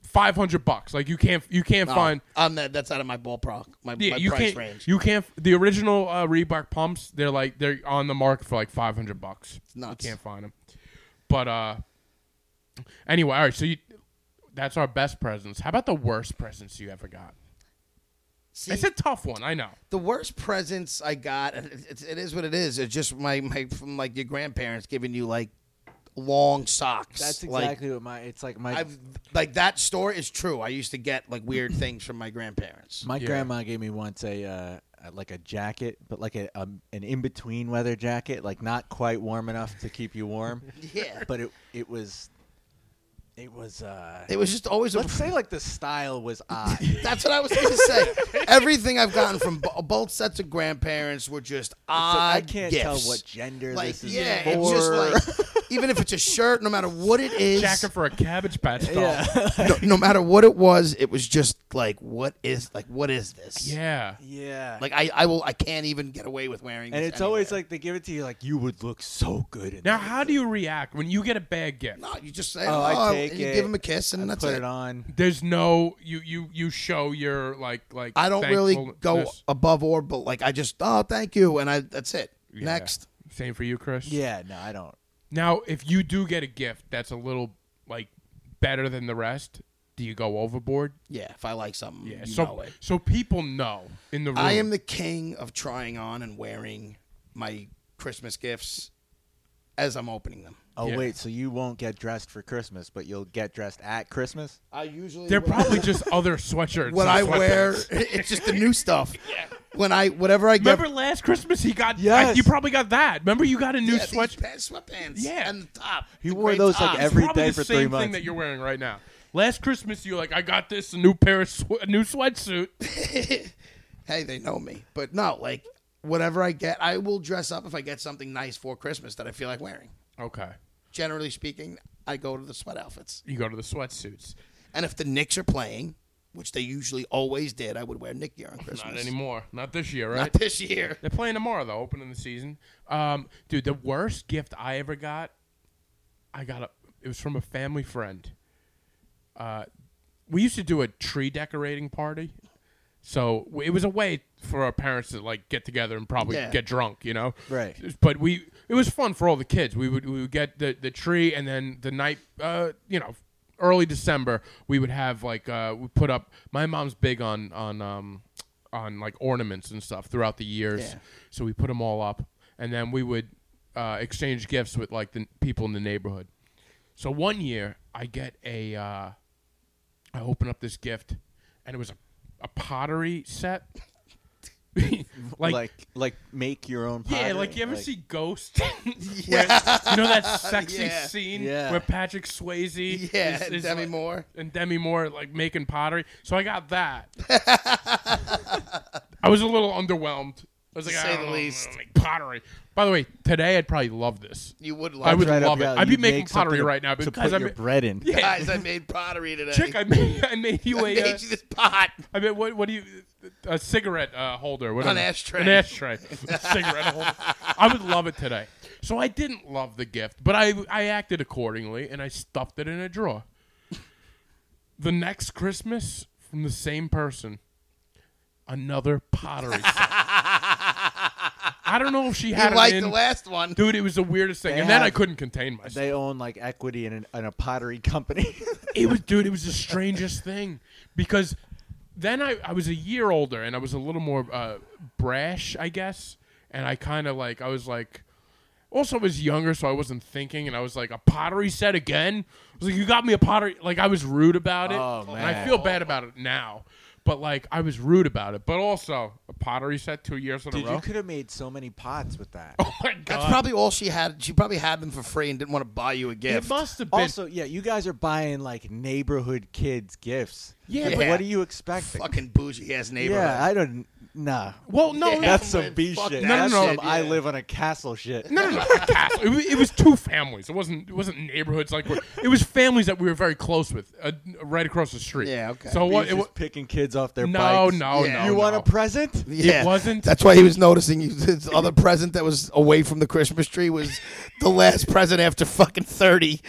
[SPEAKER 1] five hundred bucks. Like you can't you can't find.
[SPEAKER 2] Um, that, that's out of my ballpark, my,
[SPEAKER 1] Yeah,
[SPEAKER 2] my
[SPEAKER 1] you
[SPEAKER 2] price
[SPEAKER 1] can't.
[SPEAKER 2] range.
[SPEAKER 1] You can't. The original uh, Reebok pumps, they're like they're on the market for like five hundred bucks.
[SPEAKER 2] nuts.
[SPEAKER 1] You can't find them. But uh, anyway, all right. So you, that's our best presents. How about the worst presents you ever got?
[SPEAKER 2] See,
[SPEAKER 1] It's a tough one, I know.
[SPEAKER 2] the worst presents I got, and it, it, it is what it is. It's just my, my from like your grandparents giving you like long socks.
[SPEAKER 3] That's
[SPEAKER 2] Like,
[SPEAKER 3] exactly what my. It's like my
[SPEAKER 2] I've like that story is true. I used to get like weird things from my grandparents.
[SPEAKER 3] my
[SPEAKER 1] Yeah.
[SPEAKER 3] grandma gave me once a uh, a- like a jacket, but like a um, an in between weather jacket, like not quite warm enough to keep you warm,
[SPEAKER 2] yeah,
[SPEAKER 3] but it it was it was uh
[SPEAKER 2] it was just always a
[SPEAKER 3] let's say like the style was odd.
[SPEAKER 2] That's what I was going to say. Everything I've gotten from bo- both sets of grandparents were just
[SPEAKER 3] It's
[SPEAKER 2] odd.
[SPEAKER 3] like, I can't tell
[SPEAKER 2] gifts.
[SPEAKER 3] what gender
[SPEAKER 2] Like,
[SPEAKER 3] this is
[SPEAKER 2] yeah,
[SPEAKER 3] for.
[SPEAKER 2] it's just like even if it's a shirt, no matter what it is,
[SPEAKER 1] Jacket for a cabbage patch doll. Yeah.
[SPEAKER 3] yeah.
[SPEAKER 2] no, no matter what it was, it was just like, what is like, what is this?
[SPEAKER 3] yeah.
[SPEAKER 2] Like I, I will, I can't even get away with wearing.
[SPEAKER 3] and
[SPEAKER 2] this
[SPEAKER 3] it's always
[SPEAKER 2] anywhere.
[SPEAKER 3] like they give it to you like you would look so good in
[SPEAKER 1] Now,
[SPEAKER 3] that."
[SPEAKER 1] how do you react when you get a bad gift?
[SPEAKER 2] no, you just say,
[SPEAKER 3] Oh,
[SPEAKER 2] oh,
[SPEAKER 3] I take
[SPEAKER 2] and you
[SPEAKER 3] it.
[SPEAKER 2] give him a kiss, and
[SPEAKER 3] I
[SPEAKER 2] that's
[SPEAKER 3] put
[SPEAKER 2] it.
[SPEAKER 3] it on.
[SPEAKER 1] There's no you you you show your like like.
[SPEAKER 2] I don't really
[SPEAKER 1] thankfulness.
[SPEAKER 2] go above or, but like I just, oh, thank you, and I, that's it.
[SPEAKER 1] Yeah.
[SPEAKER 2] Next,
[SPEAKER 1] Same for you, Chris.
[SPEAKER 3] Yeah, no, I don't.
[SPEAKER 1] Now, if you do get a gift that's a little like better than the rest, do you go overboard?
[SPEAKER 2] yeah, if I like something,
[SPEAKER 1] Yeah.
[SPEAKER 2] you
[SPEAKER 1] so
[SPEAKER 2] know it.
[SPEAKER 1] so people know in the room.
[SPEAKER 2] I am the king of trying on and wearing my Christmas gifts as I'm opening them.
[SPEAKER 3] Oh
[SPEAKER 1] Yeah.
[SPEAKER 3] wait, so you won't get dressed for Christmas, but you'll get dressed at Christmas?
[SPEAKER 2] I usually
[SPEAKER 1] They're probably just other sweatshirts.
[SPEAKER 2] what
[SPEAKER 1] and
[SPEAKER 2] I
[SPEAKER 1] sweatpants.
[SPEAKER 2] wear. It's just the new stuff. When I whatever I get,
[SPEAKER 1] Remember last Christmas he got.
[SPEAKER 3] Yes.
[SPEAKER 1] Like, you probably got that. Remember you got a new
[SPEAKER 2] yeah, these
[SPEAKER 1] sweatshirt.
[SPEAKER 2] pants, sweatpants,
[SPEAKER 1] Yeah.
[SPEAKER 2] and the top.
[SPEAKER 3] He
[SPEAKER 2] the
[SPEAKER 3] wore
[SPEAKER 2] gray
[SPEAKER 3] those, like,
[SPEAKER 2] tops.
[SPEAKER 3] every
[SPEAKER 1] probably
[SPEAKER 3] day
[SPEAKER 1] the
[SPEAKER 3] for
[SPEAKER 1] same
[SPEAKER 3] three
[SPEAKER 1] thing
[SPEAKER 3] months.
[SPEAKER 1] that you're wearing right now. Last Christmas you're like I got this a new pair of swe- a new sweatsuit.
[SPEAKER 2] hey, they know me. But no, like whatever I get, I will dress up if I get something nice for Christmas that I feel like wearing.
[SPEAKER 1] Okay.
[SPEAKER 2] Generally speaking, I go to the sweat outfits.
[SPEAKER 1] You go to the sweatsuits.
[SPEAKER 2] And if the Knicks are playing, which they usually always did, I would wear Nick gear on Christmas.
[SPEAKER 1] Not anymore. Not this year, right?
[SPEAKER 2] Not this year.
[SPEAKER 1] They're playing tomorrow though, opening the season. Um, dude, the worst gift I ever got, I got a. It was from a family friend. Uh, we used to do a tree decorating party, so w- it was a way for our parents to like get together and probably
[SPEAKER 2] Yeah.
[SPEAKER 1] get drunk, you know.
[SPEAKER 3] Right.
[SPEAKER 1] But we, it was fun for all the kids. We would we would get the the tree, and then the night, uh, you know, early December, we would have like uh, we put up. My mom's big on on um on like ornaments and stuff throughout the years,
[SPEAKER 2] Yeah.
[SPEAKER 1] so we put them all up, and then we would uh, exchange gifts with like the people in the neighborhood. So one year, I get a. Uh, I open up this gift, and it was a, a pottery set.
[SPEAKER 3] Like
[SPEAKER 1] like,
[SPEAKER 3] like, make your own
[SPEAKER 1] yeah,
[SPEAKER 3] pottery?
[SPEAKER 1] like you ever see Ghost? Where- you know that sexy
[SPEAKER 2] Yeah.
[SPEAKER 1] scene
[SPEAKER 3] Yeah.
[SPEAKER 1] where Patrick Swayze,
[SPEAKER 2] Yeah,
[SPEAKER 1] is, is
[SPEAKER 2] Demi
[SPEAKER 1] like-
[SPEAKER 2] Moore.
[SPEAKER 1] and Demi Moore like making pottery. So I got that. I was a little underwhelmed. I was like,
[SPEAKER 2] To
[SPEAKER 1] I
[SPEAKER 2] say
[SPEAKER 1] don't
[SPEAKER 2] the
[SPEAKER 1] know,
[SPEAKER 2] least.
[SPEAKER 1] like pottery. By the way, today I'd probably love this.
[SPEAKER 2] You would
[SPEAKER 1] I
[SPEAKER 2] love
[SPEAKER 1] would
[SPEAKER 2] it.
[SPEAKER 3] Right up
[SPEAKER 1] love it.
[SPEAKER 3] your alley.
[SPEAKER 1] I'd be
[SPEAKER 3] You'd
[SPEAKER 1] making
[SPEAKER 3] make something
[SPEAKER 1] pottery
[SPEAKER 3] to-
[SPEAKER 1] right now
[SPEAKER 3] to
[SPEAKER 1] because
[SPEAKER 3] put
[SPEAKER 1] I'm
[SPEAKER 3] your bread in.
[SPEAKER 1] Yeah.
[SPEAKER 2] Guys, I made pottery today.
[SPEAKER 1] Chick, I made, I made you
[SPEAKER 2] I
[SPEAKER 1] a. uh,
[SPEAKER 2] made you this pot.
[SPEAKER 1] I mean, what, what do you? A cigarette uh, holder, whatever.
[SPEAKER 2] An ashtray.
[SPEAKER 1] An ashtray. cigarette holder. I would love it today. So I didn't love the gift, but I I acted accordingly and I stuffed it in a drawer. The next Christmas, from the same person, another pottery. set. I don't know if she
[SPEAKER 2] You
[SPEAKER 1] had
[SPEAKER 2] like
[SPEAKER 1] it
[SPEAKER 2] the
[SPEAKER 1] in.
[SPEAKER 2] last one.
[SPEAKER 1] Dude, it was the weirdest thing,
[SPEAKER 3] They
[SPEAKER 1] and then I
[SPEAKER 3] have-
[SPEAKER 1] couldn't contain myself.
[SPEAKER 3] They own like equity in, an, in a pottery company.
[SPEAKER 1] it was dude it was the strangest thing because then I, I was a year older and i was a little more uh, brash i guess and i kind of like i was like also I was younger so i wasn't thinking and i was like a pottery set again i was like you got me a pottery like i was rude about it
[SPEAKER 3] Oh,
[SPEAKER 1] and i
[SPEAKER 3] man.
[SPEAKER 1] feel bad about it now but like i was rude about it but also a pottery set two years in
[SPEAKER 3] Dude,
[SPEAKER 1] a row
[SPEAKER 3] you could have made so many pots with that.
[SPEAKER 1] oh my god
[SPEAKER 2] That's probably all she had. She probably had them for free and didn't want to buy you a gift.
[SPEAKER 1] it must have been
[SPEAKER 3] Also, yeah, you guys are buying like neighborhood kids gifts.
[SPEAKER 1] Yeah,
[SPEAKER 2] but-
[SPEAKER 3] what do you expecting?
[SPEAKER 2] Fucking bougie ass neighborhood.
[SPEAKER 3] yeah, I don't. Nah,
[SPEAKER 1] well no no,
[SPEAKER 3] that's
[SPEAKER 2] man,
[SPEAKER 3] some B
[SPEAKER 2] fuck
[SPEAKER 3] shit.
[SPEAKER 2] that
[SPEAKER 3] that's
[SPEAKER 1] shit,
[SPEAKER 3] some I
[SPEAKER 2] yeah.
[SPEAKER 3] live on a castle shit.
[SPEAKER 1] No, no, no. a castle. It, was, it was two families. It wasn't. It wasn't neighborhoods like. We're, it was families that we were very close with, uh, right across the street.
[SPEAKER 2] Yeah, okay.
[SPEAKER 1] So
[SPEAKER 3] He's
[SPEAKER 1] what? It,
[SPEAKER 3] just
[SPEAKER 1] wa-
[SPEAKER 3] picking kids off their
[SPEAKER 1] no,
[SPEAKER 3] bikes.
[SPEAKER 1] no,
[SPEAKER 2] Yeah.
[SPEAKER 1] no.
[SPEAKER 3] You want
[SPEAKER 1] no.
[SPEAKER 3] a present?
[SPEAKER 2] Yeah.
[SPEAKER 1] It wasn't-
[SPEAKER 2] That's why he was noticing you. This other present that was away from the Christmas tree was the last present after fucking 30.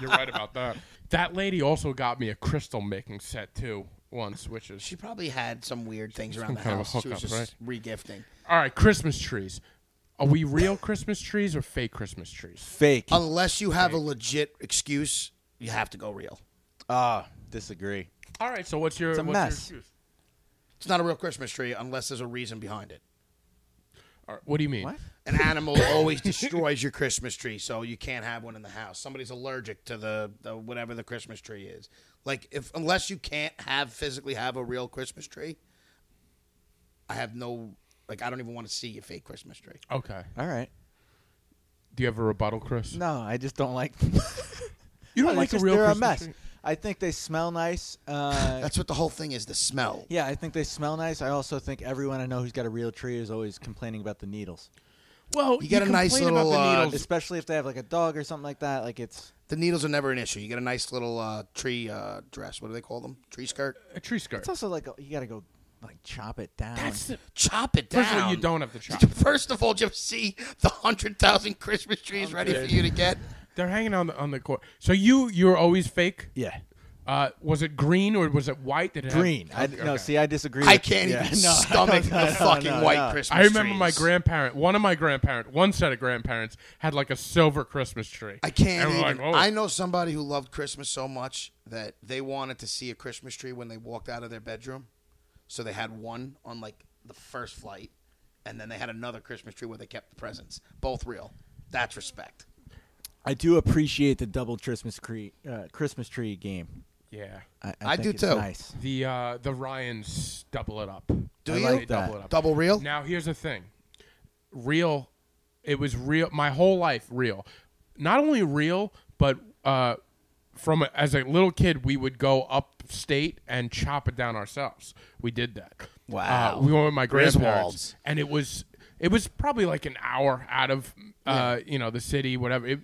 [SPEAKER 1] You're right about that. That lady also got me a crystal making set too once, which is
[SPEAKER 2] She probably had some weird things around
[SPEAKER 1] Some
[SPEAKER 2] the
[SPEAKER 1] kind of
[SPEAKER 2] house.
[SPEAKER 1] a
[SPEAKER 2] she was
[SPEAKER 1] hookup,
[SPEAKER 2] just regifting.
[SPEAKER 1] all right. Christmas trees. Are we real Christmas trees or fake Christmas trees?
[SPEAKER 3] Fake. Ah,
[SPEAKER 2] Unless you have a legit excuse, you have to go real.
[SPEAKER 3] Ah, disagree.
[SPEAKER 1] All right. So what's your?
[SPEAKER 3] It's a
[SPEAKER 1] what's
[SPEAKER 3] mess.
[SPEAKER 1] Your excuse?
[SPEAKER 2] It's not a real Christmas tree unless there's a reason behind it.
[SPEAKER 1] All right, what do you mean?
[SPEAKER 3] What?
[SPEAKER 2] An animal always destroys your Christmas tree, so you can't have one in the house. Somebody's allergic to the, the whatever the Christmas tree is. Like if unless you can't have physically have a real Christmas tree, I have no like I don't even want to see a fake Christmas tree.
[SPEAKER 1] Okay.
[SPEAKER 3] All right.
[SPEAKER 1] Do you have a rebuttal, Chris?
[SPEAKER 3] No, I just don't like.
[SPEAKER 1] You don't
[SPEAKER 3] No,
[SPEAKER 1] like
[SPEAKER 3] it's
[SPEAKER 1] the
[SPEAKER 3] just
[SPEAKER 1] real
[SPEAKER 3] they're
[SPEAKER 1] Christmas
[SPEAKER 3] a mess.
[SPEAKER 1] tree?
[SPEAKER 3] I think they smell nice. Uh,
[SPEAKER 2] That's what the whole thing is, the smell.
[SPEAKER 3] yeah, I think they smell nice. I also think everyone I know who's got a real tree is always complaining about the needles.
[SPEAKER 1] Well,
[SPEAKER 2] You get a nice
[SPEAKER 1] complain
[SPEAKER 2] little,
[SPEAKER 1] about the
[SPEAKER 2] uh,
[SPEAKER 1] needles.
[SPEAKER 3] especially if they have like a dog or something like that. Like it's
[SPEAKER 2] The needles are never an issue. You get a nice little uh, tree uh, dress. What do they call them? Tree skirt.
[SPEAKER 1] a tree skirt.
[SPEAKER 3] it's also like a, you got to go like chop it down.
[SPEAKER 1] That's the-
[SPEAKER 2] Chop it down.
[SPEAKER 1] first of all, you don't have to chop.
[SPEAKER 2] First of all, just see the hundred thousand Christmas trees ready for you to get.
[SPEAKER 1] They're hanging on the on the court. So you you were always fake.
[SPEAKER 3] yeah,
[SPEAKER 1] Uh, was it green or was it white? Did it have-
[SPEAKER 3] green. I, No,
[SPEAKER 1] Okay.
[SPEAKER 3] see, I disagree.
[SPEAKER 2] I
[SPEAKER 3] with-
[SPEAKER 2] can't
[SPEAKER 3] yeah,
[SPEAKER 2] even
[SPEAKER 3] no, I
[SPEAKER 2] stomach
[SPEAKER 3] don't- no,
[SPEAKER 2] the fucking
[SPEAKER 3] no,
[SPEAKER 2] white
[SPEAKER 3] no.
[SPEAKER 2] Christmas
[SPEAKER 1] I remember my
[SPEAKER 2] trees.
[SPEAKER 1] grandparent, one of my grandparent, one set of grandparents had like a silver Christmas tree.
[SPEAKER 2] I
[SPEAKER 1] And
[SPEAKER 2] can't
[SPEAKER 1] we're
[SPEAKER 2] even.
[SPEAKER 1] like, "Oh."
[SPEAKER 2] I know somebody who loved Christmas so much that they wanted to see a Christmas tree when they walked out of their bedroom. So they had one on like the first flight, and then they had another Christmas tree where they kept the presents. Both real. That's respect.
[SPEAKER 3] I do appreciate the double Christmas tree uh, Christmas tree game.
[SPEAKER 1] Yeah.
[SPEAKER 3] I, I,
[SPEAKER 2] I
[SPEAKER 3] think
[SPEAKER 2] do
[SPEAKER 3] it's
[SPEAKER 2] too.
[SPEAKER 3] Nice.
[SPEAKER 1] The uh, the Ryans double it up.
[SPEAKER 2] Do
[SPEAKER 3] I
[SPEAKER 2] you
[SPEAKER 3] like
[SPEAKER 1] They double
[SPEAKER 3] that.
[SPEAKER 1] it up.
[SPEAKER 2] double real?
[SPEAKER 1] Now here's the thing. Real it was real my whole life real. Not only real, but uh from a, as a little kid we would go upstate and chop it down ourselves. We did that.
[SPEAKER 2] Wow.
[SPEAKER 1] Uh, we went with my grandparents
[SPEAKER 2] Griswolds.
[SPEAKER 1] and it was it was probably like an hour out of uh you know the city whatever. It,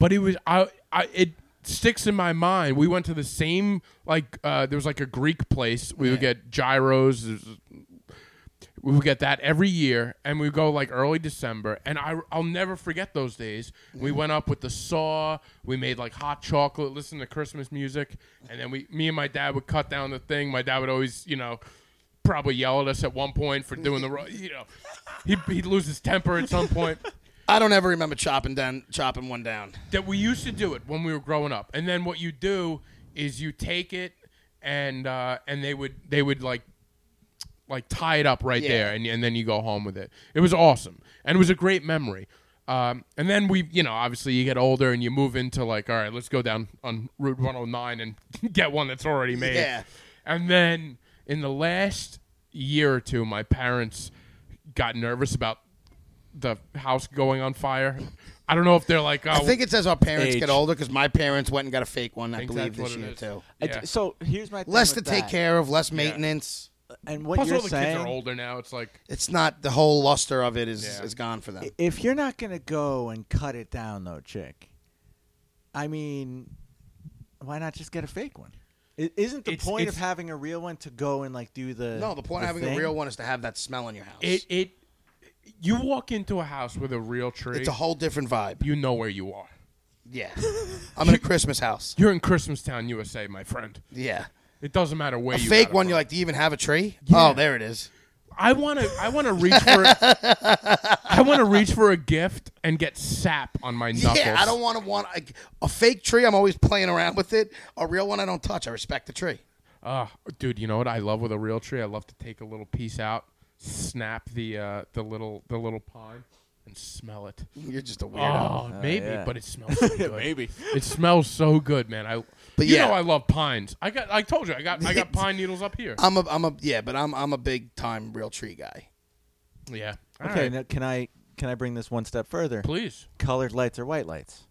[SPEAKER 1] but it was I I it sticks in my mind. We went to the same like uh there was like a Greek place. We would get gyros there's we would get that every year, and we would go like early December. And I, I'll never forget those days. We went up with the saw. We made like hot chocolate, listened to Christmas music, and then we, me and my dad would cut down the thing. My dad would always, you know, probably yell at us at one point for doing the, ro- you know, he'd, he'd lose his temper at some point.
[SPEAKER 2] I don't ever remember chopping down, chopping one down.
[SPEAKER 1] that we used to do it when we were growing up. And then what you do is you take it and uh, and they would they would like like tie it up right
[SPEAKER 2] Yeah.
[SPEAKER 1] there and, and then you go home with it. It was awesome. And it was a great memory. Um, and then we, you know, obviously you get older and you move into like, all right, let's go down on Route 109 and get one that's already made.
[SPEAKER 2] Yeah.
[SPEAKER 1] And then in the last year or two, my parents got nervous about the house going on fire. I don't know if they're like, oh,
[SPEAKER 2] I think it's as our parents
[SPEAKER 3] Age.
[SPEAKER 2] get older because my parents went and got a fake one. I,
[SPEAKER 1] think
[SPEAKER 2] believe
[SPEAKER 1] that's
[SPEAKER 2] this
[SPEAKER 1] what it
[SPEAKER 2] year
[SPEAKER 1] is.
[SPEAKER 2] too.
[SPEAKER 3] I
[SPEAKER 1] Yeah.
[SPEAKER 3] d- so here's my thing
[SPEAKER 2] Less to
[SPEAKER 3] with
[SPEAKER 2] take
[SPEAKER 3] that.
[SPEAKER 2] care of, less maintenance.
[SPEAKER 3] And what
[SPEAKER 1] Plus,
[SPEAKER 3] you're
[SPEAKER 1] all the
[SPEAKER 3] saying,
[SPEAKER 1] kids are older now. It's like
[SPEAKER 2] It's not the whole luster of it is
[SPEAKER 1] Yeah.
[SPEAKER 2] is gone for them.
[SPEAKER 3] if you're not gonna go and cut it down though, chick, I mean, why not just get a fake one? is isn't the
[SPEAKER 1] It's-
[SPEAKER 3] point
[SPEAKER 1] it's-
[SPEAKER 3] of having a real one to go and like do the
[SPEAKER 2] no, the point of having
[SPEAKER 3] thing?
[SPEAKER 2] a real one is to have that smell in your house.
[SPEAKER 1] it, it. You walk into a house with a real tree,
[SPEAKER 2] it's a whole different vibe.
[SPEAKER 1] you know where you are.
[SPEAKER 2] Yeah, I'm in a Christmas house.
[SPEAKER 1] You're in Christmastown, USA, my friend.
[SPEAKER 2] Yeah,
[SPEAKER 1] It doesn't matter where
[SPEAKER 2] a
[SPEAKER 1] you
[SPEAKER 2] fake
[SPEAKER 1] got it
[SPEAKER 2] one.
[SPEAKER 1] from.
[SPEAKER 2] You're like, do you even have a tree? Oh, there it is.
[SPEAKER 1] I want to. I want to reach for. I want to reach for a gift and get sap on my knuckles.
[SPEAKER 2] Yeah, I don't want to want like, a fake tree. I'm always playing around with it. A real one, I don't touch. I respect the tree.
[SPEAKER 1] Uh, dude, you know what I love with a real tree? I love to take a little piece out, snap the uh, the little the little pine, and smell it.
[SPEAKER 2] You're just a weirdo.
[SPEAKER 1] Oh, maybe,
[SPEAKER 3] yeah.
[SPEAKER 1] but it smells so good. maybe it smells so good, man. I
[SPEAKER 2] But
[SPEAKER 1] you
[SPEAKER 2] yeah.
[SPEAKER 1] know I love pines. I got I told you I got I got pine needles up here.
[SPEAKER 2] I'm a I'm a yeah, but I'm I'm a big time real tree guy.
[SPEAKER 1] yeah. All
[SPEAKER 3] Okay,
[SPEAKER 1] right.
[SPEAKER 3] now can I can I bring this one step further?
[SPEAKER 1] Please.
[SPEAKER 3] Colored lights or white lights?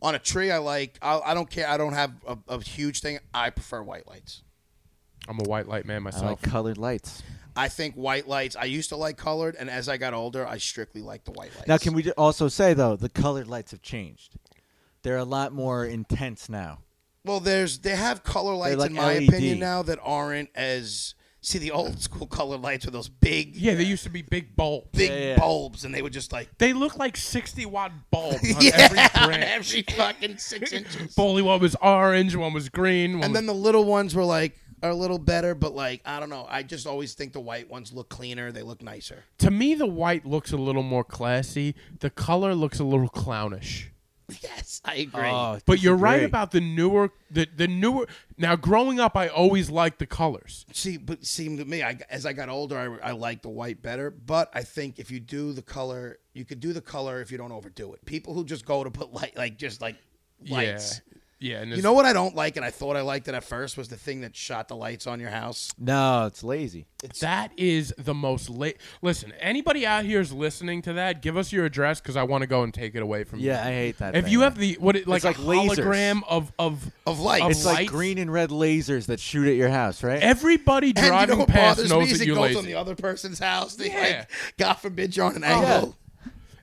[SPEAKER 2] On a tree, I like I, I don't care. I don't have a, a huge thing. I prefer white lights.
[SPEAKER 1] I'm a white light man
[SPEAKER 3] I
[SPEAKER 1] myself.
[SPEAKER 3] like colored lights.
[SPEAKER 2] I think white lights. I used to like colored, and as I got older, I strictly like the white lights.
[SPEAKER 3] Now, can we ju- also say though the colored lights have changed? They're a lot more intense now.
[SPEAKER 2] Well, there's they have color lights
[SPEAKER 3] like
[SPEAKER 2] in my
[SPEAKER 3] LED.
[SPEAKER 2] opinion now that aren't as see the old school color lights were those big
[SPEAKER 1] yeah, they used to be big bulbs.
[SPEAKER 2] big
[SPEAKER 3] Yeah, yeah.
[SPEAKER 2] bulbs, and they were just like
[SPEAKER 1] They look like 60 watt bulbs on
[SPEAKER 2] yeah,
[SPEAKER 1] every
[SPEAKER 2] on
[SPEAKER 1] branch.
[SPEAKER 2] every fucking six inches.
[SPEAKER 1] Bully one was orange, one was green, one
[SPEAKER 2] And
[SPEAKER 1] was
[SPEAKER 2] then the little ones were like are a little better, but like I don't know. I just always think the white ones look cleaner. They look nicer.
[SPEAKER 1] To me, the white looks a little more classy. The color looks a little clownish.
[SPEAKER 2] Yes,
[SPEAKER 3] Oh,
[SPEAKER 2] I agree.
[SPEAKER 1] But you're right
[SPEAKER 3] disagree.
[SPEAKER 1] about the newer, the, the newer. Now, growing up, I always liked the colors.
[SPEAKER 2] see, but seemed to me, I, as I got older, I, I liked the white better. But I think if you do the color, you could do the color if you don't overdo it. People who just go to put light, like just like lights.
[SPEAKER 1] Yeah, yeah. And
[SPEAKER 2] You know what I don't like, and I thought I liked it at first, was the thing that shot the lights on your house.
[SPEAKER 3] No, it's lazy.
[SPEAKER 1] that is the most late. Listen, anybody out here is listening to that? Give us your address because I want to go and take it away from you.
[SPEAKER 3] Yeah, I hate that.
[SPEAKER 1] If
[SPEAKER 3] thing.
[SPEAKER 1] you have the what, it, like,
[SPEAKER 3] like
[SPEAKER 1] a
[SPEAKER 3] lasers. Oh.
[SPEAKER 1] hologram of of
[SPEAKER 2] Of light.
[SPEAKER 1] of
[SPEAKER 2] It's
[SPEAKER 3] it's like
[SPEAKER 1] lights?
[SPEAKER 3] green and red lasers that shoot at your house, right?
[SPEAKER 1] Everybody
[SPEAKER 2] And
[SPEAKER 1] driving
[SPEAKER 2] you know what
[SPEAKER 1] past
[SPEAKER 2] bothers me
[SPEAKER 1] knows
[SPEAKER 2] is
[SPEAKER 1] that
[SPEAKER 2] it
[SPEAKER 1] you're
[SPEAKER 2] goes
[SPEAKER 1] lazy.
[SPEAKER 2] on the other person's house. They
[SPEAKER 1] Yeah.
[SPEAKER 2] like, God forbid, you're on an
[SPEAKER 3] yeah.
[SPEAKER 2] angle.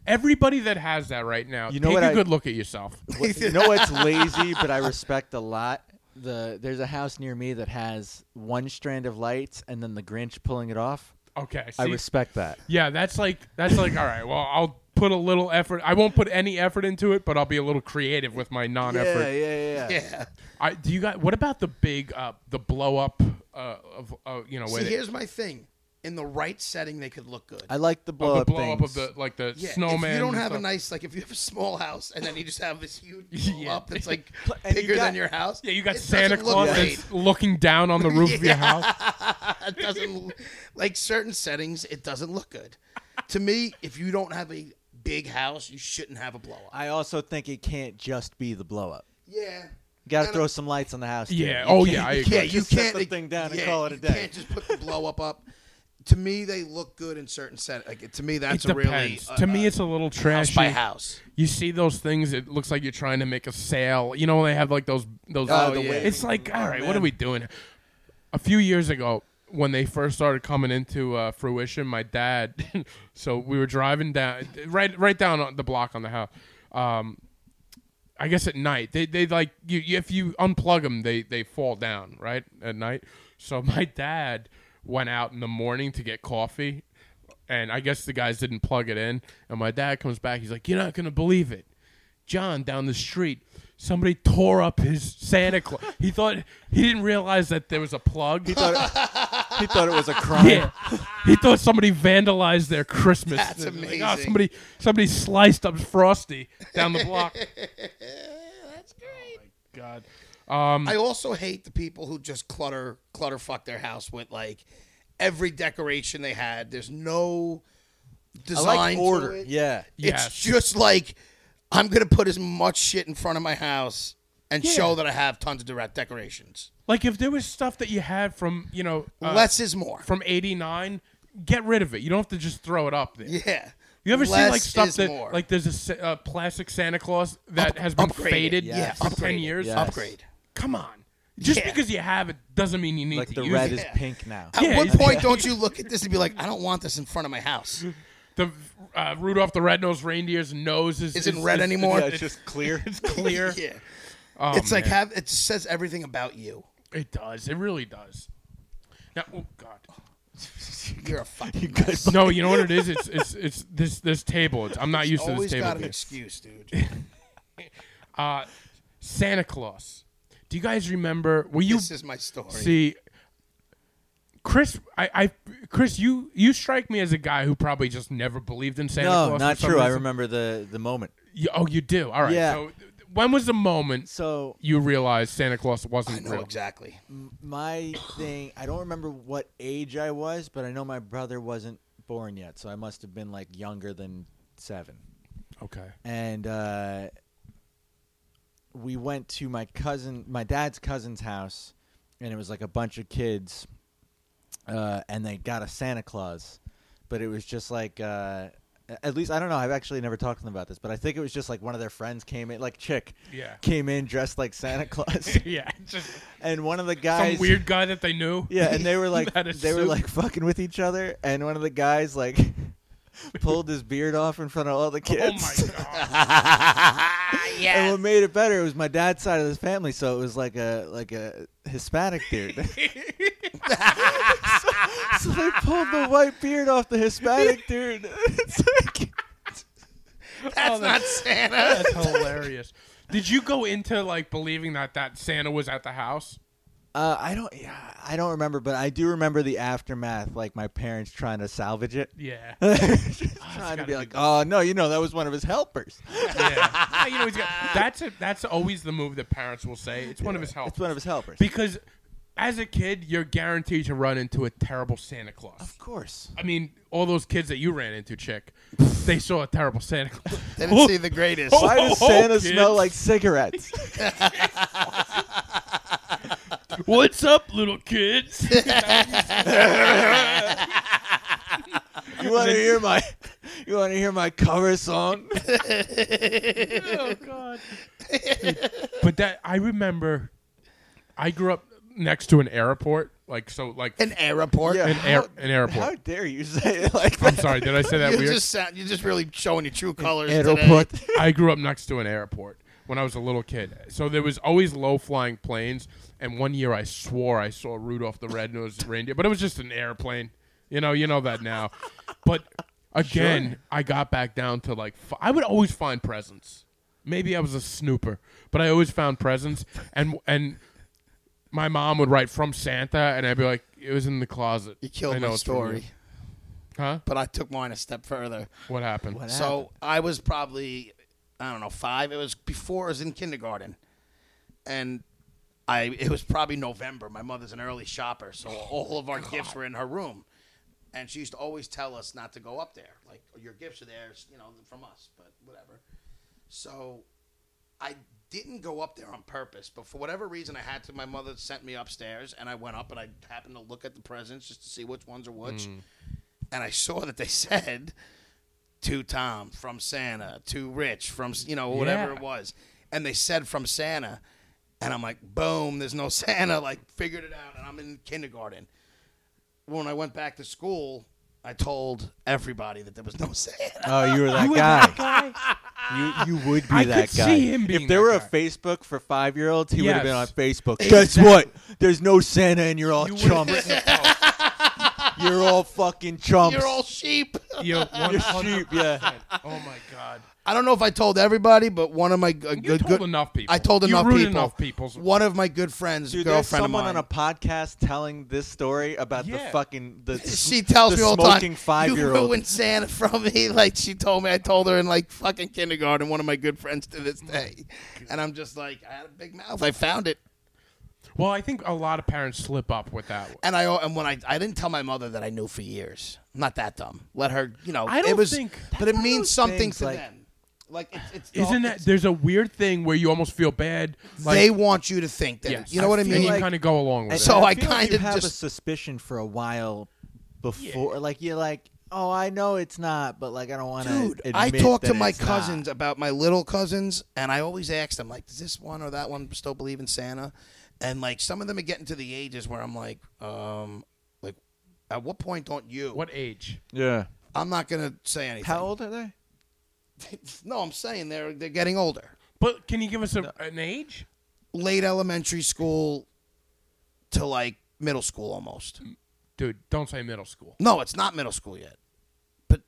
[SPEAKER 1] Everybody that has that right now,
[SPEAKER 3] You know
[SPEAKER 1] take
[SPEAKER 3] what
[SPEAKER 1] a
[SPEAKER 3] I-
[SPEAKER 1] good look at yourself.
[SPEAKER 3] What- you know what's lazy, but I respect a lot. The there's a house near me that has one strand of lights, and then the Grinch pulling it off.
[SPEAKER 1] Okay,
[SPEAKER 3] I
[SPEAKER 1] see?
[SPEAKER 3] respect that.
[SPEAKER 1] yeah, that's like that's like all right. Well, I'll put a little effort. I won't put any effort into it, but I'll be a little creative with my non-effort.
[SPEAKER 3] yeah,
[SPEAKER 2] Yeah.
[SPEAKER 1] I do you got what about the big uh the blow up uh of uh, you know where
[SPEAKER 2] See,
[SPEAKER 1] they-
[SPEAKER 2] here's my thing. In the right setting, they could look good.
[SPEAKER 3] I like the
[SPEAKER 1] of
[SPEAKER 3] blow
[SPEAKER 1] the
[SPEAKER 3] up
[SPEAKER 1] blow up of
[SPEAKER 3] things.
[SPEAKER 1] the like the
[SPEAKER 2] yeah,
[SPEAKER 1] snowman.
[SPEAKER 2] If you don't
[SPEAKER 1] and
[SPEAKER 2] have a
[SPEAKER 1] stuff.
[SPEAKER 2] nice, like, if you have a small house and then you just have this huge blow
[SPEAKER 1] Yeah.
[SPEAKER 2] up that's like
[SPEAKER 3] And you
[SPEAKER 2] bigger
[SPEAKER 3] got-
[SPEAKER 2] than your house.
[SPEAKER 1] yeah, you got
[SPEAKER 2] it
[SPEAKER 1] Santa
[SPEAKER 2] doesn't look
[SPEAKER 1] Claus
[SPEAKER 2] great.
[SPEAKER 1] that's looking down on the roof of your house.
[SPEAKER 2] It doesn't like certain settings. It doesn't look good. To me, if you don't have a big house, you shouldn't have a blow up.
[SPEAKER 3] I also think it can't just be the blow up.
[SPEAKER 2] Yeah.
[SPEAKER 3] You got to
[SPEAKER 2] And
[SPEAKER 3] throw some lights on the house. too.
[SPEAKER 1] Yeah,
[SPEAKER 3] You
[SPEAKER 1] oh,
[SPEAKER 3] can't-
[SPEAKER 1] yeah, I
[SPEAKER 3] you
[SPEAKER 1] agree.
[SPEAKER 2] Yeah,
[SPEAKER 3] can't
[SPEAKER 2] you
[SPEAKER 3] just
[SPEAKER 2] can't e-
[SPEAKER 3] set the thing down
[SPEAKER 2] yeah,
[SPEAKER 3] and call it a
[SPEAKER 2] You
[SPEAKER 3] day.
[SPEAKER 2] can't just put the blow up up. To me, they look good in certain set. Like to me,
[SPEAKER 1] It
[SPEAKER 2] that's a really uh,
[SPEAKER 1] depends. to me, it's a little
[SPEAKER 2] house
[SPEAKER 1] trashy.
[SPEAKER 2] by house.
[SPEAKER 1] You see those things? It looks like you're trying to make a sale. You know, they have like those those.
[SPEAKER 3] Oh,
[SPEAKER 2] the yeah. waving.
[SPEAKER 1] It's like, all right, what
[SPEAKER 3] man.
[SPEAKER 1] are we doing? A few years ago, when they first started coming into uh, fruition, my dad. so we were driving down right right down on the block on the house. Um, I guess at night they they like you, you if you unplug them they they fall down right at night. So my dad went out in the morning to get coffee, and I guess the guys didn't plug it in. And my dad comes back, he's like, "You're not gonna believe it, John down the street." Somebody tore up his Santa Claus. He thought he didn't realize that there was a plug.
[SPEAKER 3] He thought, it, he thought it was a crime.
[SPEAKER 1] Yeah. He thought somebody vandalized their Christmas.
[SPEAKER 2] That's
[SPEAKER 1] They're like, oh,
[SPEAKER 2] amazing.
[SPEAKER 1] somebody somebody sliced up Frosty down the block.
[SPEAKER 2] That's great.
[SPEAKER 1] God.
[SPEAKER 2] I also hate the people who just clutter clutter fuck their house with like every decoration they had. There's no
[SPEAKER 3] I
[SPEAKER 2] design
[SPEAKER 3] like
[SPEAKER 2] to
[SPEAKER 3] order.
[SPEAKER 2] it.
[SPEAKER 3] Yeah.
[SPEAKER 1] Yes.
[SPEAKER 2] It's just like I'm gonna put as much shit in front of my house and
[SPEAKER 1] Yeah.
[SPEAKER 2] show that I have tons of direct decorations.
[SPEAKER 1] Like if there was stuff that you had from you know uh,
[SPEAKER 2] Less is more.
[SPEAKER 1] from '89, get rid of it. You don't have to just throw it up there.
[SPEAKER 2] yeah.
[SPEAKER 1] You ever see
[SPEAKER 2] Less
[SPEAKER 1] like stuff
[SPEAKER 2] is
[SPEAKER 1] that
[SPEAKER 2] more.
[SPEAKER 1] like there's a sa- uh, plastic Santa Claus that has been
[SPEAKER 2] upgrade it.
[SPEAKER 1] faded
[SPEAKER 3] Yeah,
[SPEAKER 1] for ten
[SPEAKER 2] upgrade it.
[SPEAKER 1] years?
[SPEAKER 3] Yes.
[SPEAKER 2] upgrade?
[SPEAKER 1] Come on, just
[SPEAKER 2] Yeah.
[SPEAKER 1] because you have it doesn't mean you need
[SPEAKER 3] Like
[SPEAKER 1] to
[SPEAKER 3] the
[SPEAKER 1] use
[SPEAKER 3] red
[SPEAKER 1] it.
[SPEAKER 3] is pink now.
[SPEAKER 2] At
[SPEAKER 1] Yeah,
[SPEAKER 2] what
[SPEAKER 1] it's-
[SPEAKER 2] point don't you look at this and be like, I don't want this in front of my house?
[SPEAKER 1] The uh, Rudolph the Red-Nosed Reindeer's nose is
[SPEAKER 2] Isn't
[SPEAKER 1] is-
[SPEAKER 2] red
[SPEAKER 1] is-
[SPEAKER 2] anymore?
[SPEAKER 3] Yeah, it's just clear.
[SPEAKER 1] It's clear. Oh,
[SPEAKER 2] yeah. it's like have it says everything about you.
[SPEAKER 1] It does. It really does. Now, oh God.
[SPEAKER 2] You're a fucking mess.
[SPEAKER 1] No, you know what it is? It's it's it's this this table. It's, I'm not used to this
[SPEAKER 2] Always
[SPEAKER 1] table.
[SPEAKER 2] got an
[SPEAKER 1] being-
[SPEAKER 2] excuse, dude.
[SPEAKER 1] Santa Claus. Do you guys remember? Were you
[SPEAKER 2] this is my story.
[SPEAKER 1] see? Chris, I, I, Chris, you, you strike me as a guy who probably just never believed in Santa Claus.
[SPEAKER 3] No,
[SPEAKER 1] for
[SPEAKER 3] not
[SPEAKER 1] some
[SPEAKER 3] true. I
[SPEAKER 1] reason.
[SPEAKER 3] remember the the moment.
[SPEAKER 1] You- oh, you do. All right.
[SPEAKER 3] Yeah.
[SPEAKER 1] So, th- when was the moment
[SPEAKER 3] So
[SPEAKER 1] you realized Santa Claus wasn't
[SPEAKER 2] I know
[SPEAKER 1] real?
[SPEAKER 2] exactly.
[SPEAKER 3] my thing, I don't remember what age I was, but I know my brother wasn't born yet, so I must have been like younger than seven.
[SPEAKER 1] Okay.
[SPEAKER 3] And uh, we went to my cousin, my dad's cousin's house, and it was like a bunch of kids, uh, and they got a Santa Claus, but it was just like. Uh, at least I don't know. I've actually never talked to them about this, but I think it was just like one of their friends came in, like chick,
[SPEAKER 1] Yeah.
[SPEAKER 3] came in dressed like Santa Claus,
[SPEAKER 1] Yeah. Just
[SPEAKER 3] and one of the
[SPEAKER 1] some
[SPEAKER 3] guys,
[SPEAKER 1] weird guy that they knew.
[SPEAKER 3] yeah, and they were like
[SPEAKER 1] That
[SPEAKER 3] they
[SPEAKER 1] is
[SPEAKER 3] were
[SPEAKER 1] so-
[SPEAKER 3] like fucking with each other, and one of the guys like pulled his beard off in front of all the
[SPEAKER 1] Oh
[SPEAKER 3] kids.
[SPEAKER 1] my God.
[SPEAKER 3] and what made it better was my dad's side of the family, so it was like a like a Hispanic dude. so, so they pulled the white beard off the Hispanic dude. it's like
[SPEAKER 2] That's not Santa.
[SPEAKER 1] Oh, That's hilarious. Did you go into like believing that that Santa was at the house?
[SPEAKER 3] uh, I don't yeah, I don't remember, but I do remember the aftermath, like my parents trying to salvage it.
[SPEAKER 1] Yeah.
[SPEAKER 3] Just trying
[SPEAKER 1] gotta
[SPEAKER 3] to
[SPEAKER 1] be
[SPEAKER 3] be like, oh no, you know that was one of his helpers.
[SPEAKER 1] Yeah. Yeah, you know, he's got, that's a, that's always the move that parents will say. It's one of his help
[SPEAKER 3] It's one of his helpers.
[SPEAKER 1] because as a kid, you're guaranteed to run into a terrible Santa Claus.
[SPEAKER 3] of course.
[SPEAKER 1] I mean, all those kids that you ran into, chick, they saw a terrible Santa Claus.
[SPEAKER 2] Didn't see the greatest.
[SPEAKER 1] Oh.
[SPEAKER 3] Why does Santa smell like cigarettes?
[SPEAKER 1] What's up, little kids?
[SPEAKER 3] You want to hear my, you want to hear my cover song?
[SPEAKER 1] oh god. but that I remember I grew up next to an airport. Like so, like
[SPEAKER 2] An airport.
[SPEAKER 1] an, air, an airport.
[SPEAKER 3] How dare you say it like
[SPEAKER 1] I'm
[SPEAKER 3] that?
[SPEAKER 1] sorry, did I say that
[SPEAKER 2] You
[SPEAKER 1] weird?
[SPEAKER 2] just sound, you're just really showing your true colors.
[SPEAKER 3] Aeroport.
[SPEAKER 2] Today.
[SPEAKER 1] I grew up next to an airport when I was a little kid, so there was always low flying planes. And one year, I swore I saw Rudolph the Red Nosed Reindeer, but it was just an airplane. You know, you know that now. But again, I got back down to like f- I would always find presents. Maybe I was a snooper, but I always found presents. And and my mom would write from Santa, and I'd be like, "It was in the closet."
[SPEAKER 2] You killed
[SPEAKER 1] I know
[SPEAKER 2] my
[SPEAKER 1] it's from you."
[SPEAKER 2] story,
[SPEAKER 1] huh?
[SPEAKER 2] but I took mine a step further.
[SPEAKER 1] What happened?
[SPEAKER 3] What
[SPEAKER 2] so I was probably, I don't know, five. It was before I was in kindergarten, and I it was probably November. My mother's an early shopper, so all of our gifts were in her room, and she used to always tell us not to go up there. Like your gifts are there, you know, from us, but whatever. So I didn't go up there on purpose, but for whatever reason, I had to. My mother sent me upstairs, and I went up, and I happened to look at the presents just to see which ones are which. And I saw that they said to Tom from Santa, to Rich from you know whatever
[SPEAKER 1] Yeah.
[SPEAKER 2] it was, and they said from Santa, and I'm like, boom, there's no Santa. Like figured it out, and I'm in kindergarten. When I went back to school, I told everybody that there was no Santa.
[SPEAKER 3] Oh, you were that guy. You you would be
[SPEAKER 1] I
[SPEAKER 3] that
[SPEAKER 1] could
[SPEAKER 3] guy.
[SPEAKER 1] see him being
[SPEAKER 3] if there
[SPEAKER 1] that
[SPEAKER 3] were
[SPEAKER 1] guy.
[SPEAKER 3] a Facebook for five year olds, he would have been on
[SPEAKER 1] Yes.
[SPEAKER 3] Facebook. Guess what? There's no Santa, and you're all
[SPEAKER 1] You would've
[SPEAKER 3] chumps.
[SPEAKER 1] written a poem.
[SPEAKER 3] you're all fucking chumps.
[SPEAKER 2] You're all sheep.
[SPEAKER 1] Yo,
[SPEAKER 3] You're
[SPEAKER 1] 100%.
[SPEAKER 3] sheep. Yeah.
[SPEAKER 1] Oh my god!
[SPEAKER 2] I don't know if I told everybody, but one of my uh,
[SPEAKER 1] You
[SPEAKER 2] good
[SPEAKER 1] told
[SPEAKER 2] good.
[SPEAKER 1] enough people.
[SPEAKER 2] I told enough
[SPEAKER 1] you ruined
[SPEAKER 2] people.
[SPEAKER 1] enough people's.
[SPEAKER 2] One of my good friends,
[SPEAKER 3] Dude, there's
[SPEAKER 2] girlfriend of
[SPEAKER 3] someone
[SPEAKER 2] mine.
[SPEAKER 3] on a podcast telling this story about
[SPEAKER 1] Yeah.
[SPEAKER 3] the fucking the
[SPEAKER 2] she tells
[SPEAKER 3] the
[SPEAKER 2] me all the
[SPEAKER 3] smoking
[SPEAKER 2] time,
[SPEAKER 3] five year
[SPEAKER 2] "You
[SPEAKER 3] old.
[SPEAKER 2] ruined Santa from me." Like she told me, I told her in like fucking kindergarten. One of my good friends to this day, and I'm just like, I had a big mouth. I found it,
[SPEAKER 1] well, I think a lot of parents slip up with that.
[SPEAKER 2] and I and when I I didn't tell my mother that I knew for years. I'm not that dumb. Let her, you know.
[SPEAKER 1] I don't
[SPEAKER 2] it was,
[SPEAKER 1] think-
[SPEAKER 2] but it
[SPEAKER 3] one of
[SPEAKER 2] means
[SPEAKER 3] those
[SPEAKER 2] something
[SPEAKER 3] things,
[SPEAKER 2] to
[SPEAKER 3] like-
[SPEAKER 2] them. Like it's, it's
[SPEAKER 1] Isn't that there's a weird thing where you almost feel bad? Like,
[SPEAKER 2] they want you to think that
[SPEAKER 1] Yes.
[SPEAKER 2] you know what I
[SPEAKER 1] feel
[SPEAKER 2] mean?
[SPEAKER 1] You kind of go along with
[SPEAKER 3] And-
[SPEAKER 1] it.
[SPEAKER 2] So
[SPEAKER 3] and
[SPEAKER 2] I
[SPEAKER 3] feel like
[SPEAKER 2] kinda
[SPEAKER 3] you have a
[SPEAKER 2] just-
[SPEAKER 3] suspicion for a while before, like you're like, oh, I know it's not, but like I don't want to.
[SPEAKER 2] Dude, I talk to my cousins about my little cousins, and I always ask them, like, does this one or that one still believe in Santa? And like, some of them are getting to the ages where I'm like, um, like, at what point don't you?
[SPEAKER 1] what age?
[SPEAKER 3] Yeah.
[SPEAKER 2] I'm not gonna say anything.
[SPEAKER 3] How old are they?
[SPEAKER 2] No, I'm saying they're they're getting older.
[SPEAKER 1] But can you give us a, an age?
[SPEAKER 2] Late elementary school to like middle school almost.
[SPEAKER 1] Mm. Dude, don't say middle school.
[SPEAKER 2] No, it's not middle school yet. But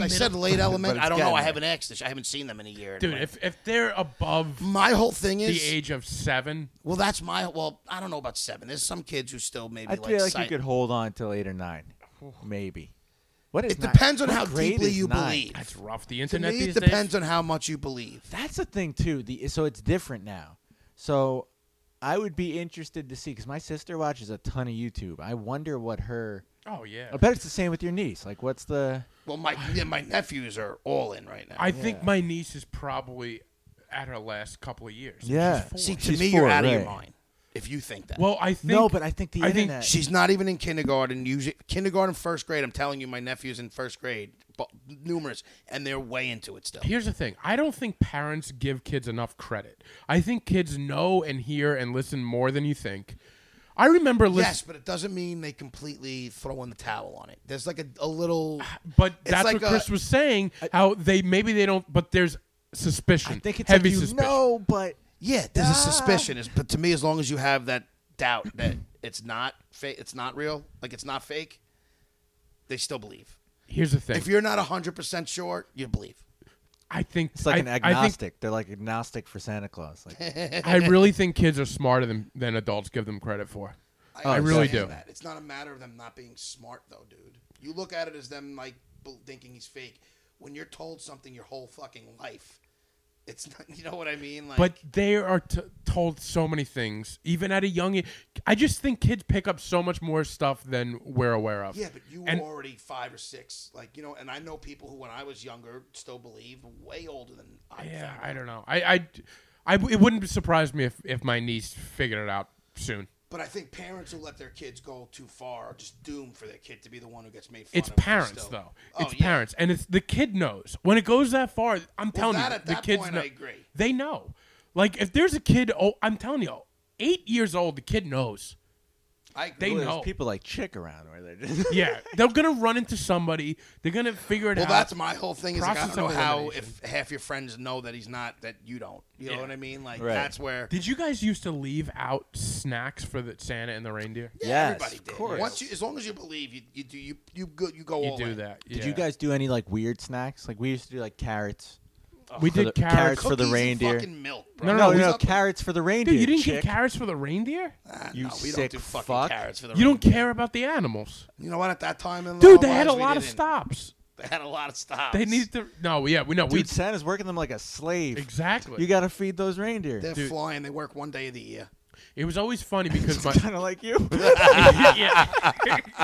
[SPEAKER 2] I said late elementary.
[SPEAKER 3] it's
[SPEAKER 2] I don't know.
[SPEAKER 3] gotten
[SPEAKER 2] I
[SPEAKER 3] there.
[SPEAKER 2] haven't asked this. I haven't seen them in a year.
[SPEAKER 1] Dude, if if they're above
[SPEAKER 2] my whole thing
[SPEAKER 1] the
[SPEAKER 2] is
[SPEAKER 1] age of seven,
[SPEAKER 2] Well, that's my. Well, I don't know about seven. There's some kids who still maybe
[SPEAKER 3] I
[SPEAKER 2] like.
[SPEAKER 3] feel like
[SPEAKER 2] psych-
[SPEAKER 3] you could hold on till eight or nine, maybe. What is
[SPEAKER 2] it
[SPEAKER 3] nine-
[SPEAKER 2] depends on
[SPEAKER 3] what
[SPEAKER 2] how
[SPEAKER 3] grade
[SPEAKER 2] deeply
[SPEAKER 3] is
[SPEAKER 2] you
[SPEAKER 3] nine?
[SPEAKER 2] believe.
[SPEAKER 1] that's rough. The
[SPEAKER 2] To
[SPEAKER 1] internet
[SPEAKER 2] me, it
[SPEAKER 1] these
[SPEAKER 2] depends
[SPEAKER 1] days.
[SPEAKER 2] on how much you believe.
[SPEAKER 3] That's the thing too. The so it's different now. So I would be interested to see because my sister watches a ton of YouTube. I wonder what her.
[SPEAKER 1] Oh yeah.
[SPEAKER 3] I bet it's the same with your niece. Like, what's the?
[SPEAKER 2] Well, my yeah, my nephews are all in right now.
[SPEAKER 1] I think my niece is probably at her last couple of years.
[SPEAKER 3] Yeah.
[SPEAKER 1] She's
[SPEAKER 2] see.
[SPEAKER 1] four.
[SPEAKER 2] To
[SPEAKER 3] She's
[SPEAKER 2] me, you you're
[SPEAKER 3] four,
[SPEAKER 2] out of your
[SPEAKER 3] right.
[SPEAKER 2] mind if you think that.
[SPEAKER 1] Well, I think
[SPEAKER 3] no, but I think the
[SPEAKER 1] I think
[SPEAKER 3] internet.
[SPEAKER 2] she's not even in kindergarten. Usually, kindergarten, first grade. I'm telling you, my nephew's in first grade, but numerous, and they're way into it still.
[SPEAKER 1] Here's the thing. I don't think parents give kids enough credit. I think kids know and hear and listen more than you think. I remember
[SPEAKER 2] Yes,
[SPEAKER 1] listening,
[SPEAKER 2] but it doesn't mean they completely throw in the towel on it. There's like a, a little.
[SPEAKER 3] Ah,
[SPEAKER 1] but
[SPEAKER 2] It's
[SPEAKER 1] that's
[SPEAKER 2] like
[SPEAKER 1] what
[SPEAKER 2] a-
[SPEAKER 1] Chris was saying. How they maybe they don't, but there's suspicion.
[SPEAKER 3] I think it's
[SPEAKER 1] heavy
[SPEAKER 3] like you
[SPEAKER 1] suspicion.
[SPEAKER 3] know, but
[SPEAKER 2] Yeah, there's
[SPEAKER 3] Ah.
[SPEAKER 2] a suspicion, is- but to me, as long as you have that doubt that it's not fake, it's not real, like it's not fake, they still believe.
[SPEAKER 1] Here's the thing.
[SPEAKER 2] If you're not hundred percent sure, you believe.
[SPEAKER 1] I think
[SPEAKER 3] it's like
[SPEAKER 1] I-
[SPEAKER 3] an agnostic. They're like agnostic for Santa Claus. Like,
[SPEAKER 1] I, think, I really think kids are smarter than than adults give them credit for.
[SPEAKER 2] Oh,
[SPEAKER 1] I really do.
[SPEAKER 2] understand That. It's not a matter of them not being smart, though, dude. You look at it as them like bel- thinking he's fake. When you're told something your whole fucking life, it's not. You know what I mean? Like,
[SPEAKER 1] But they are t- told so many things, even at a young age. I just think kids pick up so much more stuff than we're aware of.
[SPEAKER 2] Yeah, but you
[SPEAKER 1] And-
[SPEAKER 2] were already five or six, like you know. And I know people who, when I was younger, still believed, way older than I.
[SPEAKER 1] Yeah,
[SPEAKER 2] found
[SPEAKER 1] I don't know. I, I, I it wouldn't surprise me if, if my niece figured it out soon.
[SPEAKER 2] But I think parents who let their kids go too far are just doomed for their kid to be the one who gets made fun
[SPEAKER 1] It's
[SPEAKER 2] of.
[SPEAKER 1] parents
[SPEAKER 2] still.
[SPEAKER 1] though.
[SPEAKER 2] Oh,
[SPEAKER 1] It's
[SPEAKER 2] yeah.
[SPEAKER 1] parents, and it's the kid knows when it goes that far. I'm telling
[SPEAKER 2] that-
[SPEAKER 1] you,
[SPEAKER 2] at
[SPEAKER 1] the
[SPEAKER 2] that
[SPEAKER 1] kids
[SPEAKER 2] point,
[SPEAKER 1] know.
[SPEAKER 2] I agree.
[SPEAKER 1] They know. Like if there's a kid, oh, I'm telling you, eight years old, the kid knows.
[SPEAKER 2] I
[SPEAKER 1] They
[SPEAKER 3] Well,
[SPEAKER 1] know.
[SPEAKER 3] There's people like Chick around where they're just.
[SPEAKER 1] Yeah, they're gonna run into somebody. They're gonna figure it
[SPEAKER 2] Well,
[SPEAKER 1] out.
[SPEAKER 2] that's my whole thing. Is like, I
[SPEAKER 1] Process
[SPEAKER 2] don't know
[SPEAKER 1] of
[SPEAKER 2] how
[SPEAKER 1] elimination.
[SPEAKER 2] if half your friends know that he's not that you don't. You
[SPEAKER 1] Yeah.
[SPEAKER 2] know what I mean? Like
[SPEAKER 3] Right.
[SPEAKER 2] that's where.
[SPEAKER 1] Did you guys used to leave out snacks for the Santa and the reindeer?
[SPEAKER 3] yes,
[SPEAKER 2] everybody
[SPEAKER 3] of
[SPEAKER 2] did.
[SPEAKER 3] course.
[SPEAKER 2] Once you, as long as you believe, you you do you you go you go
[SPEAKER 1] You
[SPEAKER 2] all
[SPEAKER 1] do
[SPEAKER 2] in.
[SPEAKER 1] that.
[SPEAKER 3] Did you
[SPEAKER 1] yeah.
[SPEAKER 3] guys do any like weird snacks? Like we used to do like carrots.
[SPEAKER 1] We
[SPEAKER 3] For
[SPEAKER 1] did
[SPEAKER 3] the-
[SPEAKER 1] carrots.
[SPEAKER 3] carrots. for the
[SPEAKER 2] Cookies and
[SPEAKER 3] reindeer.
[SPEAKER 2] fucking milk, bro.
[SPEAKER 1] No,
[SPEAKER 3] No,
[SPEAKER 1] no,
[SPEAKER 3] no,
[SPEAKER 1] we-
[SPEAKER 3] no,
[SPEAKER 2] Something-
[SPEAKER 3] carrots for the reindeer.
[SPEAKER 1] Dude, you didn't get
[SPEAKER 3] Chick.
[SPEAKER 1] carrots for the reindeer?
[SPEAKER 2] Ah,
[SPEAKER 3] you
[SPEAKER 2] no, we don't
[SPEAKER 3] sick
[SPEAKER 2] do fucking
[SPEAKER 3] fuck.
[SPEAKER 2] carrots for the
[SPEAKER 1] You don't
[SPEAKER 2] reindeer.
[SPEAKER 1] care about the animals,
[SPEAKER 2] You know what? At that time, in
[SPEAKER 1] dude.
[SPEAKER 2] our
[SPEAKER 1] They had a
[SPEAKER 2] lives, we
[SPEAKER 1] lot of
[SPEAKER 2] didn't.
[SPEAKER 1] stops.
[SPEAKER 2] They had a lot of stops.
[SPEAKER 1] They needed to. No, yeah, we know
[SPEAKER 3] Dude,
[SPEAKER 1] we
[SPEAKER 3] Santa's working them like a slave.
[SPEAKER 1] exactly.
[SPEAKER 3] You gotta feed those reindeer.
[SPEAKER 2] They're
[SPEAKER 1] Dude.
[SPEAKER 2] flying. They work one day of the year.
[SPEAKER 1] it was always funny because my
[SPEAKER 3] kind of like you.
[SPEAKER 1] Yeah.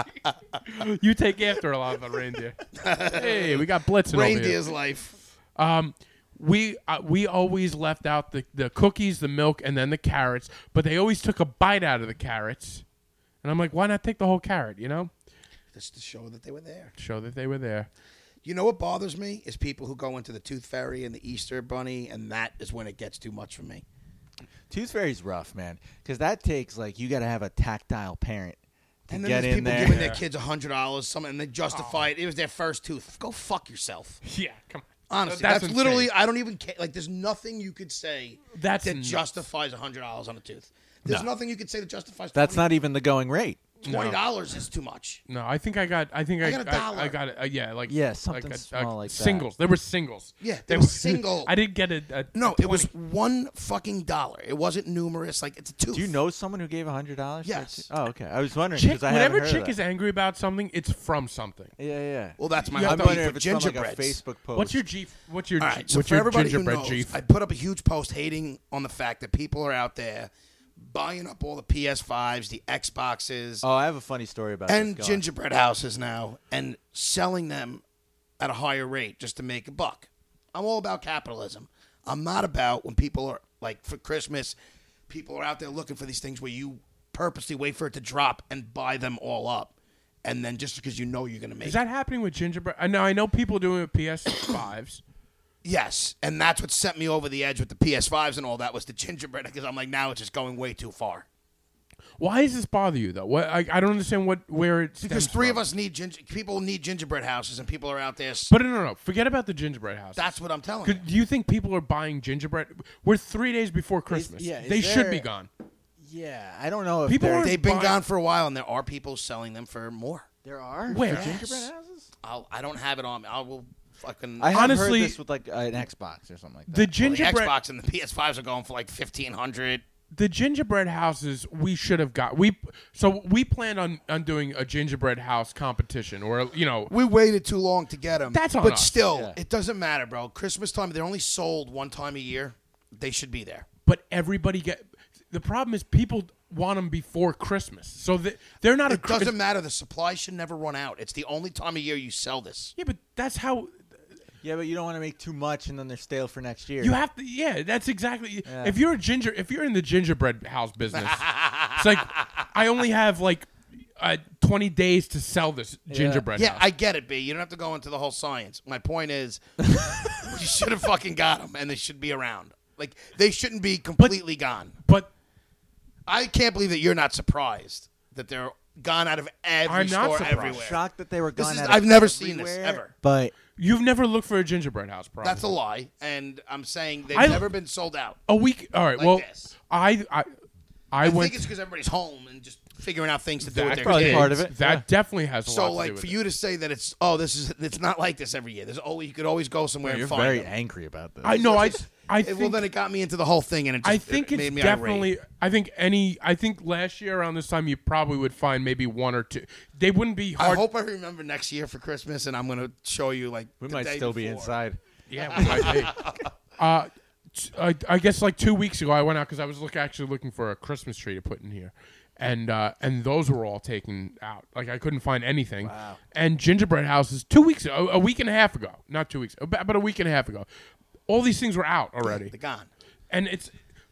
[SPEAKER 1] you take after a lot of the reindeer. Hey, we got blitzing over here.
[SPEAKER 2] Reindeer's life.
[SPEAKER 1] Um, we uh, we always left out the, the cookies, the milk, and then the carrots, but they always took a bite out of the carrots. And I'm like, why not take the whole carrot? You know,
[SPEAKER 2] Just to show that they were there.
[SPEAKER 1] show that they were there.
[SPEAKER 2] You know what bothers me is people who go into the Tooth Fairy and the Easter Bunny, and that is when it gets too much for me.
[SPEAKER 3] Tooth Fairy's rough, man, because that takes like you gotta have a tactile parent to
[SPEAKER 2] And then
[SPEAKER 3] get
[SPEAKER 2] there's
[SPEAKER 3] in
[SPEAKER 2] people
[SPEAKER 3] there.
[SPEAKER 2] giving their kids hundred dollars, something, and they justify it. It was their first tooth. Go fuck yourself.
[SPEAKER 1] Yeah, come on.
[SPEAKER 2] Honestly,
[SPEAKER 1] That's
[SPEAKER 2] that's,
[SPEAKER 1] insane.
[SPEAKER 2] literally. I don't even care. Like, there's nothing you could say
[SPEAKER 1] That's
[SPEAKER 2] that
[SPEAKER 1] nuts.
[SPEAKER 2] justifies hundred dollars on a tooth. There's nothing you could say that justifies.
[SPEAKER 3] That's not even the going rate.
[SPEAKER 2] twenty dollars is too much.
[SPEAKER 1] No, I think I got. I think I,
[SPEAKER 2] I got a dollar.
[SPEAKER 1] I, got it. Uh, yeah, like
[SPEAKER 3] Yeah, something
[SPEAKER 1] like a-
[SPEAKER 3] small like that.
[SPEAKER 1] singles. There were singles.
[SPEAKER 2] Yeah, there
[SPEAKER 1] They
[SPEAKER 2] was
[SPEAKER 1] were-
[SPEAKER 2] single.
[SPEAKER 1] I didn't get a, a
[SPEAKER 2] No, it was one fucking dollar. It wasn't numerous. Like it's a tooth.
[SPEAKER 3] Do you know someone who gave hundred dollars?
[SPEAKER 2] Yes.
[SPEAKER 3] Oh, okay. I was wondering
[SPEAKER 1] chick.
[SPEAKER 3] because I haven't
[SPEAKER 1] Whenever
[SPEAKER 3] heard
[SPEAKER 1] chick
[SPEAKER 3] of
[SPEAKER 1] is
[SPEAKER 3] that.
[SPEAKER 1] angry about something, it's from something.
[SPEAKER 3] yeah, yeah.
[SPEAKER 2] Well, that's my
[SPEAKER 1] Yeah,
[SPEAKER 2] whole
[SPEAKER 3] I'm
[SPEAKER 1] thought-
[SPEAKER 2] beef
[SPEAKER 3] wondering if
[SPEAKER 2] with
[SPEAKER 3] it's from like a
[SPEAKER 2] gingerbreads.
[SPEAKER 3] Facebook post.
[SPEAKER 1] What's your G? What's your
[SPEAKER 2] All right,
[SPEAKER 1] G-
[SPEAKER 2] so
[SPEAKER 1] what's
[SPEAKER 2] for
[SPEAKER 1] your
[SPEAKER 2] everybody who
[SPEAKER 1] gingerbread
[SPEAKER 2] knows,
[SPEAKER 1] G?
[SPEAKER 2] I put up a huge post hating on the fact that people are out there buying up all the PS5s, the Xboxes,
[SPEAKER 3] Oh, I have a funny story about this.
[SPEAKER 2] and
[SPEAKER 3] Go on.
[SPEAKER 2] gingerbread houses now and selling them at a higher rate just to make a buck. I'm all about capitalism. I'm not about when people are like for Christmas, people are out there looking for these things where you purposely wait for it to drop and buy them all up. And then just because you know you're going to make
[SPEAKER 1] Is that happening with gingerbread? I know. I know people are doing it with PS fives.
[SPEAKER 2] Yes, and that's what sent me over the edge with the PS5s and all that was the gingerbread because I'm like now it's just going way too far.
[SPEAKER 1] Why does this bother you though? What I, I don't understand what where it's
[SPEAKER 2] Because three of us need ginger, people need gingerbread houses and people are out there. s-
[SPEAKER 1] But no, no, no. Forget about the gingerbread house.
[SPEAKER 2] that's what I'm telling
[SPEAKER 1] Could,
[SPEAKER 2] you.
[SPEAKER 1] do you think people are buying gingerbread? We're three days before Christmas.
[SPEAKER 3] yeah, is
[SPEAKER 1] they should
[SPEAKER 3] there-
[SPEAKER 1] be gone.
[SPEAKER 3] Yeah, I don't know if
[SPEAKER 1] People
[SPEAKER 3] there,
[SPEAKER 1] are-
[SPEAKER 2] They've been
[SPEAKER 1] Fine.
[SPEAKER 2] gone for a while and there are people selling them for more.
[SPEAKER 3] there are
[SPEAKER 1] Where?
[SPEAKER 3] for gingerbread
[SPEAKER 2] Yes.
[SPEAKER 3] houses.
[SPEAKER 2] I'll, I don't have it on. me. I will fucking
[SPEAKER 3] I have
[SPEAKER 1] Honestly-
[SPEAKER 3] heard this with like an Xbox or something like that.
[SPEAKER 1] The
[SPEAKER 2] the
[SPEAKER 1] gingerbread,
[SPEAKER 2] Xbox and the PS5s are going for like fifteen hundred.
[SPEAKER 1] the gingerbread houses. We should have got we. So we planned on on doing a gingerbread house competition, or you know,
[SPEAKER 2] We waited too long to get them.
[SPEAKER 1] That's on
[SPEAKER 2] but
[SPEAKER 1] us.
[SPEAKER 2] still,
[SPEAKER 3] Yeah.
[SPEAKER 2] it doesn't matter, bro. Christmas time, they're only sold one time a year. They should be there.
[SPEAKER 1] but everybody get. The problem is people want them before Christmas, so that they're not a.
[SPEAKER 2] It
[SPEAKER 1] Chris-
[SPEAKER 2] doesn't matter. The supply should never run out. It's the only time of year you sell this.
[SPEAKER 1] Yeah, but that's how
[SPEAKER 3] yeah, but you don't want to make too much and then they're stale for next year.
[SPEAKER 1] you have to. Yeah, that's exactly.
[SPEAKER 3] Yeah.
[SPEAKER 1] If you're a ginger, if you're in the gingerbread house business, it's like I only have like uh, 20 days to sell this gingerbread.
[SPEAKER 2] Yeah,
[SPEAKER 1] house.
[SPEAKER 2] I get it, B. You don't have to go into the whole science. My point is, you should have fucking got them, and they should be around. Like they shouldn't be completely gone.
[SPEAKER 1] but
[SPEAKER 2] I can't believe that you're not surprised that they're gone out of every
[SPEAKER 1] I'm not
[SPEAKER 2] store
[SPEAKER 1] surprised.
[SPEAKER 2] everywhere.
[SPEAKER 3] shocked that they were
[SPEAKER 2] This
[SPEAKER 3] gone.
[SPEAKER 2] is-
[SPEAKER 3] out of
[SPEAKER 2] I've never seen this,
[SPEAKER 3] everywhere,
[SPEAKER 2] ever.
[SPEAKER 3] But
[SPEAKER 1] you've never looked for a gingerbread house, probably.
[SPEAKER 2] That's a lie, and I'm saying they've
[SPEAKER 1] I-
[SPEAKER 2] never been sold out.
[SPEAKER 1] a week. All right.
[SPEAKER 2] Like
[SPEAKER 1] well,
[SPEAKER 2] this.
[SPEAKER 1] I I I,
[SPEAKER 2] I
[SPEAKER 1] went.
[SPEAKER 2] think it's because everybody's home and just figuring out things to do with
[SPEAKER 1] that's
[SPEAKER 2] their
[SPEAKER 3] probably
[SPEAKER 2] kids.
[SPEAKER 3] part of it.
[SPEAKER 1] That
[SPEAKER 3] Yeah.
[SPEAKER 1] definitely has a lot
[SPEAKER 2] So,
[SPEAKER 1] to do
[SPEAKER 2] like,
[SPEAKER 1] with
[SPEAKER 2] for
[SPEAKER 1] it.
[SPEAKER 2] you to say that it's oh, this is it's not like this every year. There's always you could always go somewhere
[SPEAKER 3] you're
[SPEAKER 2] and find
[SPEAKER 3] very
[SPEAKER 2] them.
[SPEAKER 3] angry about this.
[SPEAKER 1] I know. I I
[SPEAKER 2] It-
[SPEAKER 1] think.
[SPEAKER 2] well, then it got me into the whole thing, and it just
[SPEAKER 1] I think
[SPEAKER 2] it
[SPEAKER 1] it's
[SPEAKER 2] made me
[SPEAKER 1] definitely.
[SPEAKER 2] irate.
[SPEAKER 1] I think any. I think last year around this time, you probably would find maybe one or two. They wouldn't be
[SPEAKER 2] I
[SPEAKER 1] hard.
[SPEAKER 2] hope I remember next year for Christmas, and I'm gonna show you like
[SPEAKER 3] we
[SPEAKER 2] the
[SPEAKER 3] might
[SPEAKER 2] day
[SPEAKER 3] still be
[SPEAKER 2] before.
[SPEAKER 3] inside.
[SPEAKER 1] Yeah, we might be. Uh, t- I, I guess like two weeks ago, I went out because I was look, actually looking for a Christmas tree to put in here, and uh, and those were all taken out. Like I couldn't find anything. Wow. And gingerbread houses two weeks ago, a week and a half ago, not two weeks, ab- about a week and a half ago, all these things were out already,
[SPEAKER 2] They're gone.
[SPEAKER 1] and it's.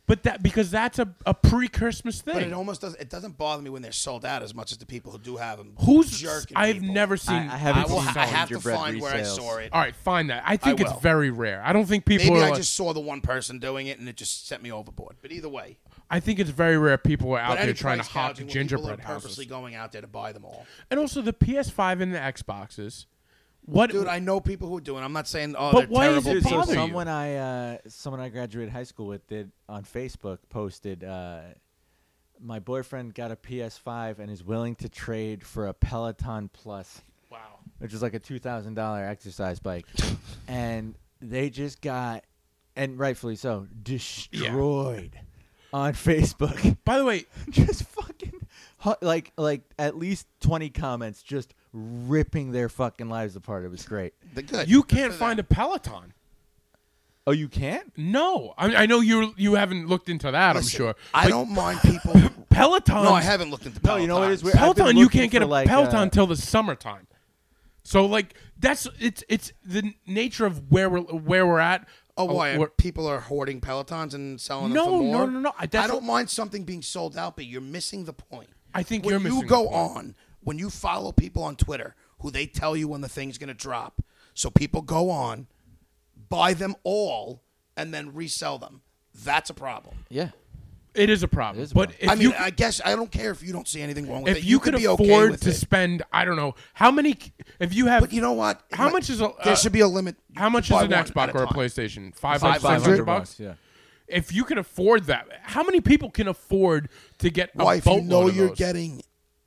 [SPEAKER 1] But that because that's a, a pre Christmas
[SPEAKER 2] But it
[SPEAKER 1] thing.
[SPEAKER 2] almost does. It doesn't bother me when they're sold out as much as the people who do have them.
[SPEAKER 1] Who's
[SPEAKER 2] jerking?
[SPEAKER 1] I've
[SPEAKER 2] people.
[SPEAKER 1] never seen.
[SPEAKER 3] I haven't
[SPEAKER 2] I, will,
[SPEAKER 3] seen
[SPEAKER 2] I have to
[SPEAKER 3] gingerbread
[SPEAKER 2] find where I
[SPEAKER 3] resales.
[SPEAKER 2] saw it.
[SPEAKER 1] All right, find that. I think it's
[SPEAKER 2] will.
[SPEAKER 1] very rare. I don't think people
[SPEAKER 2] Maybe
[SPEAKER 1] are
[SPEAKER 2] I
[SPEAKER 1] like-
[SPEAKER 2] just saw the one person doing it, and it just sent me overboard. But either way,
[SPEAKER 1] I think it's very rare people are out
[SPEAKER 2] But
[SPEAKER 1] there
[SPEAKER 2] any
[SPEAKER 1] trying to
[SPEAKER 2] price
[SPEAKER 1] hog
[SPEAKER 2] gouging, when
[SPEAKER 1] gingerbread
[SPEAKER 2] people are purposely
[SPEAKER 1] houses.
[SPEAKER 2] going out there to buy them all.
[SPEAKER 1] And also the PS5 and the Xboxes. What
[SPEAKER 2] Dude, I know people who are doing. I'm not saying oh
[SPEAKER 1] But
[SPEAKER 2] they're
[SPEAKER 1] why is
[SPEAKER 2] terrible.
[SPEAKER 1] it
[SPEAKER 3] so
[SPEAKER 1] bother you?
[SPEAKER 3] someone I uh, someone I graduated high school with did on Facebook posted uh, my boyfriend got a PS5 and is willing to trade for a Peloton Plus,
[SPEAKER 1] wow.
[SPEAKER 3] which is like a two thousand dollar exercise bike, and they just got and rightfully so destroyed on Facebook.
[SPEAKER 1] By the way,
[SPEAKER 3] just fucking hu- like like at least twenty comments just ripping their fucking lives apart. It was great.
[SPEAKER 2] They're good.
[SPEAKER 1] you
[SPEAKER 2] Good
[SPEAKER 1] can't
[SPEAKER 2] for
[SPEAKER 1] find a
[SPEAKER 2] them.
[SPEAKER 1] Peloton.
[SPEAKER 3] Oh, you can't.
[SPEAKER 1] No, I, I know you you haven't looked into that.
[SPEAKER 2] Listen,
[SPEAKER 1] I'm sure.
[SPEAKER 2] I
[SPEAKER 1] But
[SPEAKER 2] don't mind people.
[SPEAKER 1] Peloton.
[SPEAKER 2] no, I haven't looked into.
[SPEAKER 3] No, you know what it is
[SPEAKER 2] Pelotons.
[SPEAKER 3] weird? I've been
[SPEAKER 1] Peloton, you
[SPEAKER 3] looking
[SPEAKER 1] can't get
[SPEAKER 3] for,
[SPEAKER 1] a
[SPEAKER 3] like,
[SPEAKER 1] Peloton
[SPEAKER 3] uh,
[SPEAKER 1] till the summertime. So like that's it's it's the nature of where we're where we're at. Uh,
[SPEAKER 2] Oh, why?
[SPEAKER 1] we're-
[SPEAKER 2] people are hoarding Pelotons and selling
[SPEAKER 1] No,
[SPEAKER 2] them for
[SPEAKER 1] no,
[SPEAKER 2] more?
[SPEAKER 1] no, no. I- that's
[SPEAKER 2] I don't
[SPEAKER 1] what-
[SPEAKER 2] mind something being sold out, but you're missing the point.
[SPEAKER 1] I think
[SPEAKER 2] when
[SPEAKER 1] you're
[SPEAKER 2] you
[SPEAKER 1] missing the
[SPEAKER 2] go
[SPEAKER 1] point.
[SPEAKER 2] on, when you follow people on Twitter who they tell you when the thing's going to drop, so people go on, buy them all, and then resell them. That's a problem.
[SPEAKER 3] Yeah.
[SPEAKER 1] It is a problem.
[SPEAKER 3] is a
[SPEAKER 1] but
[SPEAKER 3] problem.
[SPEAKER 1] if
[SPEAKER 2] I mean,
[SPEAKER 1] you
[SPEAKER 2] I guess I don't care if you don't see anything wrong with
[SPEAKER 1] if
[SPEAKER 2] it.
[SPEAKER 1] you, could,
[SPEAKER 2] be
[SPEAKER 1] afford
[SPEAKER 2] okay with
[SPEAKER 1] to
[SPEAKER 2] it.
[SPEAKER 1] spend, I don't know how many. If you have,
[SPEAKER 2] but you know what? It
[SPEAKER 1] how
[SPEAKER 2] might-
[SPEAKER 1] much is a-
[SPEAKER 2] there
[SPEAKER 1] uh,
[SPEAKER 2] should be a limit.
[SPEAKER 1] how much is
[SPEAKER 2] Buy
[SPEAKER 1] an
[SPEAKER 2] one at
[SPEAKER 1] Xbox or a
[SPEAKER 2] time.
[SPEAKER 1] PlayStation? Five
[SPEAKER 2] Five
[SPEAKER 1] six
[SPEAKER 2] hundred
[SPEAKER 1] hundred bucks.
[SPEAKER 3] bucks, yeah.
[SPEAKER 1] If you can afford that, how many people can afford to get a
[SPEAKER 2] Why, if you
[SPEAKER 1] boatload
[SPEAKER 2] know
[SPEAKER 1] of
[SPEAKER 2] you're
[SPEAKER 1] those?
[SPEAKER 2] getting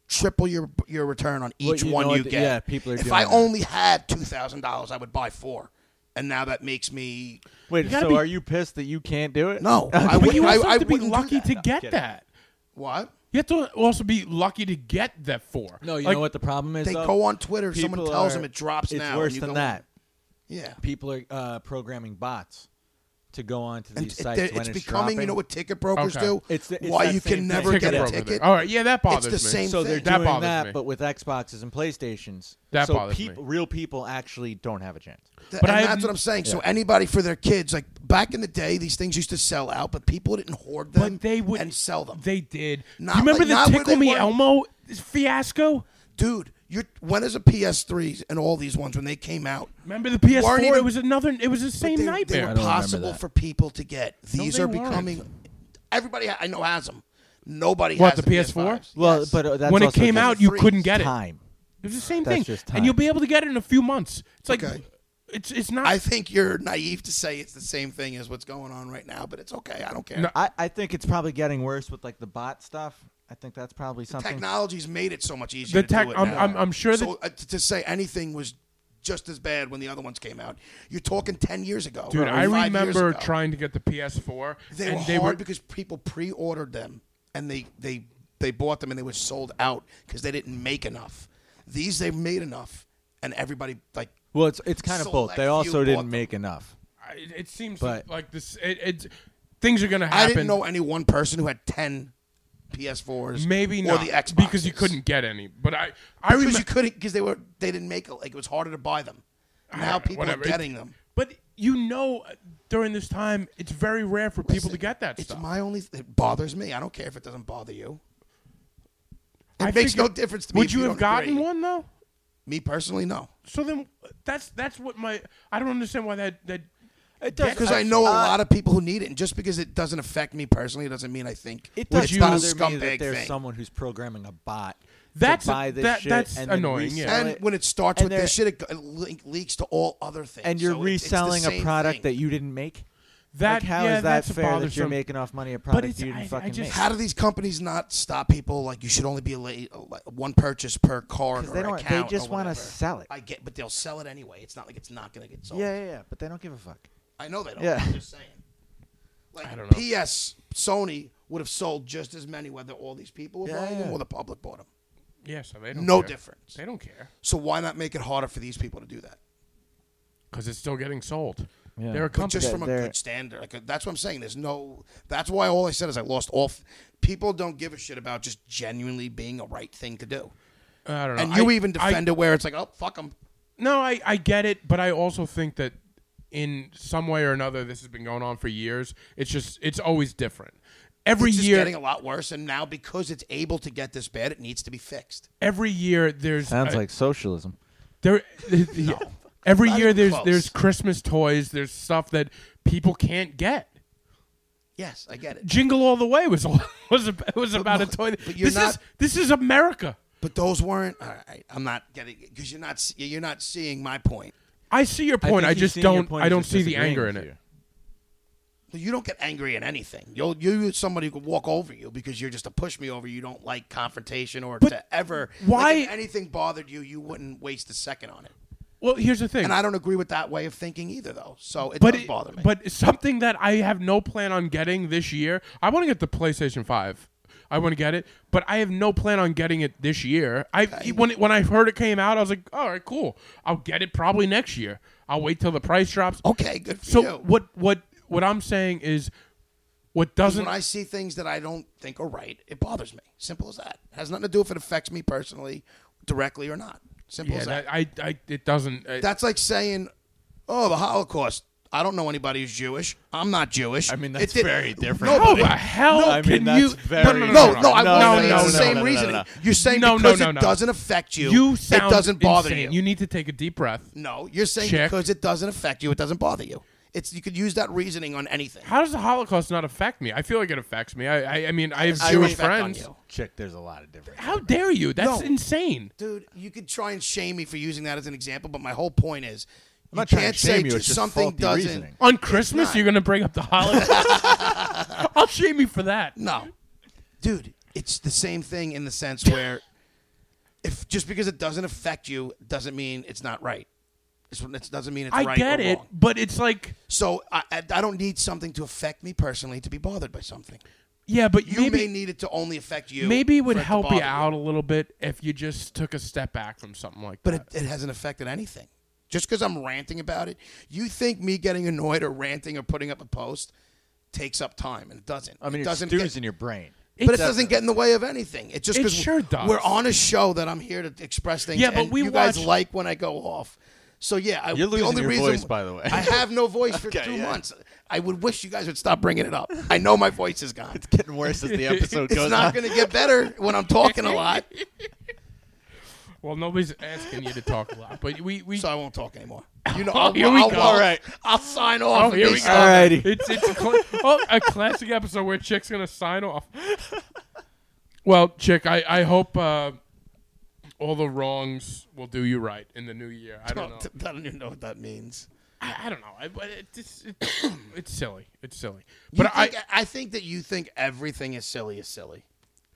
[SPEAKER 2] triple your your return on
[SPEAKER 3] Well,
[SPEAKER 2] each
[SPEAKER 3] you
[SPEAKER 2] one
[SPEAKER 3] know
[SPEAKER 2] you
[SPEAKER 3] what?
[SPEAKER 2] get.
[SPEAKER 3] Yeah, people are
[SPEAKER 2] If
[SPEAKER 3] doing
[SPEAKER 2] I
[SPEAKER 3] that.
[SPEAKER 2] only had two thousand dollars, I would buy four, and now that makes me
[SPEAKER 3] Wait,
[SPEAKER 1] gotta
[SPEAKER 3] so
[SPEAKER 1] be-
[SPEAKER 3] are you pissed that you can't do it?
[SPEAKER 2] no. I
[SPEAKER 1] But
[SPEAKER 2] would,
[SPEAKER 1] you
[SPEAKER 2] I,
[SPEAKER 1] also
[SPEAKER 2] I
[SPEAKER 1] have to be
[SPEAKER 2] wouldn't do
[SPEAKER 1] lucky
[SPEAKER 2] that.
[SPEAKER 1] to get
[SPEAKER 3] kidding.
[SPEAKER 1] that.
[SPEAKER 2] what?
[SPEAKER 1] You have to also be lucky to get that four.
[SPEAKER 3] No, you
[SPEAKER 1] Like,
[SPEAKER 3] know what the problem is?
[SPEAKER 2] They
[SPEAKER 3] though?
[SPEAKER 2] go on Twitter. Someone
[SPEAKER 3] People
[SPEAKER 2] tells
[SPEAKER 3] are-
[SPEAKER 2] them it drops
[SPEAKER 3] it's
[SPEAKER 2] now. and
[SPEAKER 3] worse
[SPEAKER 2] you
[SPEAKER 3] than
[SPEAKER 2] go-
[SPEAKER 3] that.
[SPEAKER 2] Yeah.
[SPEAKER 3] People are uh, programming bots to go on to
[SPEAKER 2] And
[SPEAKER 3] these
[SPEAKER 2] it-
[SPEAKER 3] sites
[SPEAKER 2] it's
[SPEAKER 3] when it's
[SPEAKER 2] becoming, you know
[SPEAKER 3] dropping.
[SPEAKER 2] what ticket brokers
[SPEAKER 1] Okay.
[SPEAKER 2] do?
[SPEAKER 3] It's the- it's
[SPEAKER 2] Why
[SPEAKER 3] that
[SPEAKER 2] you
[SPEAKER 3] same
[SPEAKER 2] can
[SPEAKER 3] thing.
[SPEAKER 2] never
[SPEAKER 1] ticket
[SPEAKER 2] get a
[SPEAKER 1] broker there.
[SPEAKER 2] ticket.
[SPEAKER 1] All right, yeah, that bothers
[SPEAKER 2] the
[SPEAKER 1] me.
[SPEAKER 2] same
[SPEAKER 3] So they're
[SPEAKER 2] thing.
[SPEAKER 1] That
[SPEAKER 3] doing
[SPEAKER 1] bothers
[SPEAKER 3] that,
[SPEAKER 1] me.
[SPEAKER 3] but with Xboxes and PlayStations.
[SPEAKER 1] That
[SPEAKER 3] so
[SPEAKER 1] bothers me.
[SPEAKER 3] peop- real people actually don't have a chance.
[SPEAKER 2] Th-
[SPEAKER 1] But
[SPEAKER 2] and
[SPEAKER 1] I have-
[SPEAKER 2] that's what I'm saying. So anybody for their kids, like back in the day, these things used to sell out, but people didn't hoard them
[SPEAKER 1] But they would
[SPEAKER 2] and sell them.
[SPEAKER 1] They did.
[SPEAKER 2] Not
[SPEAKER 1] you remember
[SPEAKER 2] like- not
[SPEAKER 1] the
[SPEAKER 2] where
[SPEAKER 1] Tickle
[SPEAKER 2] they
[SPEAKER 1] Me
[SPEAKER 2] were.
[SPEAKER 1] Elmo fiasco?
[SPEAKER 2] dude, you're when is a PS3s and all these ones when they came out?
[SPEAKER 1] Remember the PS4?
[SPEAKER 2] Weren't even-
[SPEAKER 1] it was another. It was the
[SPEAKER 2] but
[SPEAKER 1] same
[SPEAKER 2] they, They
[SPEAKER 1] nightmare.
[SPEAKER 2] were
[SPEAKER 3] don't remember
[SPEAKER 2] possible
[SPEAKER 3] that.
[SPEAKER 2] for people to get. These
[SPEAKER 1] they
[SPEAKER 2] are
[SPEAKER 1] weren't.
[SPEAKER 2] becoming. Everybody I know has them. Nobody
[SPEAKER 1] What,
[SPEAKER 2] has
[SPEAKER 1] the PS4?
[SPEAKER 2] PS5s.
[SPEAKER 3] Well,
[SPEAKER 2] Yes.
[SPEAKER 3] but uh, that's
[SPEAKER 1] when it
[SPEAKER 3] also
[SPEAKER 1] came
[SPEAKER 3] just
[SPEAKER 1] out, you
[SPEAKER 2] freeze
[SPEAKER 1] couldn't get it.
[SPEAKER 3] time.
[SPEAKER 1] It was the same
[SPEAKER 3] That's
[SPEAKER 1] thing,
[SPEAKER 3] just time.
[SPEAKER 1] and you'll be able to get it in a few months. It's like,
[SPEAKER 2] Okay.
[SPEAKER 1] it's it's not.
[SPEAKER 2] I think you're naive to say it's the same thing as what's going on right now, but it's okay. I don't care.
[SPEAKER 1] No,
[SPEAKER 3] I, I think it's probably getting worse with like the bot stuff. I think that's probably something.
[SPEAKER 2] Technology's made it so much easier.
[SPEAKER 1] the
[SPEAKER 2] to
[SPEAKER 1] tech.
[SPEAKER 2] do it
[SPEAKER 1] I'm,
[SPEAKER 2] now.
[SPEAKER 1] I'm I'm sure
[SPEAKER 2] so
[SPEAKER 1] that.
[SPEAKER 2] uh, t- to say anything was just as bad when the other ones came out. You're talking ten years ago,
[SPEAKER 1] Dude, I
[SPEAKER 2] five years
[SPEAKER 1] remember
[SPEAKER 2] ago.
[SPEAKER 1] trying to get the PS4,
[SPEAKER 2] They
[SPEAKER 1] and
[SPEAKER 2] were
[SPEAKER 1] they
[SPEAKER 2] hard
[SPEAKER 1] were
[SPEAKER 2] because people pre-ordered them and they they they bought them and they were sold out because they didn't make enough. These they've made enough, and everybody like
[SPEAKER 3] well, it's it's kind of
[SPEAKER 2] Select
[SPEAKER 3] both. They
[SPEAKER 2] few
[SPEAKER 3] also
[SPEAKER 2] bought
[SPEAKER 3] didn't
[SPEAKER 2] them.
[SPEAKER 3] make enough.
[SPEAKER 1] I- It seems
[SPEAKER 3] But-
[SPEAKER 1] like this. It, it's things are gonna
[SPEAKER 2] I
[SPEAKER 1] happen.
[SPEAKER 2] didn't know any one person who had ten PS4s,
[SPEAKER 1] Maybe
[SPEAKER 2] or
[SPEAKER 1] not
[SPEAKER 2] the Xbox
[SPEAKER 1] because you couldn't get any. But I I
[SPEAKER 2] because
[SPEAKER 1] remember
[SPEAKER 2] you couldn't because they were they didn't make it like it was harder to buy them. Now
[SPEAKER 1] Alright,
[SPEAKER 2] people
[SPEAKER 1] Ah, whatever.
[SPEAKER 2] are getting them.
[SPEAKER 1] But you know, uh, during this time, it's very rare for people to get that
[SPEAKER 2] It's
[SPEAKER 1] stuff.
[SPEAKER 2] my only. It bothers me. I don't care if it doesn't bother you. It
[SPEAKER 1] I
[SPEAKER 2] makes
[SPEAKER 1] figure-
[SPEAKER 2] no difference to me.
[SPEAKER 1] Would
[SPEAKER 2] if
[SPEAKER 1] you, have
[SPEAKER 2] don't
[SPEAKER 1] gotten
[SPEAKER 2] agree.
[SPEAKER 1] one though?
[SPEAKER 2] Me personally, no.
[SPEAKER 1] So then, that's that's what my I don't understand why that that
[SPEAKER 3] It
[SPEAKER 1] does-
[SPEAKER 2] Because I
[SPEAKER 3] Uh,
[SPEAKER 2] know a lot of people who need it, and just because it doesn't affect me personally, it doesn't mean I think
[SPEAKER 3] It
[SPEAKER 1] Would
[SPEAKER 3] does
[SPEAKER 1] you-
[SPEAKER 3] bother
[SPEAKER 2] it's not a
[SPEAKER 3] me
[SPEAKER 2] scumbag
[SPEAKER 3] that there's
[SPEAKER 2] thing.
[SPEAKER 3] someone who's programming a bot
[SPEAKER 1] That's-
[SPEAKER 3] to buy this
[SPEAKER 1] that-
[SPEAKER 3] shit
[SPEAKER 1] that's
[SPEAKER 3] and then
[SPEAKER 1] annoying, yeah.
[SPEAKER 3] resell
[SPEAKER 2] And when it starts
[SPEAKER 3] and
[SPEAKER 2] with this
[SPEAKER 3] they're-
[SPEAKER 2] shit, it, go- it link- leaks to all other things.
[SPEAKER 3] and you're
[SPEAKER 2] So it's- it's the
[SPEAKER 3] reselling a
[SPEAKER 2] same
[SPEAKER 3] product
[SPEAKER 2] thing.
[SPEAKER 3] that you didn't make.
[SPEAKER 1] that
[SPEAKER 3] like, how
[SPEAKER 1] yeah,
[SPEAKER 3] is that
[SPEAKER 1] that's a
[SPEAKER 3] fair that you're
[SPEAKER 1] bothersome-
[SPEAKER 3] making off money a product
[SPEAKER 1] it's-
[SPEAKER 3] you didn't
[SPEAKER 1] I- I
[SPEAKER 3] fucking
[SPEAKER 1] just-
[SPEAKER 3] make?
[SPEAKER 2] How do these companies not stop people? Like you should only be a la- one purchase per card or
[SPEAKER 3] Because they don't. They
[SPEAKER 2] account. or
[SPEAKER 3] just want to
[SPEAKER 2] whatever.
[SPEAKER 3] sell it.
[SPEAKER 2] I get, but they'll sell it anyway. It's not like it's not going to get sold.
[SPEAKER 3] yeah, yeah, yeah, but they don't give a fuck.
[SPEAKER 2] I know they don't.
[SPEAKER 3] Yeah.
[SPEAKER 2] I'm just saying. Like
[SPEAKER 1] I don't know.
[SPEAKER 2] PS Sony would have sold just as many whether all these people were
[SPEAKER 3] Yeah,
[SPEAKER 2] buying them
[SPEAKER 3] yeah.
[SPEAKER 2] or the public bought them.
[SPEAKER 1] Yeah, so they don't
[SPEAKER 2] No
[SPEAKER 1] care.
[SPEAKER 2] difference.
[SPEAKER 1] They don't care
[SPEAKER 2] So why not make it harder for these people to do that?
[SPEAKER 1] because it's still getting sold.
[SPEAKER 3] Yeah.
[SPEAKER 1] They're a
[SPEAKER 3] But
[SPEAKER 2] But
[SPEAKER 1] company.
[SPEAKER 2] just
[SPEAKER 3] They're-
[SPEAKER 2] from a
[SPEAKER 3] they're-
[SPEAKER 2] good standard. Like, that's what I'm saying. There's no. That's why all I said is I lost all. F- people don't give a shit about just genuinely being a right thing to do.
[SPEAKER 1] I don't know.
[SPEAKER 2] And you
[SPEAKER 1] I-
[SPEAKER 2] even
[SPEAKER 1] I-
[SPEAKER 2] defend it where it's like, oh fuck them.
[SPEAKER 1] No, I, I get it, but I also think that in some way or another, this has been going on for years. It's just it's always different. Every
[SPEAKER 2] it's just
[SPEAKER 1] year,
[SPEAKER 2] getting a lot worse, and now because it's able to get this bad, it needs to be fixed.
[SPEAKER 1] every year there's
[SPEAKER 3] Sounds
[SPEAKER 1] a-
[SPEAKER 3] like socialism.
[SPEAKER 1] there. yeah. Every
[SPEAKER 2] Not
[SPEAKER 1] year
[SPEAKER 2] even
[SPEAKER 1] there's
[SPEAKER 2] close.
[SPEAKER 1] there's Christmas toys. There's stuff that people can't get.
[SPEAKER 2] Yes, I get it.
[SPEAKER 1] Jingle All the Way was was ab- was about a toy.
[SPEAKER 2] but you're
[SPEAKER 1] this is
[SPEAKER 2] not-
[SPEAKER 1] this is America.
[SPEAKER 2] But those weren't. All right, I'm not getting it because you're not s- you're not seeing my point.
[SPEAKER 1] I see your point. I,
[SPEAKER 3] think he's
[SPEAKER 1] just
[SPEAKER 3] seeing your
[SPEAKER 1] don't.
[SPEAKER 3] point,
[SPEAKER 1] I
[SPEAKER 3] he's
[SPEAKER 1] don't
[SPEAKER 3] just
[SPEAKER 1] see the
[SPEAKER 3] disagreeing
[SPEAKER 1] anger in
[SPEAKER 3] with
[SPEAKER 1] it.
[SPEAKER 3] you.
[SPEAKER 2] You don't get angry at anything. You'll you somebody who could walk over you because you're just a push me over. You don't like confrontation or
[SPEAKER 1] But
[SPEAKER 2] to ever.
[SPEAKER 1] why-
[SPEAKER 2] like, if anything bothered you, you wouldn't waste a second on it.
[SPEAKER 1] Well, here's the thing.
[SPEAKER 2] And I don't agree with that way of thinking either, though. So it
[SPEAKER 1] but
[SPEAKER 2] does
[SPEAKER 1] it-
[SPEAKER 2] bother me.
[SPEAKER 1] but something that I have no plan on getting this year. I want to get the PlayStation Five. I want to get it, but I have no plan on getting it this year. I when it, when I heard it came out, I was like, all right, cool. I'll get it probably next year. I'll wait till the price drops.
[SPEAKER 2] okay, good for
[SPEAKER 1] So
[SPEAKER 2] you.
[SPEAKER 1] what what what I'm saying is, what doesn't
[SPEAKER 2] when I see things that I don't think are right, it bothers me. Simple as that. It has nothing to do if it affects me personally, directly or not. Simple
[SPEAKER 1] yeah,
[SPEAKER 2] as that.
[SPEAKER 1] that, I, I it doesn't. I,
[SPEAKER 2] That's like saying, "Oh, the Holocaust." I don't know anybody who's Jewish. I'm not Jewish.
[SPEAKER 3] I mean,
[SPEAKER 2] It
[SPEAKER 3] that's
[SPEAKER 2] did-
[SPEAKER 3] very different.
[SPEAKER 2] No,
[SPEAKER 1] how
[SPEAKER 2] but
[SPEAKER 1] the
[SPEAKER 2] it-
[SPEAKER 1] hell
[SPEAKER 3] I
[SPEAKER 1] can
[SPEAKER 3] mean, that's
[SPEAKER 1] you?
[SPEAKER 3] very
[SPEAKER 2] no, no, no, no, I won't say
[SPEAKER 3] No, no, no,
[SPEAKER 2] it's
[SPEAKER 3] no,
[SPEAKER 2] the same
[SPEAKER 3] no, no,
[SPEAKER 2] reasoning.
[SPEAKER 3] no.
[SPEAKER 2] You're saying
[SPEAKER 1] No, no,
[SPEAKER 2] because
[SPEAKER 1] no,
[SPEAKER 2] it
[SPEAKER 1] no.
[SPEAKER 2] doesn't affect you,
[SPEAKER 1] You sound
[SPEAKER 2] it doesn't bother
[SPEAKER 1] insane.
[SPEAKER 2] you.
[SPEAKER 1] You need to take a deep breath.
[SPEAKER 2] No, you're saying
[SPEAKER 1] Check.
[SPEAKER 2] because it doesn't affect you, it doesn't bother you. It's you could use that reasoning on anything.
[SPEAKER 1] How does the Holocaust not affect me? I feel like it affects me. I I, I mean, I have
[SPEAKER 2] Zero
[SPEAKER 1] Jewish
[SPEAKER 2] effect on
[SPEAKER 1] friends.
[SPEAKER 2] you.
[SPEAKER 3] Chick, there's a lot of different.
[SPEAKER 1] How dare you? That's
[SPEAKER 2] No.
[SPEAKER 1] insane.
[SPEAKER 2] Dude, you could try and shame me for using that as an example, but my whole point is you
[SPEAKER 3] not trying to
[SPEAKER 2] can't
[SPEAKER 3] shame
[SPEAKER 2] say
[SPEAKER 3] you,
[SPEAKER 2] ju-
[SPEAKER 3] it's just
[SPEAKER 2] something
[SPEAKER 3] faulty
[SPEAKER 2] doesn't.
[SPEAKER 3] reasoning.
[SPEAKER 1] On Christmas,
[SPEAKER 2] not.
[SPEAKER 1] you're gonna bring up the Holocaust. I'll shame you for that.
[SPEAKER 2] No, dude, it's the same thing in the sense where if just because it doesn't affect you doesn't mean it's not right. It's, it doesn't mean it's
[SPEAKER 1] I
[SPEAKER 2] right
[SPEAKER 1] get
[SPEAKER 2] or
[SPEAKER 1] it,
[SPEAKER 2] wrong.
[SPEAKER 1] but it's like,
[SPEAKER 2] So I, I, I don't need something to affect me personally to be bothered by something.
[SPEAKER 1] yeah, but
[SPEAKER 2] You
[SPEAKER 1] maybe
[SPEAKER 2] may need it to only affect you.
[SPEAKER 1] maybe it would
[SPEAKER 2] for to
[SPEAKER 1] help you
[SPEAKER 2] bother
[SPEAKER 1] out a little bit if you just took a step back from something like
[SPEAKER 2] but
[SPEAKER 1] that.
[SPEAKER 2] it, it hasn't affected anything. Just because I'm ranting about it, you think me getting annoyed or ranting or putting up a post takes up time, and it doesn't.
[SPEAKER 3] I
[SPEAKER 2] it
[SPEAKER 3] mean, it,
[SPEAKER 2] doesn't.
[SPEAKER 3] stews
[SPEAKER 2] Get,
[SPEAKER 3] in your brain.
[SPEAKER 2] but it doesn't get in the way of anything. It just
[SPEAKER 1] It
[SPEAKER 2] 'cause
[SPEAKER 1] sure does.
[SPEAKER 2] We're on a show that I'm here to express things.
[SPEAKER 1] Yeah, but
[SPEAKER 2] and
[SPEAKER 1] we
[SPEAKER 2] you guys
[SPEAKER 1] watch-
[SPEAKER 2] like when I go off. So yeah, I,
[SPEAKER 3] You're
[SPEAKER 2] the
[SPEAKER 3] losing
[SPEAKER 2] only
[SPEAKER 3] your
[SPEAKER 2] reason,
[SPEAKER 3] voice, by the way.
[SPEAKER 2] I have no voice for
[SPEAKER 3] Okay,
[SPEAKER 2] two
[SPEAKER 3] yeah.
[SPEAKER 2] months. I would wish you guys would stop bringing it up. I know my voice is gone.
[SPEAKER 3] Getting worse as the episode
[SPEAKER 2] It's
[SPEAKER 3] goes
[SPEAKER 2] not
[SPEAKER 3] on.
[SPEAKER 2] going to get better when I'm talking a lot,
[SPEAKER 1] Well, nobody's asking you to talk a lot, but we we
[SPEAKER 2] so I won't talk anymore. You know,
[SPEAKER 1] Oh,
[SPEAKER 2] I'll,
[SPEAKER 1] here we
[SPEAKER 2] I'll-
[SPEAKER 1] go.
[SPEAKER 2] I'll-
[SPEAKER 1] All
[SPEAKER 3] right.
[SPEAKER 2] I'll sign off.
[SPEAKER 1] Oh,
[SPEAKER 2] and
[SPEAKER 1] here
[SPEAKER 2] be
[SPEAKER 1] we go.
[SPEAKER 2] silent.
[SPEAKER 3] Alrighty.
[SPEAKER 1] It's it's a, cla- oh, a classic episode where Chick's gonna sign off. Well, Chick, I I hope uh, all the wrongs will do you right in the new year. I don't know.
[SPEAKER 2] I don't even know what that means.
[SPEAKER 1] I, I don't know. I, but it, it's it, it's silly. It's silly.
[SPEAKER 2] But
[SPEAKER 1] But
[SPEAKER 2] you
[SPEAKER 1] I
[SPEAKER 2] think, I, think that you think everything is silly is silly.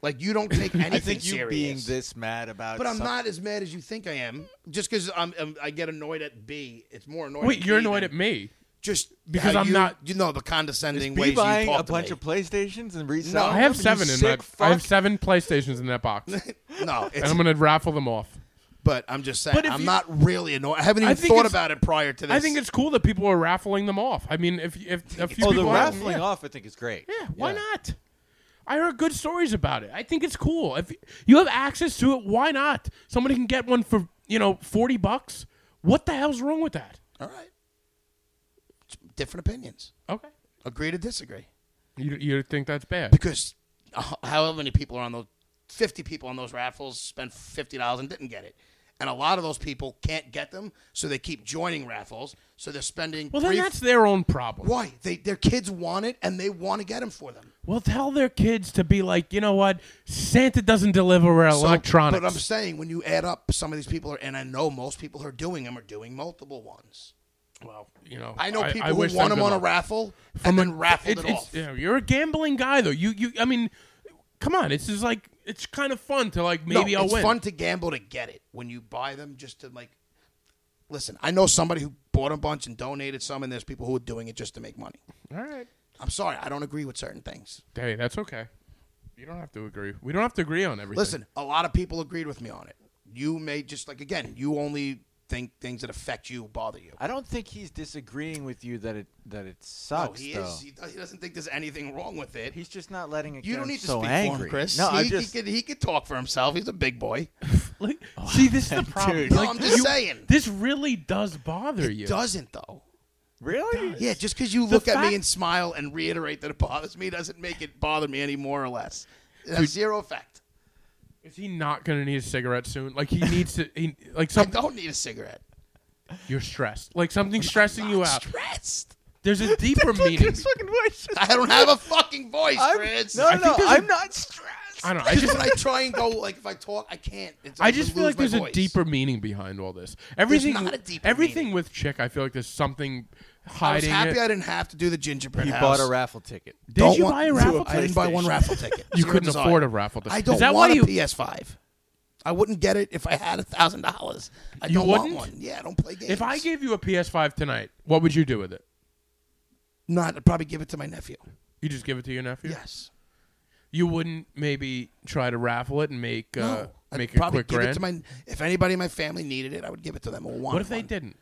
[SPEAKER 2] Like you don't take anything
[SPEAKER 3] I think you
[SPEAKER 2] serious.
[SPEAKER 3] being this mad about.
[SPEAKER 2] but I'm
[SPEAKER 3] something-
[SPEAKER 2] not as mad as you think I am. Just because I'm, I'm, I get annoyed at B, it's more annoyed.
[SPEAKER 1] wait,
[SPEAKER 2] at
[SPEAKER 1] you're
[SPEAKER 2] B
[SPEAKER 1] annoyed
[SPEAKER 2] than-
[SPEAKER 1] at me.
[SPEAKER 2] just
[SPEAKER 1] because
[SPEAKER 2] how
[SPEAKER 1] I'm
[SPEAKER 2] you-
[SPEAKER 1] not-
[SPEAKER 2] You know the
[SPEAKER 3] Is
[SPEAKER 2] condescending
[SPEAKER 3] B
[SPEAKER 2] ways
[SPEAKER 3] buying
[SPEAKER 2] you talk
[SPEAKER 3] a
[SPEAKER 2] to
[SPEAKER 3] bunch
[SPEAKER 2] me.
[SPEAKER 3] of PlayStations and reselling?
[SPEAKER 1] I have
[SPEAKER 3] them? You
[SPEAKER 1] seven in
[SPEAKER 3] sick
[SPEAKER 1] that. I have
[SPEAKER 3] fuck.
[SPEAKER 1] seven PlayStations in that box, and
[SPEAKER 2] no, it's,
[SPEAKER 1] I'm gonna raffle them off.
[SPEAKER 2] but I'm just saying
[SPEAKER 1] But if
[SPEAKER 2] I'm
[SPEAKER 1] you-
[SPEAKER 2] not really annoyed. I haven't
[SPEAKER 1] I
[SPEAKER 2] even
[SPEAKER 1] think
[SPEAKER 2] thought
[SPEAKER 1] it's-
[SPEAKER 2] about it prior to this.
[SPEAKER 1] I think it's cool that people are raffling them off. I mean, if if a few
[SPEAKER 3] Oh, the
[SPEAKER 1] people have them,
[SPEAKER 3] raffling
[SPEAKER 1] yeah.
[SPEAKER 3] off, I think is great.
[SPEAKER 1] Yeah, why not? I heard good stories about it. I think it's cool. If you have access to it, why not? Somebody can get one for, you know, 40 bucks. What the hell's wrong with that?
[SPEAKER 2] all right. It's different opinions.
[SPEAKER 1] Okay.
[SPEAKER 2] Agree to disagree.
[SPEAKER 1] You, you think that's bad?
[SPEAKER 2] because h- however many people are on those 50 people on those raffles spent $50 and didn't get it and a lot of those people can't get them so they keep joining raffles so they're spending
[SPEAKER 1] Well, then
[SPEAKER 2] three-
[SPEAKER 1] that's their own problem.
[SPEAKER 2] why they, their kids want it and they want to get them for them
[SPEAKER 1] Well, tell their kids to be like, you know what? Santa doesn't deliver
[SPEAKER 2] So-
[SPEAKER 1] electronics.
[SPEAKER 2] but i'm saying when you add up some of these people are and i know most people who are doing them are doing multiple ones
[SPEAKER 1] well, you know,
[SPEAKER 2] i know people
[SPEAKER 1] wish
[SPEAKER 2] who won
[SPEAKER 1] them good
[SPEAKER 2] them on a
[SPEAKER 1] luck.
[SPEAKER 2] raffle
[SPEAKER 1] From
[SPEAKER 2] and
[SPEAKER 1] a-
[SPEAKER 2] then raffled
[SPEAKER 1] it's-
[SPEAKER 2] it,
[SPEAKER 1] it's-
[SPEAKER 2] off
[SPEAKER 1] you know, you're a gambling guy, though. You, you, I mean, come on. It's just like, it's kind of fun to like, maybe
[SPEAKER 2] no,
[SPEAKER 1] I'll
[SPEAKER 2] it's
[SPEAKER 1] win.
[SPEAKER 2] fun to gamble to get it when you buy them just to like listen i know somebody who bought a bunch and donated some and there's people who are doing it just to make money
[SPEAKER 1] All right.
[SPEAKER 2] i'm sorry i don't agree with certain things
[SPEAKER 1] Hey, that's okay. You don't have to agree. We don't have to agree on everything.
[SPEAKER 2] listen a lot of people agreed with me on it you may just like again you only think things that affect you bother you
[SPEAKER 3] I don't think he's disagreeing with you that it that it
[SPEAKER 2] no
[SPEAKER 3] sucks.
[SPEAKER 2] Oh, he
[SPEAKER 3] though.
[SPEAKER 2] is he, does- he doesn't think there's anything wrong with it
[SPEAKER 3] He's just not letting it.
[SPEAKER 2] you
[SPEAKER 3] get
[SPEAKER 2] don't
[SPEAKER 3] him
[SPEAKER 2] need to
[SPEAKER 3] so
[SPEAKER 2] speak
[SPEAKER 3] angry.
[SPEAKER 2] for him chris
[SPEAKER 3] No,
[SPEAKER 2] he,
[SPEAKER 3] I just
[SPEAKER 2] he, could, he could talk for himself he's a big boy
[SPEAKER 1] Like, see, this is the problem.
[SPEAKER 3] Dude.
[SPEAKER 2] no,
[SPEAKER 1] Like,
[SPEAKER 2] i'm just saying
[SPEAKER 1] this really does bother you.
[SPEAKER 2] doesn't though
[SPEAKER 3] really.
[SPEAKER 2] Yeah, just because you look at
[SPEAKER 1] fact-
[SPEAKER 2] me and smile and reiterate that it bothers me doesn't make it bother me any more or less. It has zero effect.
[SPEAKER 1] Is he not going to need a cigarette soon? Like he needs to. He, like some.
[SPEAKER 2] I don't need a cigarette.
[SPEAKER 1] You're stressed. Like something's stressing you
[SPEAKER 2] I'm
[SPEAKER 1] out.
[SPEAKER 2] Stressed.
[SPEAKER 1] There's a deeper meaning.
[SPEAKER 2] I don't have a fucking voice, Chris.
[SPEAKER 3] no, no, no,
[SPEAKER 1] there's a-
[SPEAKER 3] I'm not stressed.
[SPEAKER 1] I don't know. I
[SPEAKER 2] Just
[SPEAKER 1] just
[SPEAKER 2] when I try and go, like if I talk, I can't. It's,
[SPEAKER 1] I
[SPEAKER 2] I'm
[SPEAKER 1] just
[SPEAKER 2] gonna
[SPEAKER 1] feel
[SPEAKER 2] lose
[SPEAKER 1] like there's
[SPEAKER 2] my
[SPEAKER 1] a
[SPEAKER 2] voice.
[SPEAKER 1] deeper meaning behind all this. Everything,
[SPEAKER 2] not a deeper
[SPEAKER 1] everything
[SPEAKER 2] meaning.
[SPEAKER 1] with chick, I feel like there's something
[SPEAKER 2] I was
[SPEAKER 1] hiding.
[SPEAKER 2] happy
[SPEAKER 1] it.
[SPEAKER 2] I didn't have to do the gingerbread
[SPEAKER 3] He
[SPEAKER 2] house.
[SPEAKER 3] bought a raffle ticket.
[SPEAKER 1] Did
[SPEAKER 2] Don't
[SPEAKER 1] you
[SPEAKER 2] want-
[SPEAKER 1] buy a raffle?
[SPEAKER 2] I didn't buy one
[SPEAKER 1] PlayStation?
[SPEAKER 2] raffle ticket.
[SPEAKER 1] You
[SPEAKER 2] Zero
[SPEAKER 1] couldn't
[SPEAKER 2] desire.
[SPEAKER 1] afford a raffle ticket.
[SPEAKER 2] I don't
[SPEAKER 1] Is that
[SPEAKER 2] want
[SPEAKER 1] why you-
[SPEAKER 2] a PS5. I wouldn't get it if I had a thousand dollars. I
[SPEAKER 1] You
[SPEAKER 2] don't
[SPEAKER 1] wouldn't?
[SPEAKER 2] want one. Yeah, I don't play games.
[SPEAKER 1] If I gave you a PS5 tonight, what would you do with it?
[SPEAKER 2] not, I'd probably give it to my nephew.
[SPEAKER 1] You just give it to your nephew.
[SPEAKER 2] Yes.
[SPEAKER 1] You wouldn't maybe try to raffle it and make uh,
[SPEAKER 2] no, I'd
[SPEAKER 1] make a
[SPEAKER 2] probably
[SPEAKER 1] quick
[SPEAKER 2] give
[SPEAKER 1] grand.
[SPEAKER 2] it to my. If anybody in my family needed it, I would give it to them. Or want
[SPEAKER 1] what if they
[SPEAKER 2] one.
[SPEAKER 1] didn't?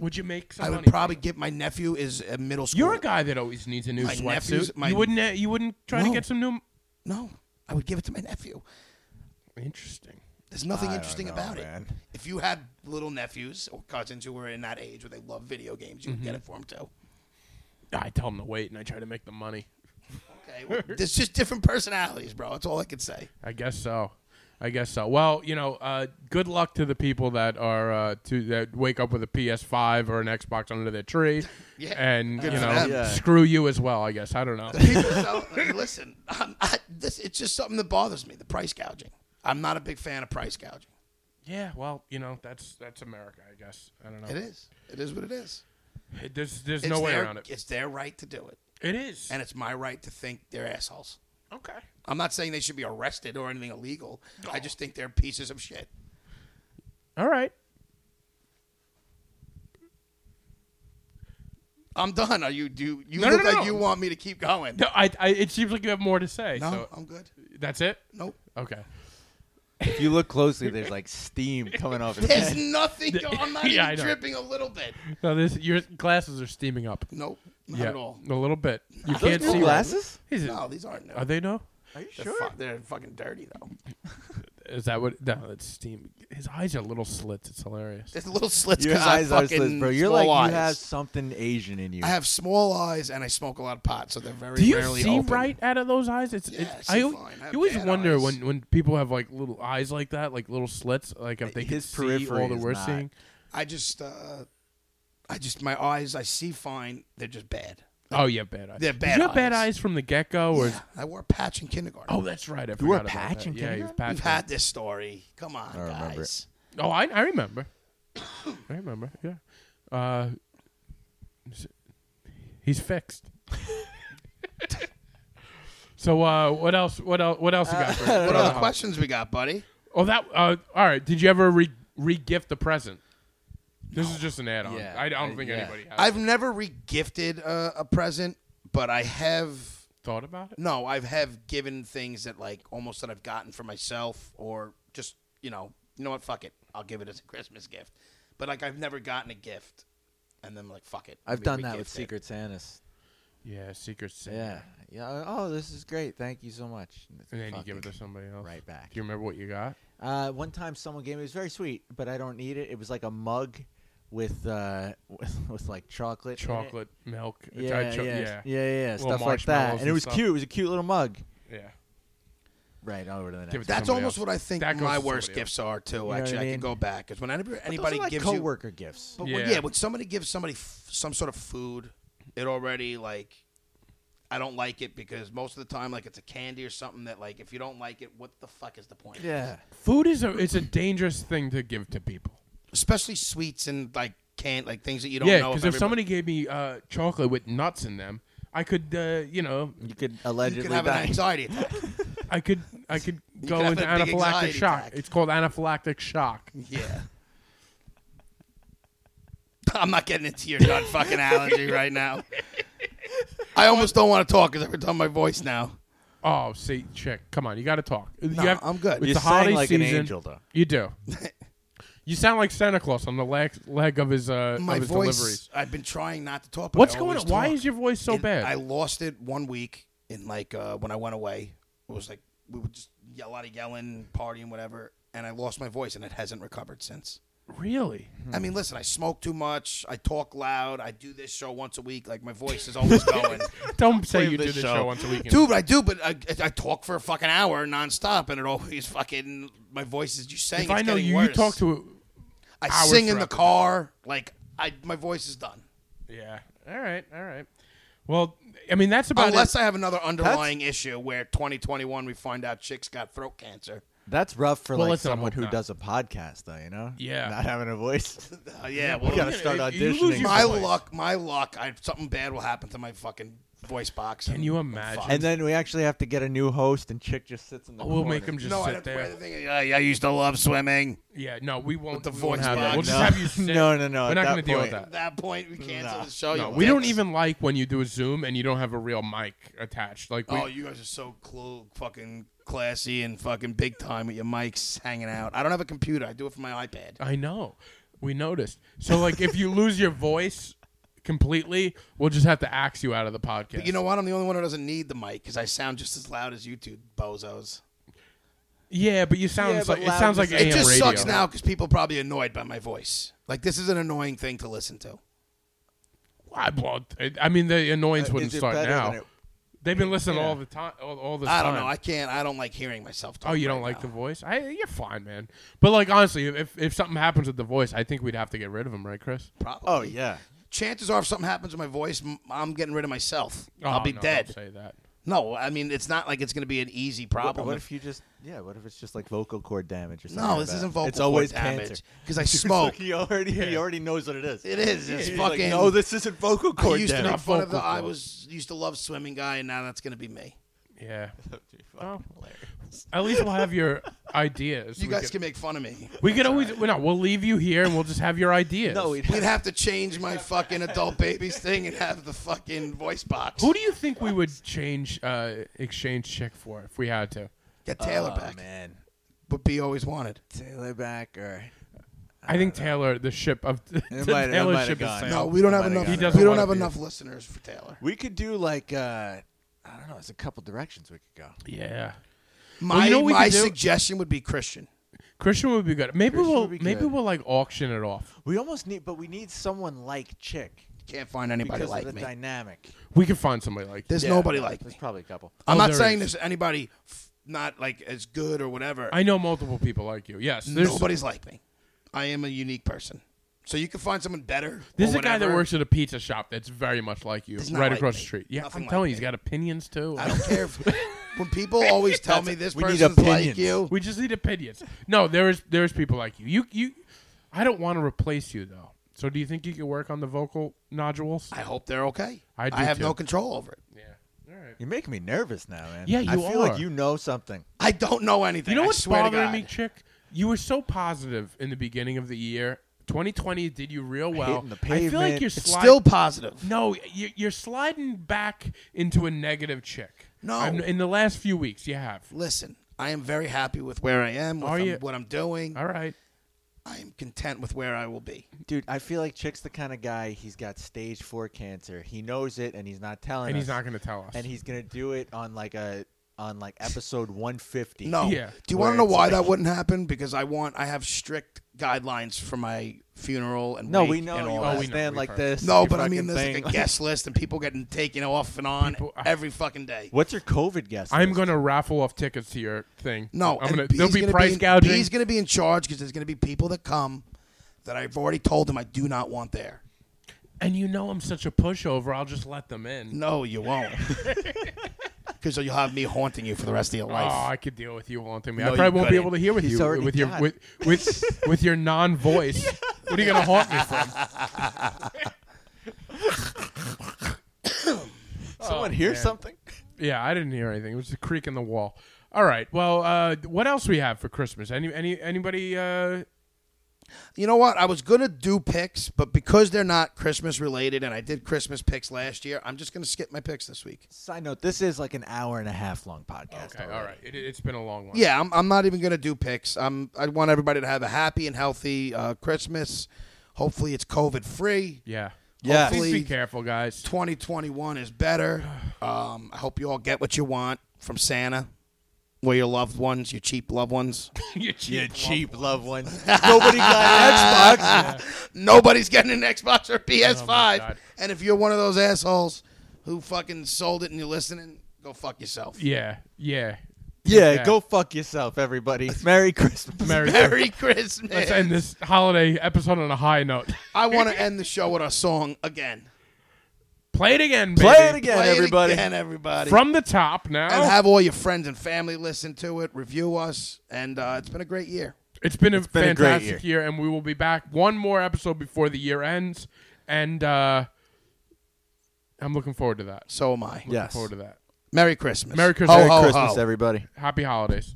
[SPEAKER 1] Would you make some
[SPEAKER 2] I would
[SPEAKER 1] money?
[SPEAKER 2] probably give my nephew is a middle school.
[SPEAKER 1] You're a guy that always needs a new
[SPEAKER 2] My nephews-
[SPEAKER 1] sweatsuit.
[SPEAKER 2] my-
[SPEAKER 1] You wouldn't. uh, You wouldn't try to
[SPEAKER 2] No.
[SPEAKER 1] get some new.
[SPEAKER 2] No, I would give it to my nephew.
[SPEAKER 1] Interesting.
[SPEAKER 2] There's nothing
[SPEAKER 3] I don't
[SPEAKER 2] interesting
[SPEAKER 3] know,
[SPEAKER 2] about it.
[SPEAKER 3] man.
[SPEAKER 2] If you had little nephews or cousins who were in that age where they love video games, you would
[SPEAKER 1] Mm-hmm.
[SPEAKER 2] get it for them too.
[SPEAKER 1] I tell them to wait, and I try to make the money.
[SPEAKER 2] Okay, well, there's just different personalities, bro. That's all I can say.
[SPEAKER 1] I guess so. I guess so. Well, you know, uh, good luck to the people that are uh, to that wake up with a PS5 or an Xbox under their tree,
[SPEAKER 2] Yeah.
[SPEAKER 1] and you
[SPEAKER 2] for
[SPEAKER 1] know,
[SPEAKER 2] them.
[SPEAKER 3] Yeah.
[SPEAKER 1] screw you as well. I guess I don't know.
[SPEAKER 2] People sell- like, listen, I'm, I, this, it's just something that bothers me. The price gouging. I'm not a big fan of price gouging.
[SPEAKER 1] yeah, well, you know, that's that's America. I guess I don't know.
[SPEAKER 2] It is. It is what it is.
[SPEAKER 1] It- There's there's
[SPEAKER 2] It's
[SPEAKER 1] no way
[SPEAKER 2] their,
[SPEAKER 1] around it.
[SPEAKER 2] It's their right to do it,
[SPEAKER 1] It is.
[SPEAKER 2] and it's my right to think they're assholes.
[SPEAKER 1] okay.
[SPEAKER 2] I'm not saying they should be arrested or anything illegal. I just think they're pieces of shit.
[SPEAKER 1] All right.
[SPEAKER 2] I'm done. Are you do you
[SPEAKER 1] No, no,
[SPEAKER 2] look
[SPEAKER 1] no,
[SPEAKER 2] like
[SPEAKER 1] no.
[SPEAKER 2] you want me to keep going?
[SPEAKER 1] No, I, I. It seems like you have more to say.
[SPEAKER 2] No,
[SPEAKER 1] So
[SPEAKER 2] I'm good.
[SPEAKER 1] that's it.
[SPEAKER 2] Nope.
[SPEAKER 1] Okay.
[SPEAKER 3] If you look closely, there's like steam coming off his
[SPEAKER 2] There's
[SPEAKER 3] head.
[SPEAKER 2] nothing.
[SPEAKER 1] Yeah,
[SPEAKER 2] I'm not
[SPEAKER 1] I
[SPEAKER 2] even
[SPEAKER 1] know.
[SPEAKER 2] dripping a little bit.
[SPEAKER 1] No, this your glasses are steaming up.
[SPEAKER 2] Nope. Not
[SPEAKER 1] yeah,
[SPEAKER 2] at all.
[SPEAKER 1] a little bit. You
[SPEAKER 3] Those
[SPEAKER 1] can't
[SPEAKER 3] new
[SPEAKER 1] see right.
[SPEAKER 3] glasses?
[SPEAKER 1] Is it-
[SPEAKER 2] No, these aren't. New.
[SPEAKER 1] Are they no?
[SPEAKER 3] Are you
[SPEAKER 2] They're,
[SPEAKER 3] sure?
[SPEAKER 2] fu- they're fucking dirty though.
[SPEAKER 1] Is that what? No, it's steam. His eyes are little slits. It's hilarious.
[SPEAKER 2] There's little slits
[SPEAKER 3] Your
[SPEAKER 2] because I
[SPEAKER 3] eyes are
[SPEAKER 2] fucking
[SPEAKER 3] slits, bro. You're
[SPEAKER 2] small
[SPEAKER 3] like
[SPEAKER 2] eyes.
[SPEAKER 3] you have something Asian in you.
[SPEAKER 2] I have small eyes and I smoke a lot of pot, so they're very
[SPEAKER 1] Do you
[SPEAKER 2] rarely
[SPEAKER 1] see
[SPEAKER 2] open.
[SPEAKER 1] right out of those eyes? It's,
[SPEAKER 2] Yeah,
[SPEAKER 1] it's
[SPEAKER 2] I see
[SPEAKER 1] al-
[SPEAKER 2] fine. I have
[SPEAKER 1] you always
[SPEAKER 2] bad
[SPEAKER 1] wonder
[SPEAKER 2] eyes.
[SPEAKER 1] when when people have like little eyes like that, like little slits, like if they
[SPEAKER 3] His
[SPEAKER 1] can see all
[SPEAKER 3] periphery
[SPEAKER 1] that
[SPEAKER 3] is
[SPEAKER 1] we're
[SPEAKER 3] not.
[SPEAKER 1] seeing.
[SPEAKER 2] I just, uh, I just my eyes. I see fine. They're just bad.
[SPEAKER 1] Oh, you have bad eyes.
[SPEAKER 2] They're
[SPEAKER 1] Did
[SPEAKER 2] bad
[SPEAKER 1] you have bad
[SPEAKER 2] eyes.
[SPEAKER 1] eyes from the get go, or
[SPEAKER 2] Yeah, I wore a patch in kindergarten.
[SPEAKER 1] oh, that's right. I forgot
[SPEAKER 3] wore a
[SPEAKER 1] about
[SPEAKER 3] patch
[SPEAKER 1] that.
[SPEAKER 3] in
[SPEAKER 1] yeah, you
[SPEAKER 3] kindergarten?
[SPEAKER 1] patch.
[SPEAKER 2] we've had this story. Come on,
[SPEAKER 3] I remember
[SPEAKER 2] guys.
[SPEAKER 1] Oh, I I remember. I remember. Yeah. Uh, s- he's fixed. so uh, what else? What else? What else you got? for me?
[SPEAKER 2] What other
[SPEAKER 1] Uh,
[SPEAKER 2] questions we got, buddy?
[SPEAKER 1] Oh, that. Uh, all right. Did you ever re re-gift the present? This is just an add-on.
[SPEAKER 3] Yeah.
[SPEAKER 1] I don't
[SPEAKER 3] Uh,
[SPEAKER 1] think
[SPEAKER 3] yeah.
[SPEAKER 1] anybody has
[SPEAKER 2] I've never regifted a, a present, but I have.
[SPEAKER 1] thought about it.
[SPEAKER 2] No, I've have given things that like almost that I've gotten for myself, or just you know, you know what? Fuck it, I'll give it as a Christmas gift. But like, I've never gotten a gift, and then like, fuck it.
[SPEAKER 3] I've
[SPEAKER 2] let me
[SPEAKER 3] done that with
[SPEAKER 2] regift it.
[SPEAKER 3] Secret Santas.
[SPEAKER 1] Yeah, Secret Santa.
[SPEAKER 3] Yeah. Yeah. Oh, this is great. Thank you so much. it's
[SPEAKER 1] And then you give it
[SPEAKER 3] fucking
[SPEAKER 1] to somebody else.
[SPEAKER 3] right back.
[SPEAKER 1] Do you remember what you got?
[SPEAKER 3] Uh, one time, someone gave me it was very sweet, but I don't need it. It was like a mug with uh, with, with like chocolate, in it.
[SPEAKER 1] Chocolate milk. uh,
[SPEAKER 3] Yeah,
[SPEAKER 1] cho-
[SPEAKER 3] yeah,
[SPEAKER 1] yeah,
[SPEAKER 3] yeah, yeah, yeah,
[SPEAKER 1] Little
[SPEAKER 3] stuff like
[SPEAKER 1] marshmallows
[SPEAKER 3] that. And
[SPEAKER 1] and
[SPEAKER 3] it was
[SPEAKER 1] stuff.
[SPEAKER 3] cute. It was a cute little mug.
[SPEAKER 1] yeah.
[SPEAKER 3] Right over to the next.
[SPEAKER 1] Give it to
[SPEAKER 2] That's
[SPEAKER 1] somebody
[SPEAKER 2] almost
[SPEAKER 1] else.
[SPEAKER 2] what I think
[SPEAKER 1] That goes
[SPEAKER 2] my
[SPEAKER 1] to somebody
[SPEAKER 2] worst
[SPEAKER 1] else.
[SPEAKER 2] gifts are too.
[SPEAKER 3] what I
[SPEAKER 2] actually, I,
[SPEAKER 3] mean?
[SPEAKER 2] can go back because when anybody, anybody
[SPEAKER 3] Those are like
[SPEAKER 2] gives you,
[SPEAKER 3] coworker gifts.
[SPEAKER 2] but when,
[SPEAKER 1] Yeah.
[SPEAKER 2] yeah. when somebody gives somebody f- some sort of food, it already like I don't like it because most of the time, like it's a candy or something that like if you don't like it, what the fuck is the point?
[SPEAKER 3] Yeah.
[SPEAKER 1] Food is a it's a dangerous thing to give to people.
[SPEAKER 2] especially sweets and like can't like things that you don't
[SPEAKER 1] yeah,
[SPEAKER 2] know.
[SPEAKER 1] because if somebody gave me uh, chocolate with nuts in them, I could uh, you know
[SPEAKER 3] You could
[SPEAKER 2] you
[SPEAKER 3] allegedly
[SPEAKER 2] can have an
[SPEAKER 3] die.
[SPEAKER 2] anxiety attack.
[SPEAKER 1] I could I could go
[SPEAKER 2] could have
[SPEAKER 1] into
[SPEAKER 2] a
[SPEAKER 1] anaphylactic
[SPEAKER 2] big anxiety
[SPEAKER 1] shock.
[SPEAKER 2] attack.
[SPEAKER 1] It's called anaphylactic shock.
[SPEAKER 2] yeah. I'm not getting into your nut fucking allergy right now. I almost don't want to talk because I've done my voice now.
[SPEAKER 1] Oh, see, chick, come on, you got to talk. You
[SPEAKER 2] No,
[SPEAKER 1] have-
[SPEAKER 2] I'm good.
[SPEAKER 1] It's
[SPEAKER 2] You
[SPEAKER 1] the
[SPEAKER 3] sang
[SPEAKER 1] holiday
[SPEAKER 3] like an
[SPEAKER 1] season.
[SPEAKER 3] angel, though.
[SPEAKER 1] You do. you sound like Santa Claus on the leg, leg of his uh,
[SPEAKER 2] My
[SPEAKER 1] of his
[SPEAKER 2] voice.
[SPEAKER 1] deliveries.
[SPEAKER 2] I've been trying not to talk. But
[SPEAKER 1] What's
[SPEAKER 2] I
[SPEAKER 1] going on?
[SPEAKER 2] always
[SPEAKER 1] Why
[SPEAKER 2] talk.
[SPEAKER 1] is your voice so
[SPEAKER 2] And
[SPEAKER 1] bad?
[SPEAKER 2] I lost it one week in like uh, when I went away. It was like we were just a lot of yelling, partying, whatever, and I lost my voice, and it hasn't recovered since.
[SPEAKER 1] really?
[SPEAKER 2] I mean, listen, I smoke too much. I talk loud. I do this show once a week. Like, my voice is always going.
[SPEAKER 1] Don't say you do
[SPEAKER 3] this
[SPEAKER 1] this show.
[SPEAKER 3] show.
[SPEAKER 1] once a weekend.
[SPEAKER 2] Dude, I do, but I, I talk for a fucking hour nonstop, and it always fucking, my voice is, you
[SPEAKER 1] if
[SPEAKER 2] saying it's
[SPEAKER 1] I know
[SPEAKER 2] getting
[SPEAKER 1] you, you
[SPEAKER 2] worse.
[SPEAKER 1] talk to
[SPEAKER 2] I
[SPEAKER 1] hours
[SPEAKER 2] sing in the
[SPEAKER 1] throughout the
[SPEAKER 2] car. Like, I my voice is done.
[SPEAKER 1] Yeah, All right, all right. Well, I mean that's about
[SPEAKER 2] Unless
[SPEAKER 1] it.
[SPEAKER 2] I have another underlying issue where 2021 we find out chicks got throat cancer.
[SPEAKER 3] That's rough for
[SPEAKER 1] Well,
[SPEAKER 3] like
[SPEAKER 1] let's not
[SPEAKER 3] someone
[SPEAKER 1] hope
[SPEAKER 3] who
[SPEAKER 1] not.
[SPEAKER 3] does a podcast, though. You know,
[SPEAKER 1] Yeah.
[SPEAKER 3] not having a voice.
[SPEAKER 2] Uh, yeah,
[SPEAKER 3] we
[SPEAKER 2] well,
[SPEAKER 3] gotta start
[SPEAKER 1] You- you
[SPEAKER 3] auditioning.
[SPEAKER 1] lose your
[SPEAKER 2] my
[SPEAKER 1] voice.
[SPEAKER 2] luck, my luck. I, something bad will happen to my fucking voice box.
[SPEAKER 1] Can you imagine?
[SPEAKER 3] and then we actually have to get a new host, and chick just sits in the.
[SPEAKER 1] We'll
[SPEAKER 3] corner.
[SPEAKER 1] make him just
[SPEAKER 2] no, I,
[SPEAKER 1] sit
[SPEAKER 2] don't- the
[SPEAKER 1] there.
[SPEAKER 2] thing is, I, I used to love swimming.
[SPEAKER 1] Yeah, no, we won't.
[SPEAKER 2] the
[SPEAKER 1] we won't
[SPEAKER 2] voice
[SPEAKER 1] have that.
[SPEAKER 2] box.
[SPEAKER 1] We'll just
[SPEAKER 2] No.
[SPEAKER 1] have you sit.
[SPEAKER 3] No, no, no,
[SPEAKER 1] We're not
[SPEAKER 3] at that
[SPEAKER 1] gonna deal with
[SPEAKER 3] point-
[SPEAKER 1] that.
[SPEAKER 2] At that point, we cancel
[SPEAKER 3] Nah.
[SPEAKER 2] the show.
[SPEAKER 1] No,
[SPEAKER 2] you
[SPEAKER 1] we don't
[SPEAKER 2] dicks.
[SPEAKER 1] even like when you do a Zoom and you don't have a real mic attached. Like we,
[SPEAKER 2] Oh, you guys are so cool, fucking classy and fucking big time with your mics hanging out. I don't have a computer. I do it from my iPad.
[SPEAKER 1] I know, we noticed. So like, if you lose your voice completely, we'll just have to axe you out of the podcast.
[SPEAKER 2] But you know what? I'm the only one who doesn't need the mic because I sound just as loud as you two bozos.
[SPEAKER 1] yeah, but you sound
[SPEAKER 3] Yeah, but
[SPEAKER 1] like it
[SPEAKER 3] loud
[SPEAKER 1] sounds like
[SPEAKER 3] is-
[SPEAKER 1] AM
[SPEAKER 2] it just
[SPEAKER 1] radio.
[SPEAKER 2] sucks now because people are probably annoyed by my voice. Like this is an annoying thing to listen to.
[SPEAKER 1] I, well, I- I mean, the annoyance
[SPEAKER 3] Uh,
[SPEAKER 1] wouldn't
[SPEAKER 3] is it
[SPEAKER 1] start
[SPEAKER 3] better
[SPEAKER 1] now.
[SPEAKER 3] than it-
[SPEAKER 1] They've been listening
[SPEAKER 3] Yeah.
[SPEAKER 1] all the time. All, all the
[SPEAKER 2] I don't
[SPEAKER 1] time.
[SPEAKER 2] know. I can't. I don't like hearing myself. Talk
[SPEAKER 1] Oh, you
[SPEAKER 2] right
[SPEAKER 1] don't like
[SPEAKER 2] now.
[SPEAKER 1] the voice? I, you're fine, man. But like honestly, if if something happens with the voice, I think we'd have to get rid of him, right, Chris?
[SPEAKER 2] Probably.
[SPEAKER 3] Oh yeah.
[SPEAKER 2] Chances are, if something happens to my voice, m- I'm getting rid of myself. I'll
[SPEAKER 1] Oh,
[SPEAKER 2] be
[SPEAKER 1] no,
[SPEAKER 2] dead.
[SPEAKER 1] Don't say that.
[SPEAKER 2] No, I mean it's not like it's going to be an easy problem.
[SPEAKER 3] What, what if you just yeah? What if it's just like vocal cord damage or something?
[SPEAKER 2] no,
[SPEAKER 3] like
[SPEAKER 2] this
[SPEAKER 3] that?
[SPEAKER 2] isn't vocal.
[SPEAKER 3] It's always
[SPEAKER 2] cord damage
[SPEAKER 3] cancer.
[SPEAKER 2] because I
[SPEAKER 3] He's
[SPEAKER 2] smoke.
[SPEAKER 3] like, he already he already knows what it is.
[SPEAKER 2] It is. It's
[SPEAKER 3] He's like,
[SPEAKER 2] fucking.
[SPEAKER 3] no, this isn't vocal
[SPEAKER 2] I
[SPEAKER 3] cord
[SPEAKER 2] used to
[SPEAKER 3] damage.
[SPEAKER 2] make fun of the.
[SPEAKER 1] vocal
[SPEAKER 2] I
[SPEAKER 1] cord.
[SPEAKER 2] was used to love swimming guy, and now that's going to be me.
[SPEAKER 1] Yeah.
[SPEAKER 3] Fucking
[SPEAKER 1] At least we'll have your ideas.
[SPEAKER 2] You
[SPEAKER 1] We
[SPEAKER 2] guys
[SPEAKER 1] could-
[SPEAKER 2] can make fun of me.
[SPEAKER 1] We could always no. We'll leave you here, and we'll just have your ideas.
[SPEAKER 3] No, we'd
[SPEAKER 2] We'd have to change my fucking adult babies thing and have the fucking voice box.
[SPEAKER 1] Who do you think we would change uh, exchange chick for if we had to?
[SPEAKER 2] Get Taylor
[SPEAKER 3] Oh,
[SPEAKER 2] back.
[SPEAKER 3] man.
[SPEAKER 2] But B always wanted.
[SPEAKER 3] Taylor back or
[SPEAKER 1] I, think Taylor, the ship of
[SPEAKER 3] It might- it
[SPEAKER 1] Taylor's
[SPEAKER 3] might have
[SPEAKER 1] ship is
[SPEAKER 3] gone.
[SPEAKER 1] sailed.
[SPEAKER 2] No, we don't have
[SPEAKER 3] Somebody
[SPEAKER 2] enough.
[SPEAKER 3] got
[SPEAKER 1] He it. doesn't
[SPEAKER 2] We don't
[SPEAKER 1] wanna
[SPEAKER 2] have
[SPEAKER 1] be-
[SPEAKER 2] enough listeners for Taylor.
[SPEAKER 3] we could do like uh I don't know, it's a couple directions we could go.
[SPEAKER 1] Yeah,
[SPEAKER 2] My
[SPEAKER 1] you know what we
[SPEAKER 2] my
[SPEAKER 1] could do?
[SPEAKER 2] suggestion would be Christian.
[SPEAKER 1] Christian would be good. Maybe
[SPEAKER 3] Christian
[SPEAKER 1] we'll
[SPEAKER 3] would be
[SPEAKER 1] maybe
[SPEAKER 3] good.
[SPEAKER 1] we'll like auction it off.
[SPEAKER 3] We almost need but we need someone like Chick
[SPEAKER 2] Can't find anybody
[SPEAKER 3] because
[SPEAKER 2] like
[SPEAKER 3] of the
[SPEAKER 2] me.
[SPEAKER 3] dynamic.
[SPEAKER 1] We could find somebody like
[SPEAKER 2] There's
[SPEAKER 3] Yeah,
[SPEAKER 2] nobody
[SPEAKER 3] yeah,
[SPEAKER 2] like
[SPEAKER 3] There's
[SPEAKER 2] me.
[SPEAKER 3] probably a couple.
[SPEAKER 2] I'm
[SPEAKER 1] Oh,
[SPEAKER 2] not
[SPEAKER 1] there
[SPEAKER 2] saying
[SPEAKER 1] is.
[SPEAKER 2] there's anybody f- not like as good or whatever.
[SPEAKER 1] I know multiple people like you. Yes, there's
[SPEAKER 2] Nobody's like me. I am a unique person. So you can find someone better.
[SPEAKER 1] This
[SPEAKER 2] or
[SPEAKER 1] is a guy that
[SPEAKER 2] whatever.
[SPEAKER 1] works at a pizza shop that's very much like you,
[SPEAKER 2] Does not
[SPEAKER 1] right
[SPEAKER 2] like
[SPEAKER 1] across
[SPEAKER 2] me.
[SPEAKER 1] the street. Yeah,
[SPEAKER 2] Nothing
[SPEAKER 1] I'm
[SPEAKER 2] like
[SPEAKER 1] telling
[SPEAKER 2] me.
[SPEAKER 1] you, he's got opinions too.
[SPEAKER 2] I don't care. If, when people always tell me this
[SPEAKER 3] we need
[SPEAKER 2] person's like
[SPEAKER 3] opinions.
[SPEAKER 2] you,
[SPEAKER 1] We just need opinions. No, there is there is people like you. You you, I don't want to replace you though. So do you think you could work on the vocal nodules?
[SPEAKER 2] I hope they're okay.
[SPEAKER 1] I do
[SPEAKER 2] have
[SPEAKER 1] too.
[SPEAKER 2] no control over it.
[SPEAKER 1] yeah. All right.
[SPEAKER 3] You're making me nervous now, man.
[SPEAKER 1] Yeah,
[SPEAKER 3] I
[SPEAKER 1] you
[SPEAKER 3] feel
[SPEAKER 1] are.
[SPEAKER 3] like you know something.
[SPEAKER 2] I don't know anything.
[SPEAKER 1] You know
[SPEAKER 2] I
[SPEAKER 1] what's
[SPEAKER 2] swear to
[SPEAKER 1] bothering
[SPEAKER 2] God.
[SPEAKER 1] me, chick? You were so positive in the beginning of the year. 2020 did you real well.
[SPEAKER 3] Hitting the
[SPEAKER 1] I feel like
[SPEAKER 3] pavement.
[SPEAKER 1] you're
[SPEAKER 3] It's
[SPEAKER 2] It's
[SPEAKER 1] sliding.
[SPEAKER 2] still positive.
[SPEAKER 1] no, you- you're sliding back into a negative chick.
[SPEAKER 2] No.
[SPEAKER 1] I'm- in the last few weeks, you have.
[SPEAKER 2] Listen, I am very happy with where I am, with
[SPEAKER 1] Are
[SPEAKER 2] um,
[SPEAKER 1] you-
[SPEAKER 2] what I'm doing.
[SPEAKER 1] All right.
[SPEAKER 2] I am content with where I will be.
[SPEAKER 3] Dude, I feel like Chick's the kind of guy he's got stage four cancer. He knows it and he's not telling
[SPEAKER 1] And
[SPEAKER 3] us.
[SPEAKER 1] he's not going to tell us.
[SPEAKER 3] and he's gonna do it on like a on like episode 150.
[SPEAKER 2] No.
[SPEAKER 1] Yeah.
[SPEAKER 2] Do you
[SPEAKER 3] Where
[SPEAKER 2] want to know
[SPEAKER 3] it's
[SPEAKER 2] why that wouldn't happen? Because I want. I have strict guidelines for my funeral and
[SPEAKER 3] no,
[SPEAKER 2] wake
[SPEAKER 3] we know
[SPEAKER 2] and
[SPEAKER 3] you
[SPEAKER 2] all
[SPEAKER 1] Oh,
[SPEAKER 2] that.
[SPEAKER 1] we know.
[SPEAKER 3] stand
[SPEAKER 1] We've
[SPEAKER 3] like
[SPEAKER 1] heard.
[SPEAKER 3] this.
[SPEAKER 2] No,
[SPEAKER 3] you
[SPEAKER 2] but I
[SPEAKER 3] fucking
[SPEAKER 2] mean, there's
[SPEAKER 3] thing.
[SPEAKER 2] like a guest list, and people getting taken off and on
[SPEAKER 1] People-
[SPEAKER 2] every fucking day.
[SPEAKER 3] What's your COVID guess?
[SPEAKER 1] I'm
[SPEAKER 3] list?
[SPEAKER 1] going to raffle off tickets to your thing.
[SPEAKER 2] No,
[SPEAKER 1] I'm
[SPEAKER 2] and
[SPEAKER 1] gonna,
[SPEAKER 2] B's
[SPEAKER 1] there'll be
[SPEAKER 2] gonna
[SPEAKER 1] price
[SPEAKER 2] in,
[SPEAKER 1] gouging.
[SPEAKER 2] B's going to be in charge because there's going to be people that come that I've already told them I do not want there.
[SPEAKER 1] and you know I'm such a pushover. I'll just let them in.
[SPEAKER 2] No, you won't. Because you'll have me haunting you for the rest of your life.
[SPEAKER 1] Oh, I could deal with you wanting me.
[SPEAKER 2] No,
[SPEAKER 1] I
[SPEAKER 2] you
[SPEAKER 1] probably won't be
[SPEAKER 2] couldn't.
[SPEAKER 1] able to hear with
[SPEAKER 3] He's
[SPEAKER 1] you
[SPEAKER 3] already
[SPEAKER 1] with your
[SPEAKER 3] got
[SPEAKER 1] with with, with your non-voice. What are you going to haunt me from?
[SPEAKER 2] Oh,
[SPEAKER 3] Someone hear
[SPEAKER 1] man.
[SPEAKER 3] something?
[SPEAKER 1] Yeah, I didn't hear anything. It was a creak in the wall. All right. Well, uh, what else we have for Christmas? Any any anybody? Uh,
[SPEAKER 2] you know what? I was going to do picks, but because they're not Christmas related and I did Christmas picks last year, I'm just going to skip my picks this week.
[SPEAKER 3] Side note: This is like an hour and a half long podcast.
[SPEAKER 1] okay. All
[SPEAKER 3] already.
[SPEAKER 1] right. It, it's been a long one.
[SPEAKER 2] Yeah, I'm, I'm not even going to do picks. I'm, I want everybody to have a happy and healthy uh, Christmas. Hopefully, it's COVID free.
[SPEAKER 1] Yeah.
[SPEAKER 3] Yeah.
[SPEAKER 1] Please be
[SPEAKER 2] Hopefully,
[SPEAKER 1] careful, guys.
[SPEAKER 2] 2021 is better. Um, I hope you all get what you want from Santa, or your loved ones, your cheap loved ones.
[SPEAKER 1] you
[SPEAKER 3] You
[SPEAKER 1] cheap.
[SPEAKER 3] cheap loved ones. Nobody got an Xbox.
[SPEAKER 2] Nobody's getting an Xbox or PS5.
[SPEAKER 1] Oh God.
[SPEAKER 2] and if you're one of those assholes who fucking sold it and you're listening, go fuck yourself.
[SPEAKER 1] Yeah. Yeah.
[SPEAKER 3] Yeah,
[SPEAKER 1] Yeah.
[SPEAKER 3] go fuck yourself, everybody. Merry Christmas.
[SPEAKER 1] Merry.
[SPEAKER 2] Merry Christmas.
[SPEAKER 1] Let's end this holiday episode on a high note.
[SPEAKER 2] I want to end the show with a song again.
[SPEAKER 1] Play it again, baby.
[SPEAKER 3] Play it again,
[SPEAKER 2] Play it
[SPEAKER 3] everybody.
[SPEAKER 2] again, everybody.
[SPEAKER 1] From the top now.
[SPEAKER 2] and have all your friends and family listen to it, review us, and uh, it's been a great year.
[SPEAKER 1] It's been a
[SPEAKER 5] been a great
[SPEAKER 1] fantastic year. and we will be back one more episode before the year ends. And uh, I'm looking forward to that.
[SPEAKER 2] So am I.
[SPEAKER 1] Looking
[SPEAKER 5] Yes.
[SPEAKER 1] forward to that.
[SPEAKER 2] Merry Christmas.
[SPEAKER 1] Merry Christmas.
[SPEAKER 2] Ho,
[SPEAKER 5] Merry
[SPEAKER 2] ho,
[SPEAKER 5] Christmas,
[SPEAKER 2] ho.
[SPEAKER 5] everybody.
[SPEAKER 1] Happy holidays.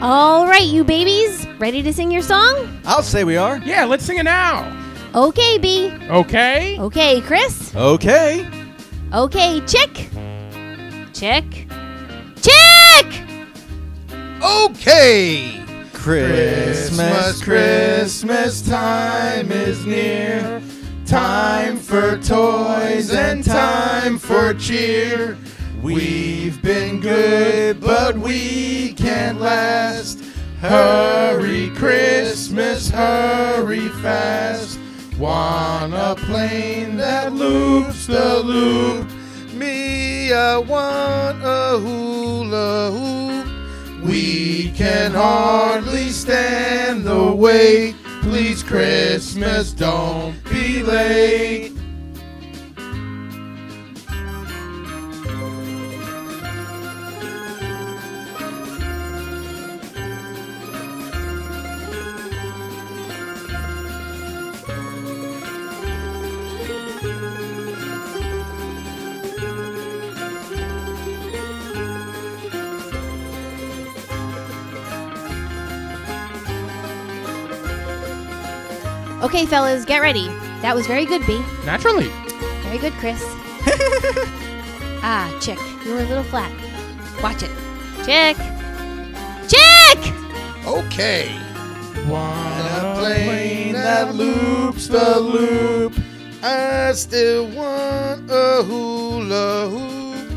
[SPEAKER 4] All right, you babies, ready to sing your song?
[SPEAKER 3] I'll say we are.
[SPEAKER 1] Yeah, let's sing it now.
[SPEAKER 4] Okay, B.
[SPEAKER 1] Okay?
[SPEAKER 4] Okay, Chris.
[SPEAKER 3] Okay.
[SPEAKER 4] Okay, chick. Chick. Chick!
[SPEAKER 2] Okay.
[SPEAKER 3] Christmas, Christmas time is near. Time for toys and time for cheer. We've been good, but we can't last. Hurry, Christmas, hurry fast. Want a plane that loops the loop. Me, I want a hula hoop. We can hardly stand the wait. Please, Christmas, don't be late.
[SPEAKER 4] Okay, fellas, get ready. That was very good, B.
[SPEAKER 1] Naturally.
[SPEAKER 4] Very good, Chris. ah, chick, you were a little flat. Watch it. Chick! Chick!
[SPEAKER 2] Okay.
[SPEAKER 1] Wanna
[SPEAKER 2] plane that loops the loop. I still want a hula hoop.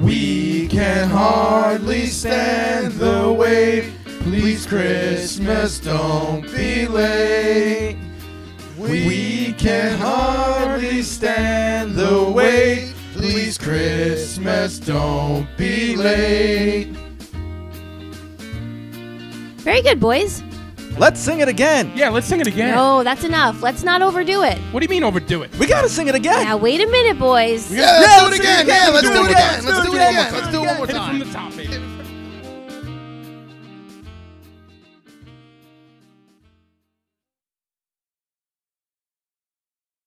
[SPEAKER 1] We
[SPEAKER 2] can hardly stand the wait. Please, Christmas, don't be late. We can hardly stand the wait. Please, Christmas, don't be late.
[SPEAKER 4] Very good, boys.
[SPEAKER 3] Let's sing it again.
[SPEAKER 1] Yeah, let's sing it again.
[SPEAKER 4] No, that's enough. Let's not overdo it.
[SPEAKER 1] What do you mean overdo it?
[SPEAKER 3] We gotta sing it again.
[SPEAKER 4] Now, wait a minute, boys.
[SPEAKER 2] Yeah, let's do
[SPEAKER 3] let's
[SPEAKER 2] it
[SPEAKER 3] do it
[SPEAKER 2] again.
[SPEAKER 3] again.
[SPEAKER 2] Yeah, let's do it again.
[SPEAKER 3] Let's do it
[SPEAKER 2] Let's do it
[SPEAKER 3] again.
[SPEAKER 2] again. Let's do it one more
[SPEAKER 1] Hit it
[SPEAKER 2] time.
[SPEAKER 1] from the top, baby.